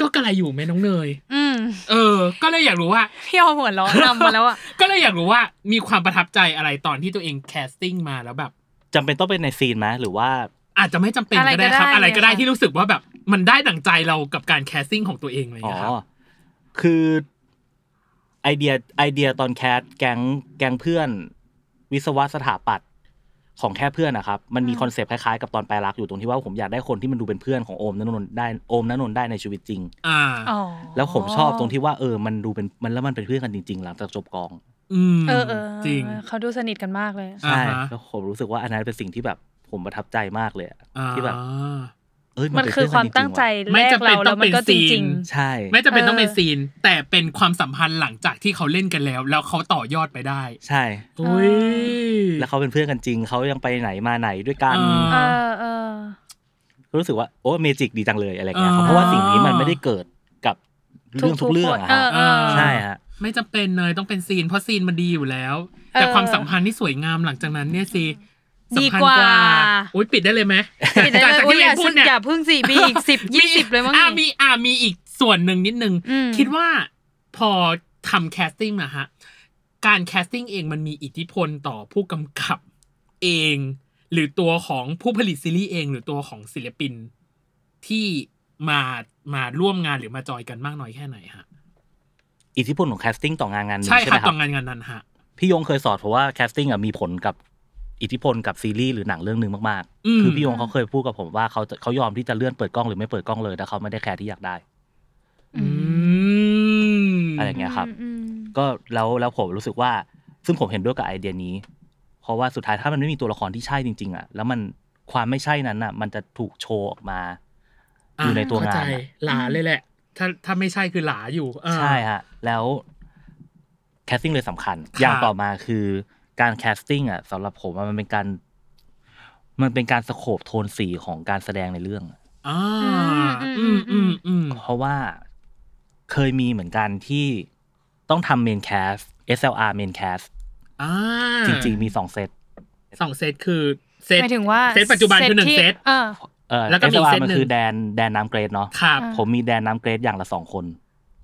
A: ก็กระไรอยู่ไหมน้องเนย
B: อืม
A: เออ ก็เลยอยากรู้ว่า
B: พี่เอาหัวเราะนำมาแล้วอ่ะ
A: ก็เลยอยากรู้ว่ามีความประทับใจอะไรตอนที่ตัวเองแคสติ้งมาแล้วแบบ
C: จำเป็นต้องเป็นในซีนไหมหรือว่า
A: อาจจะไม่จำเป็นก็ได้ครับ
B: อะ
A: อะไร ไร
B: ก็
A: ก็
B: ได้
A: ได้
B: เลยค่ะ
A: ที่รู้สึกว่าแบบมันได้ดั่งใจเรากับการแคสติ้งของตัวเองอะไรอย่างเลยครับ
C: คือไอเดียไอเดียตอนแคสแก๊งแก๊งเพื่อน วิศวะสถาปัตย์ของแค่เพื่อนนะครับ มันมีคอนเซปต์คล้ายๆกับตอนไปลายรักอยู่ตรงที่ว่าผมอยากได้คนที่มันดูเป็นเพื่อนของโอมนนนท์ได้โอมนนนท์ได้ในชีวิตจริง
A: อ่า
B: อ๋อ
C: แล้วผมชอบตรงที่ว่าเออมันดูเป็นมันแล้วมันเป็นเพื่อนกันจริง ๆ หลังจากจบกอง
A: อืม
B: เออเออ
A: จริง
B: เขาดูสนิทกันมากเลย
A: อ่า
C: ใช่
A: ฮะ
C: แล้วผมรู้สึกว่าอันนั้นเป็นสิ่งที่แบบผมประทับใจมากเลยอะ
A: อ่า
C: ที่แบบเอ้ย
B: มัน
C: เป็
B: คือค
C: เพื่กั
B: วาม
C: ริๆ
B: ตั้งใจ
C: ว่ะ
B: แรกเราแล้วมันก็จริง
C: ใช่
A: ไม่จำเป็นต้องเป็น
B: เออ
A: ซีน แต่เป็นความสัมพันธ์หลังจากที่เขาเล่นกันแล้ว แล้วเขาต่อยอดไปได้
C: ใช่
A: อุ้ย
C: แล้วเขาเป็นเพื่อนกันจริง เขายังไปไหนมาไหนด้วยกัน
A: อ่า
B: ๆ เออเออ
C: รู้สึกว่าโอ้เมจิกดีจังเลยอะไรเงี้ยครับ
A: อ่า
C: เพราะว่าสิ่งนี้มันไม่ได้เกิดกับเรื่องทุกเรื่องอะ
B: ทุกๆคนเอ
C: ฮะ
B: อเออ
C: ใช่ฮะ
A: ไม่จำเป็นเลยต้องเป็นซีน เพราะซีนมันดีอยู่แล้ว แต่
B: เออ
A: ความสัมพันธ์ที่สวยงามหลังจากนั้นเนี่ยสิ
B: ดี
A: สัมพันธ์
B: กว่า
A: อุ้ยปิดได้เลยไหม
B: ปิดได้เลย
A: จาก
B: โอ้
A: ที่
B: ย
A: เร
B: อย่าน
A: พูดเนี่ย
B: อย่าเพึ่งสี่มี อีกสิบยี่สิบเลยมั้ง
A: อ่ะมี
B: นี่
A: อ่ะมีอีกส่วนหนึ่งนิดนึง
B: อืม
A: คิดว่าพอทำแคสติ้งนะฮะ การแคสติ้งเองมันมีอิทธิพลต่อผู้กำกับเอง หรือตัวของผู้ผลิตซีรีส์เอง หรือตัวของศิลปินที่มามาร่วมงานหรือมาจอยกันมากน้อยแค่ไหนฮะ
C: อิทธิพลของแคสติ้งต่องานงานหนึง
A: ใช่ค
C: ใช่ไห
A: รั
C: ม
A: บ
C: ค
A: ต่
C: รั
A: อบ งานงานนั้นฮะ
C: พี่ยงเคยสอนเพราะว่าแคสติ้งอะมีผลกับอิทธิพลกับซีรีส์หรือหนังเรื่องหนึ่งมาก
A: อืม
C: ๆ คือพี่ยงเขาเคยพูดกับผมว่าเขาจะเขายอมที่จะเลื่อนเปิดกล้องหรือไม่เปิดกล้องเลยถ้าเขาไม่ได้แคร์ที่อยากได้
A: อืม
C: อะไรเงี้ยครับ
B: อืม
C: ก็แล้วแล้วผมรู้สึกว่า ซึ่งผมเห็นด้วยกับไอเดียนี้ เพราะว่าสุดท้ายถ้ามันไม่มีตัวละครที่ใช่จริง ๆอะแล้วมันความไม่ใช่นั้นอะมันจะถูกโชว์ออกมา อยู่ในตัว
A: เข้
C: งา
A: ใจ
C: นอะ
A: หลาเลยแหละ ถ้าถ้าไม่ใช่คือหลาอยู่อ่า
C: ใช่ฮะ แล้วแคสติ้งเลยสำคัญ
A: ครับ
C: อย่างต่อมาคือการแคสติ้งอ่ะสำหรับผมอะมันเป็นการ มันเป็นการสโคบโทนสีของการแสดงในเรื่องอะ
A: อ่าอืมอืมอืม
C: เพราะว่าเคยมีเหมือนกันที่ต้องทำเมนแคส SLR เมนแคส
A: อ่า
C: จริง ๆ มีสองเซต
A: สองเซตคือเซต
B: หมายถึงว่า
A: เซตปัจจุบันคือหนึ่ง
B: ที่
A: เซต
B: เออ
C: เออ
A: แล้วก็มีอีก
C: SLR
A: เซต
C: มัน
A: หนึ่ง
C: คือแดนแดนน้ำเกรดเนาะ
A: ครับ
B: อ่า
C: ผมมีแดนน้ำเกรดอย่างละสองคน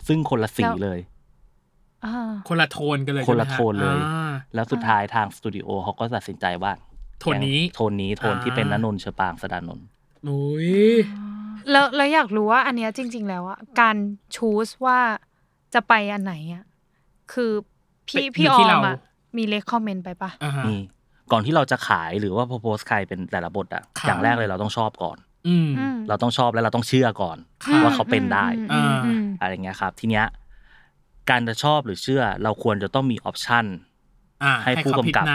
C: ซึ่งคนละสีเลย
B: อ่า
A: คนละโทนกันเลย
C: คนละ
A: ใช่ไหมฮ
C: โทนเลย
A: อ่า
C: แล้วสุดท้ายทางสตูดิโอเขาก็ตัดสินใจว่า
A: โทนนี้
C: โทนนี้โทนที่เป็นน
A: อ่าน
C: นนท์เชอปางสดานนท์
A: โอ้ย
B: แล้วแล้วอยากรู้ว่าอันเนี้ยจริง ๆ แล้วอะการชูสว่าจะไปอันไหนอะคือพี่พี่ออมอะมีเลคคอมเมนต์ไปปะ
A: อ่าฮะ
C: นี่ก่อนที่เราจะขายหรือว่า propose ใครเป็นแต่ละบทอะ
A: ครับ
C: อย่างแรกเลยเราต้องชอบก่อน
A: อืม
B: อืม
C: เราต้องชอบแล้วเราต้องเชื่อก่อน
A: ครับ
C: ว่าเขาเป็นได้
B: อืมอืมอืม
C: อะไรเงี้ยครับ ทีเนี้ยการจะชอบหรือเชื่อ เราควรจะต้องมีออปชัน
A: อ่า
C: ให้ผู้กำกับ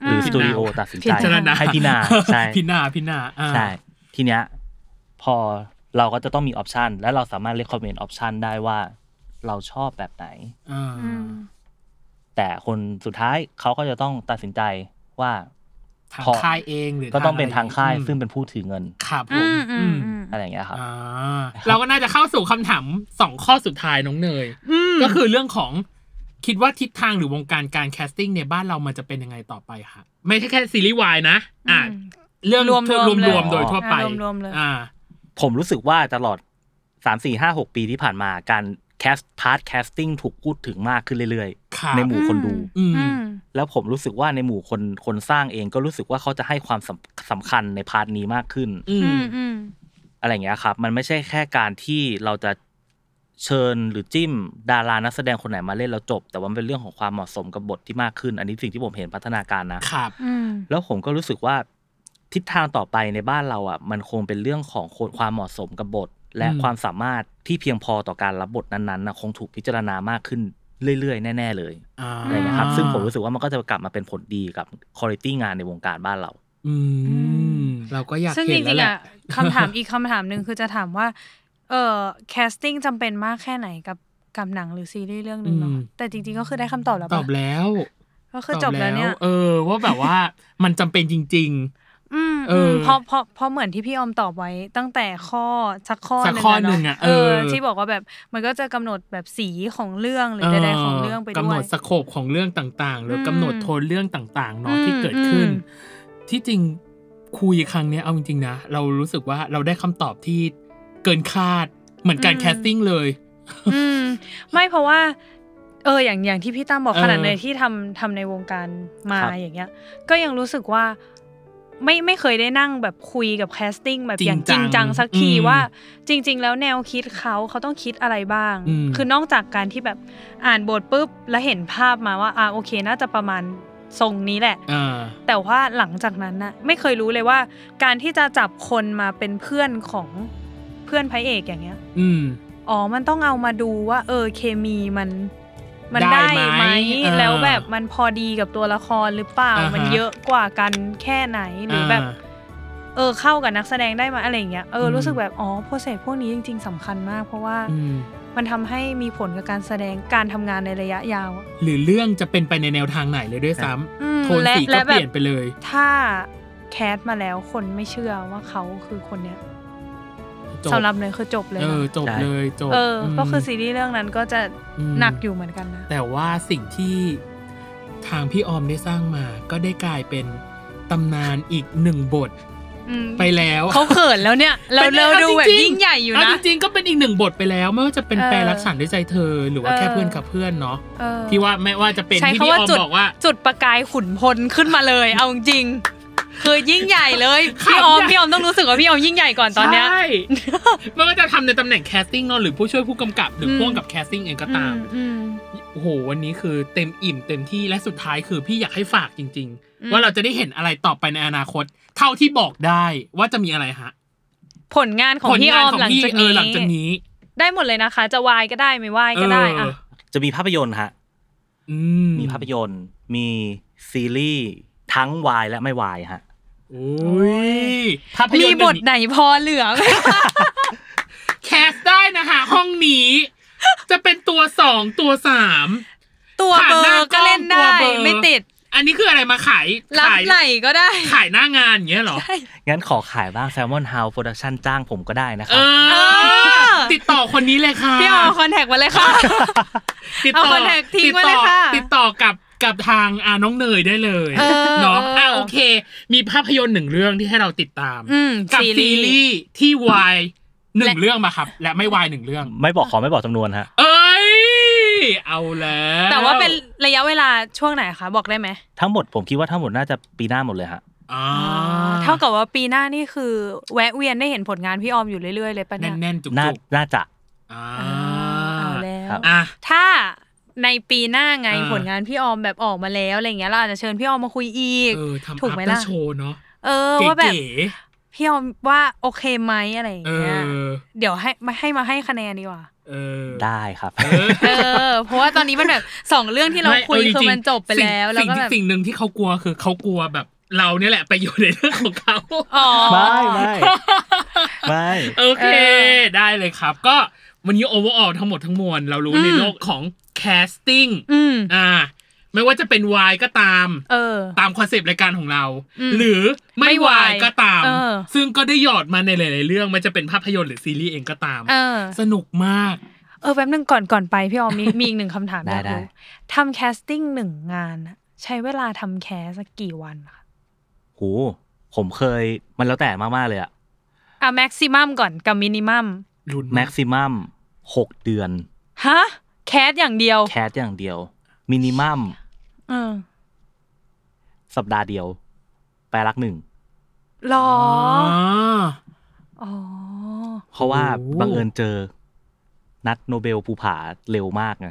A: ให้เขา
C: หรือ
B: ม
C: สตูดิโอตัดสิน
A: พิ
C: ใจ
A: จารณา
C: ให้พินาใช่
A: พินาพินาอ่า
C: ใช่ทีเนี้ยพอเราก็จะต้องมีออปชันและเราสามารถ recommend ออปชันได้ว่าเราชอบแบบไหน
A: อ่า
B: อืม
C: แต่คนสุดท้ายเขาก็จะต้องตัดสินใจว่า
A: ทาง
C: พอ
A: ค่ายเองหรือ
C: ก็ต้องเป็นทางค่าย
A: อืม
C: ซึ่งเป็นผู้ถือเงิน
A: ครับผ
B: อื
A: ม
B: มอื
A: อื
B: ม
A: ม
B: อืม
C: อะไรอย่างเงี้ยครับ
A: อ่าเราก็น่าจะเข้าสู่คำถามสองข้อสุดท้ายน้องเนย ก็คือเรื่องของคิดว่าทิศทางหรือวงการการแคสติ้งในบ้านเรามันจะเป็นยังไงต่อไปคะไม่ใช่แค่ซีรีส์วายนะ อ่า
B: อืม
A: เรื่อง
B: รวมๆ
A: ทั่
B: เลย
A: รวมๆโดยทั่วไป
B: อ่ารวมๆเลย
A: อ่า
C: ผมรู้สึกว่าตลอด 3 4 5 6 ปีที่ผ่านมาการแคสพาร์ทแคสติ้งถูกพูดถึงมากขึ้นเรื่อย
A: ครับ
C: ๆ ในหมู่คนดู
A: อืม
B: อืม
C: แล้วผมรู้สึกว่าในหมู่คนคนสร้างเองก็รู้สึกว่าเขาจะให้ความสำสำคัญในพาร์ทนี้มากขึ้น
A: อื
B: อื
A: ม
B: มอืม
C: อะไรอย่างเงี้ยครับ มันไม่ใช่แค่การที่เราจะเชิญหรือจิ้มดารานักแสดงคนไหนมาเล่นแล้วจบ แต่ว่ามันเป็นเรื่องของความเหมาะสมกับบทที่มากขึ้น อันนี้สิ่งที่ผมเห็นพัฒนาการนะ
A: ครับ
B: อืม
C: แล้วผมก็รู้สึกว่าทิศทางต่อไปในบ้านเราอ่ะ มันคงเป็นเรื่องของคนความเหมาะสมกับบท และ
A: อืม
C: ความสามารถที่เพียงพอต่อการรับบทนั้นๆนะคงถูกพิจารณามากขึ้นเรื่อยๆ แน่ ๆ เลย
A: อ่า
C: อะไรอย่างเงี้ยครับซึ่งผมรู้สึกว่ามันก็จะกลับมาเป็นผลดีกับคุณภาพงานในวงการบ้านเรา
A: อื
B: อื
A: ม
B: ม
A: เราก็อยาก
B: ซึ่งจ
A: เห็นแล้
B: ริ
A: ว
B: ง
A: แห
B: ๆ
A: ละ
B: อ่ะคำถาม อีกคำถามหนึ่งคือจะถามว่า เอ่อแคสติ้งจำเป็นมากแค่ไหนกับกับหนังหรือซีรีส์เรื่องหนึ่งเนาะ
A: อืม
B: แต่จริงๆก็คือได้คำตอบแล้ว
A: ต
B: ปะ
A: อบแล้ว
B: ก็คือจบแล้วเนี่ย
A: เออ ว่าแบบว่า มันจำเป็นจริง
B: อืม
A: เอออื
B: มเพราะเพราะเพราะเหมือนที่พี่ออมตอบไว้ตั้งแต่ข้อสักข้อ
A: สักข้อหนึ่งอะ
B: เะ
A: เอ
B: เอ
A: อ
B: อ ที่บอกว่าแบบมันก็จะกำหนดแบบสีของเรื่องห
A: ๆ
B: รือใดๆของเรื่องไปด้วย
A: กำหนดสโคปของเรื่องต่างๆ หรืออ
B: ม
A: กำหนดโทนเรื่องต่างๆเนาะ
B: อืม
A: ที่เกิดขึ้น
B: อืม
A: ที่จริงคุยครั้งเนี้ยเอาจริงๆนะ เรารู้สึกว่าเราได้คำตอบที่เกินคาดเหมือนการแคสติ้งเลย
B: อืมไม่เพราะว่า เอออย่างอย่างที่พี่ตั้มบอก
A: เออ
B: ขนาดในที่ทำทำในวงการมา
C: ครับ
B: อย่างเงี้ย ก็ยังรู้สึกว่าไม่ไม่เคยได้นั่งแบบคุยกับแคสติ้งแบบ
A: จริง
B: อย่างจริงจัง
A: จัง
B: สักที
A: อืม
B: ว่าจริง ๆ แล้วแนวคิดเขาเขาต้องคิดอะไรบ้าง
A: อืม
B: คือนอกจากการที่แบบอ่านบทปุ๊บแล้วเห็นภาพมาว่าอ่าโอเคน่าจะประมาณทรงนี้แหละ
A: อ่า
B: แต่ว่าหลังจากนั้นน่ะไม่เคยรู้เลยว่า การที่จะจับคนมาเป็นเพื่อนของเพื่อนพระเอกอย่างเงี้ย
A: อืม
B: อ๋อ มันต้องเอามาดูว่า เออ เคมีมัน มัน
A: ได้
B: ได้
A: ไหม
B: ไหม
A: เออ
B: แล้วแบบมันพอดีกับตัวละครหรือเปล่า
A: อ่าฮะ
B: มันเยอะกว่ากันแค่ไหน หรือแบบ
A: อ่า
B: เออ เข้ากับนักแสดงได้ไหมอะไรอย่างเงี้ย เออ
A: อืม
B: รู้สึกแบบ อ๋อ โปรเซสพวกนี้จริง ๆสำคัญมาก เพราะว่า
A: อืม
B: มันทำให้มีผลกับการแสดง การทำงานในระยะยาวอะ
A: หรือเรื่องจะเป็นไปในแนวทางไหนเลยด้วยซ้
B: อืม
A: ำโทนสี
B: และ
A: ก็เป
B: และแบบ
A: ลี่ยนไปเลย
B: ถ้าแคสมาแล้วคนไม่เชื่อว่าเขาคือคนเนี้ย
A: จบ
B: สำหรับเนยคือจบเลย
A: เอ
B: นะ
A: อจบเลยจบ
B: เอออ
A: ม
B: ก็คือซีรีส์เรื่องนั้นก็จะ
A: อืม
B: หนักอยู่เหมือนกันนะ
A: แต่ว่าสิ่งที่ทางพี่ออมได้สร้างมา ก็ได้กลายเป็นตำนานอีกหนึ่งบท
B: อืม
A: ไปแล้ว
B: เขาเขินแล้วเนี่ย เรา
A: เป็น
B: เราดูแบบ
A: จริๆ
B: ยิ่งใหญ่อยู่นะ
A: เาจริงๆก็เป็นอีกหนึ่งบทไปแล้ว ไม่ว่าจะเป็น
B: เออ
A: แปรรักสันด้วยใจเธอ หรือว่าแค่
B: เออ
A: เพื่อนกับเพื่อนเนาะ
B: เออ
A: ที่ว่าไม่ว่าจะเป็น
B: ใช้
A: ที่
B: คำ
A: พี่อ
B: ว่า
A: อม
B: จุด
A: บอกว่า
B: จุดประกายขุนพลขึ้นมาเลย เอาจริงๆคือยิ่งใหญ่เลย
A: ขำ
B: พี่ออม
A: ใหญ่
B: พี่ออมต้องรู้สึกว่าพี่ออมยิ่งใหญ่ก่อนตอนเนี้ย
A: ใช่ ไม่ว่าจะทำในตำแหน่งแคสติ้งเนาะหรือผู้ช่วยผู้กำกับ หรืออ
B: ม
A: พ่วงกับแคสติ้งเองก็ตาม
B: อืม
A: โอ้โห วันนี้คือเต็มอิ่มเต็มที่และสุดท้ายคือพี่อยากให้ฝากจริง
B: อืม
A: ๆ ว่าเราจะได้เห็นอะไรต่อไปในอนาคต เท่าที่บอกได้ว่าจะมีอะไรฮะ
B: ผลงานของ
A: ผล
B: พี่อง
A: าน
B: อม
A: ของ
B: หลัง
A: พี่
B: จาก
A: เอ
B: นี้
A: อหลังจากนี้
B: ได้หมดเลยนะคะ จะวายก็ได้ไม่วายก็ได้
A: เออ
B: อะ
C: จะมีภาพยนตร์ฮะ
A: อืม
C: มีภาพยนตร์มีซีรีส์ทั้งวายและไม่วายฮะ
A: โอ้ยภาพย
B: มี
A: นตร์เดี๋ย
B: บ
A: ว
B: ท
A: นี้
B: ไหนพอเหลือไห ม
A: แคสได้นะฮะห้องนี้ จะเป็นตัวสองตัวสาม
B: ตัว
A: ผ่านห
B: เบอ
A: น้า
B: ร์ก็เล่น
A: ล้องว
B: ได้
A: เบอร์
B: ไม่ติด
A: อันนี้คืออะไรมาขาย
B: รับ
A: ขาย
B: ไหลก็ได้
A: ขายหน้างานอย่างเงี้ยเหรอ
C: งั้นขอขายบ้างแซลมอนเฮาส์โปรดักชั่นจ้างผมก็ได้นะค
A: เอ
C: รับ
A: อ
B: อ
A: ติดต่อคนนี้เลยค่ะ
B: พี่ออมคอนแทคมาเลยค่ะ
A: ติด
B: เอา
A: ต่อ
B: contact ทิ้ง
A: ติด
B: ไว้
A: ต่
B: เลย
A: อ
B: ค่ะ
A: ติดต่อกับกับทางอาน้องเนยได้เลย
B: เออ
A: เนาะ
B: เอออ่
A: อ่ะโอเค มีภาพยนตร์หนึ่งเรื่องที่ให้เราติดตาม
B: อืม
A: กั
B: ซี
A: ซี
B: รีส์
A: รีส์ที่วายหนึ่งเรื่องมาครับ และไม่วายหนึ่งเรื่อง
C: ไม่บอกขอไม่บอกจำนวนฮะ
A: เอ้ย เอาแล้ว
B: แต่ว่าเป็นระยะเวลาช่วงไหนคะบอกได้ไหม
C: ทั้งหมดผมคิดว่าทั้งหมดน่าจะปีหน้าหมดเลยฮะ
A: อ่า
B: เท่ากับว่าปีหน้านี่คือ แวะเวียนได้เห็นผลงานพี่ออมอยู่เรื่อยๆเลยปะเนี่ย
A: แน่นๆ จุก
C: น่า
A: จุก
C: น่าจะ
A: อ่า
B: อ่าเอาแล้ว
A: อ่ะ
B: ถ้าในปีหน้าไง
A: อ่า
B: ผลงานพี่ออมแบบออกมาแล้วอะไรอย่างเงี้ยเราอาจจะเชิญพี่ออมมาคุยอีก
A: เออทำ
B: ถูกไหมล่ะ
A: โชว์เนาะ
B: เออว่าแบบ
A: เก๋
B: พี่ออมว่าโอเคไหมอะไรอย่าง
A: ๆเอ
B: เงี้ย
A: อ
B: เดี๋ยวให้มาให้มาให้คะแนนดีกว่า
A: เออ
C: ได้ครับ
B: เออ เพราะว่าตอนนี้มันแบบสองเรื่องที่เรา
A: ไม่
B: คุย
A: เจ
B: คื
A: ริ
B: อง
A: ๆ
B: มันจบไปแล้วแล้ว
A: สิ่ง
B: ก็
A: สิ่ง
B: แบบ
A: สิ่งหนึ่งที่เขากลัวคือเขากลัวแบบ เราเนี่ยแหละไปอยู่ในเรื่องของเขา
B: อ๋อ
C: ไม่ไม่ไม่
A: โอเค
B: เออ
A: ได้เลยครับ ก็วันนี้โอเวอร์ออทั้งหมดทั้งมวล เรารู้
B: อืม
A: ในโลกของแคสติ้ง
B: อืม
A: อ่า ไม่ว่าจะเป็นวายก็ตาม
B: เออ
A: ตามคอนเซปต์รายการของเรา
B: อืม
A: หรือไม่
B: ไม่
A: วาว
B: าย ย
A: ก็ตาม
B: เออ
A: ซึ่งก็ได้หยอดมาในหลาย ๆ เรื่องมันจะเป็นภาพยนตร์หรือซีรีส์เองก็ตาม
B: เออ
A: สนุกมาก
B: เออแป๊บนึงก่อนก่อนไปพี่ออมมี มีอีกหนึ่งคำถาม
C: ได้
B: อยาก
C: ได้
B: รู้ทำแคสติ้งหนึ่งงานน่ะใช้เวลาทำแคสสักกี่วันอะคะ
C: โหผมเคยมันแล้วแต่มาก ๆ เลยอะ
B: อ่ะแม็กซิมัมก่อนกับมินิมัม
A: รุน
C: แม็กซิมัมหกเดือน
B: ฮะแคสอย่างเดียว
C: แคสอย่างเดียว มินิมัม
B: เออ
C: สัปดาห์เดียว แปลรักหนึ่ง
B: หรอ
A: อ
B: อ๋อ
C: เพราะว่า
A: โอ้
C: บังเอิญเจอ นัดโนเบลภูผาเร็วมากไง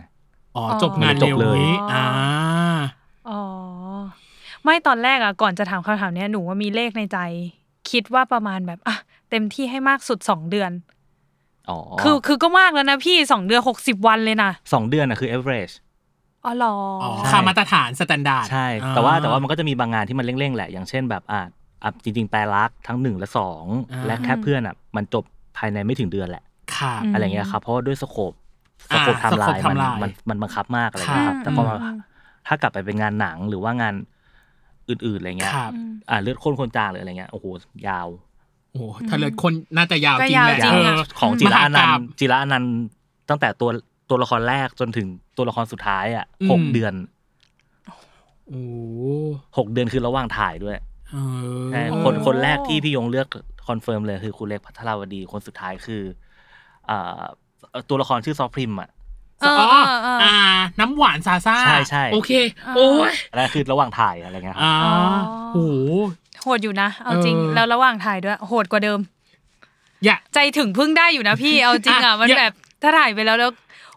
A: อ๋อ จบงานเร็วนี้อ่า
B: อ๋อไม่ตอนแรกอ่ะก่อนจะถามคำถามเนี้ยหนูว่ามีเลขในใจ คิดว่าประมาณแบบอ่ะเต็มที่ให้มากสุดสองเดือน
C: อ๋อ
B: คือคือก็มากแล้วนะพี่สองเดือนหกสิบวันเลยนะ
C: สองเดือนอะคือ average
B: อ๋อหรอ
A: อ๋
B: อ
A: อค่ามาตรฐานสแตนดาร์ด
C: ใช่ แต่ว่าแต่ว่ามันก็จะมีบางงานที่มันเร่ง ๆ แหละ อย่างเช่นแบบอ่ะอ่ะจริง ๆ แปลรักทั้งหนึ่งและสองและแค่เพื่อนอะมันจบภายในไม่ถึงเดือนแหละ
A: ค่ะ
B: ม
C: อะไรเงี้ยครับ เพราะว่าด้วยสโคปส
A: อ่า
C: โคปไทม์ไลน์
A: สโคป
C: มัน
A: timeline
C: มันมันบังคับมากอะไรเงี้ยครับ
B: ค่ะ
C: แต่พอมา
B: อืม
C: ถ้ากลับไปเป็นงานหนังหรือว่างานอื่น ๆ อะไรเงี้ย
A: ครับ
C: อ่าเลือดข้นคนจางหรืออะไรเงี้ยโอ้โหยาว
A: โอ้โหถ้าเลิศคนน่าจะยาว
B: ก็
A: จริง
B: ยาว
A: แหละ
B: จริงอะ
A: เ
C: ของจิระอ
A: มห
C: นั
A: ก
C: น
A: พ
C: ต์จิระอนันต์ตั้งแต่ตัวตัวละครแรกจนถึงตัวละครสุดท้ายอ่ะ
A: อืม
C: หกเดือน
A: โอ้โห
C: หกเดือนคือระหว่างถ่ายด้วย
A: เออ
C: ใช่คนคนแรกที่พี่ยงเลือกคอนเฟิร์มเลยคือคุณเล็กพัทราวดีคนสุดท้ายคืออ่าตัวละครชื่อซอฟพริมอ่ะ
B: เออ
A: อ๋อ
B: เออเออ
A: อ่า น้ำหวานซาซ่า
C: ใช่ใช่
A: โอเค โอ้ย
C: อันนั่นคือระหว่างถ่ายอะไรเงี้ยครับ
A: อ่า
B: อ๋อ
A: โอ้โห
B: โหดอยู่นะ เอาจริง
A: เออ
B: แล้วระหว่างถ่ายด้วย โหดกว่าเดิม
A: อยาก
B: ใจถึงพึ่งได้อยู่นะ พี่ เอาจริงอ่ะ
A: อ่ะ
B: มัน
A: อย่า
B: แบบถ้าถ่ายไปแล้วแล้ว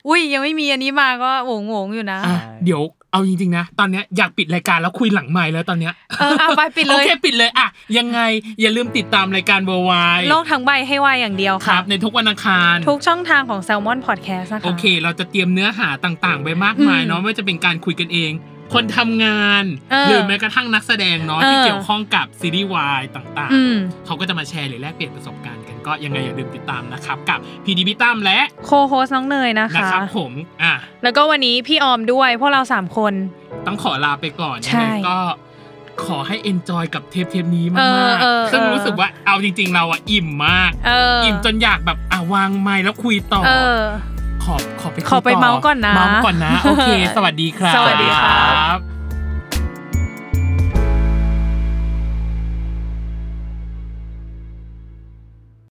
B: อุ้ยยังไม่มีอันนี้มาก็โงงงๆอยู่นะ
A: อ่ะเดี๋ยวเอาจริงๆนะ ตอนเนี้ยอยากปิดรายการแล้วคุยหลังไมค์แล้วตอนเนี้ย
B: เออเอาไปปิดเลย
A: โอเคปิดเลยอ่ะยังไงอย่าลืมติดตามรายการเวอร์ไว
B: โลกทั้งใบให้วายอย่างเดียว
A: ค
B: ค่ะ
A: รับในทุกวันอังคาร
B: ทุกช่องทางของ s ซ l m o n Podcast นะคะ
A: โอเค เราจะเตรียมเนื้อหาต่างๆ ไปมากมายเนาะ ไม่ว่าจะเป็นการคุยกันเอง คนทำงาน
B: เออ
A: หรือแม้กระทั่งนักแสดงเนาะ
B: เออ
A: ที่เกี่ยวข้องกับซีรีส์วายต่าง
B: อืม
A: ๆ เขาก็จะมาแชร์หรือแลกเปลี่ยนประสบการณ์กันก็ยังไงอย่าลืมติดตามนะครับ กับพีดีพิตั้มและ
B: โคโฮสน้องเนยนะ
A: นะคะ ครับผม อ่ะ
B: แล้วก็วันนี้พี่ออมด้วยพวกเราสามคน
A: ต้องขอลาไปก่อนยั
B: ใช่
A: งไงก็ขอให้ enjoy กับเทปเทปนี้มา
B: เออก เออ
A: ๆซึ่ง
B: เออ
A: รู้สึกว่าเอาจริง ๆ เราอะอิ่มมาก
B: เออ
A: อิ่มจนอยากแบบอ่ะวางไมค์แล้วคุยต่อ
B: เออ
A: ขอขอไปคุย
B: ขอไป
A: ต่
B: เมาส์ก่อนนะ
A: เมาส์ก่อนนะ โอเค สวัสดีครับ
B: สวัสดีครับ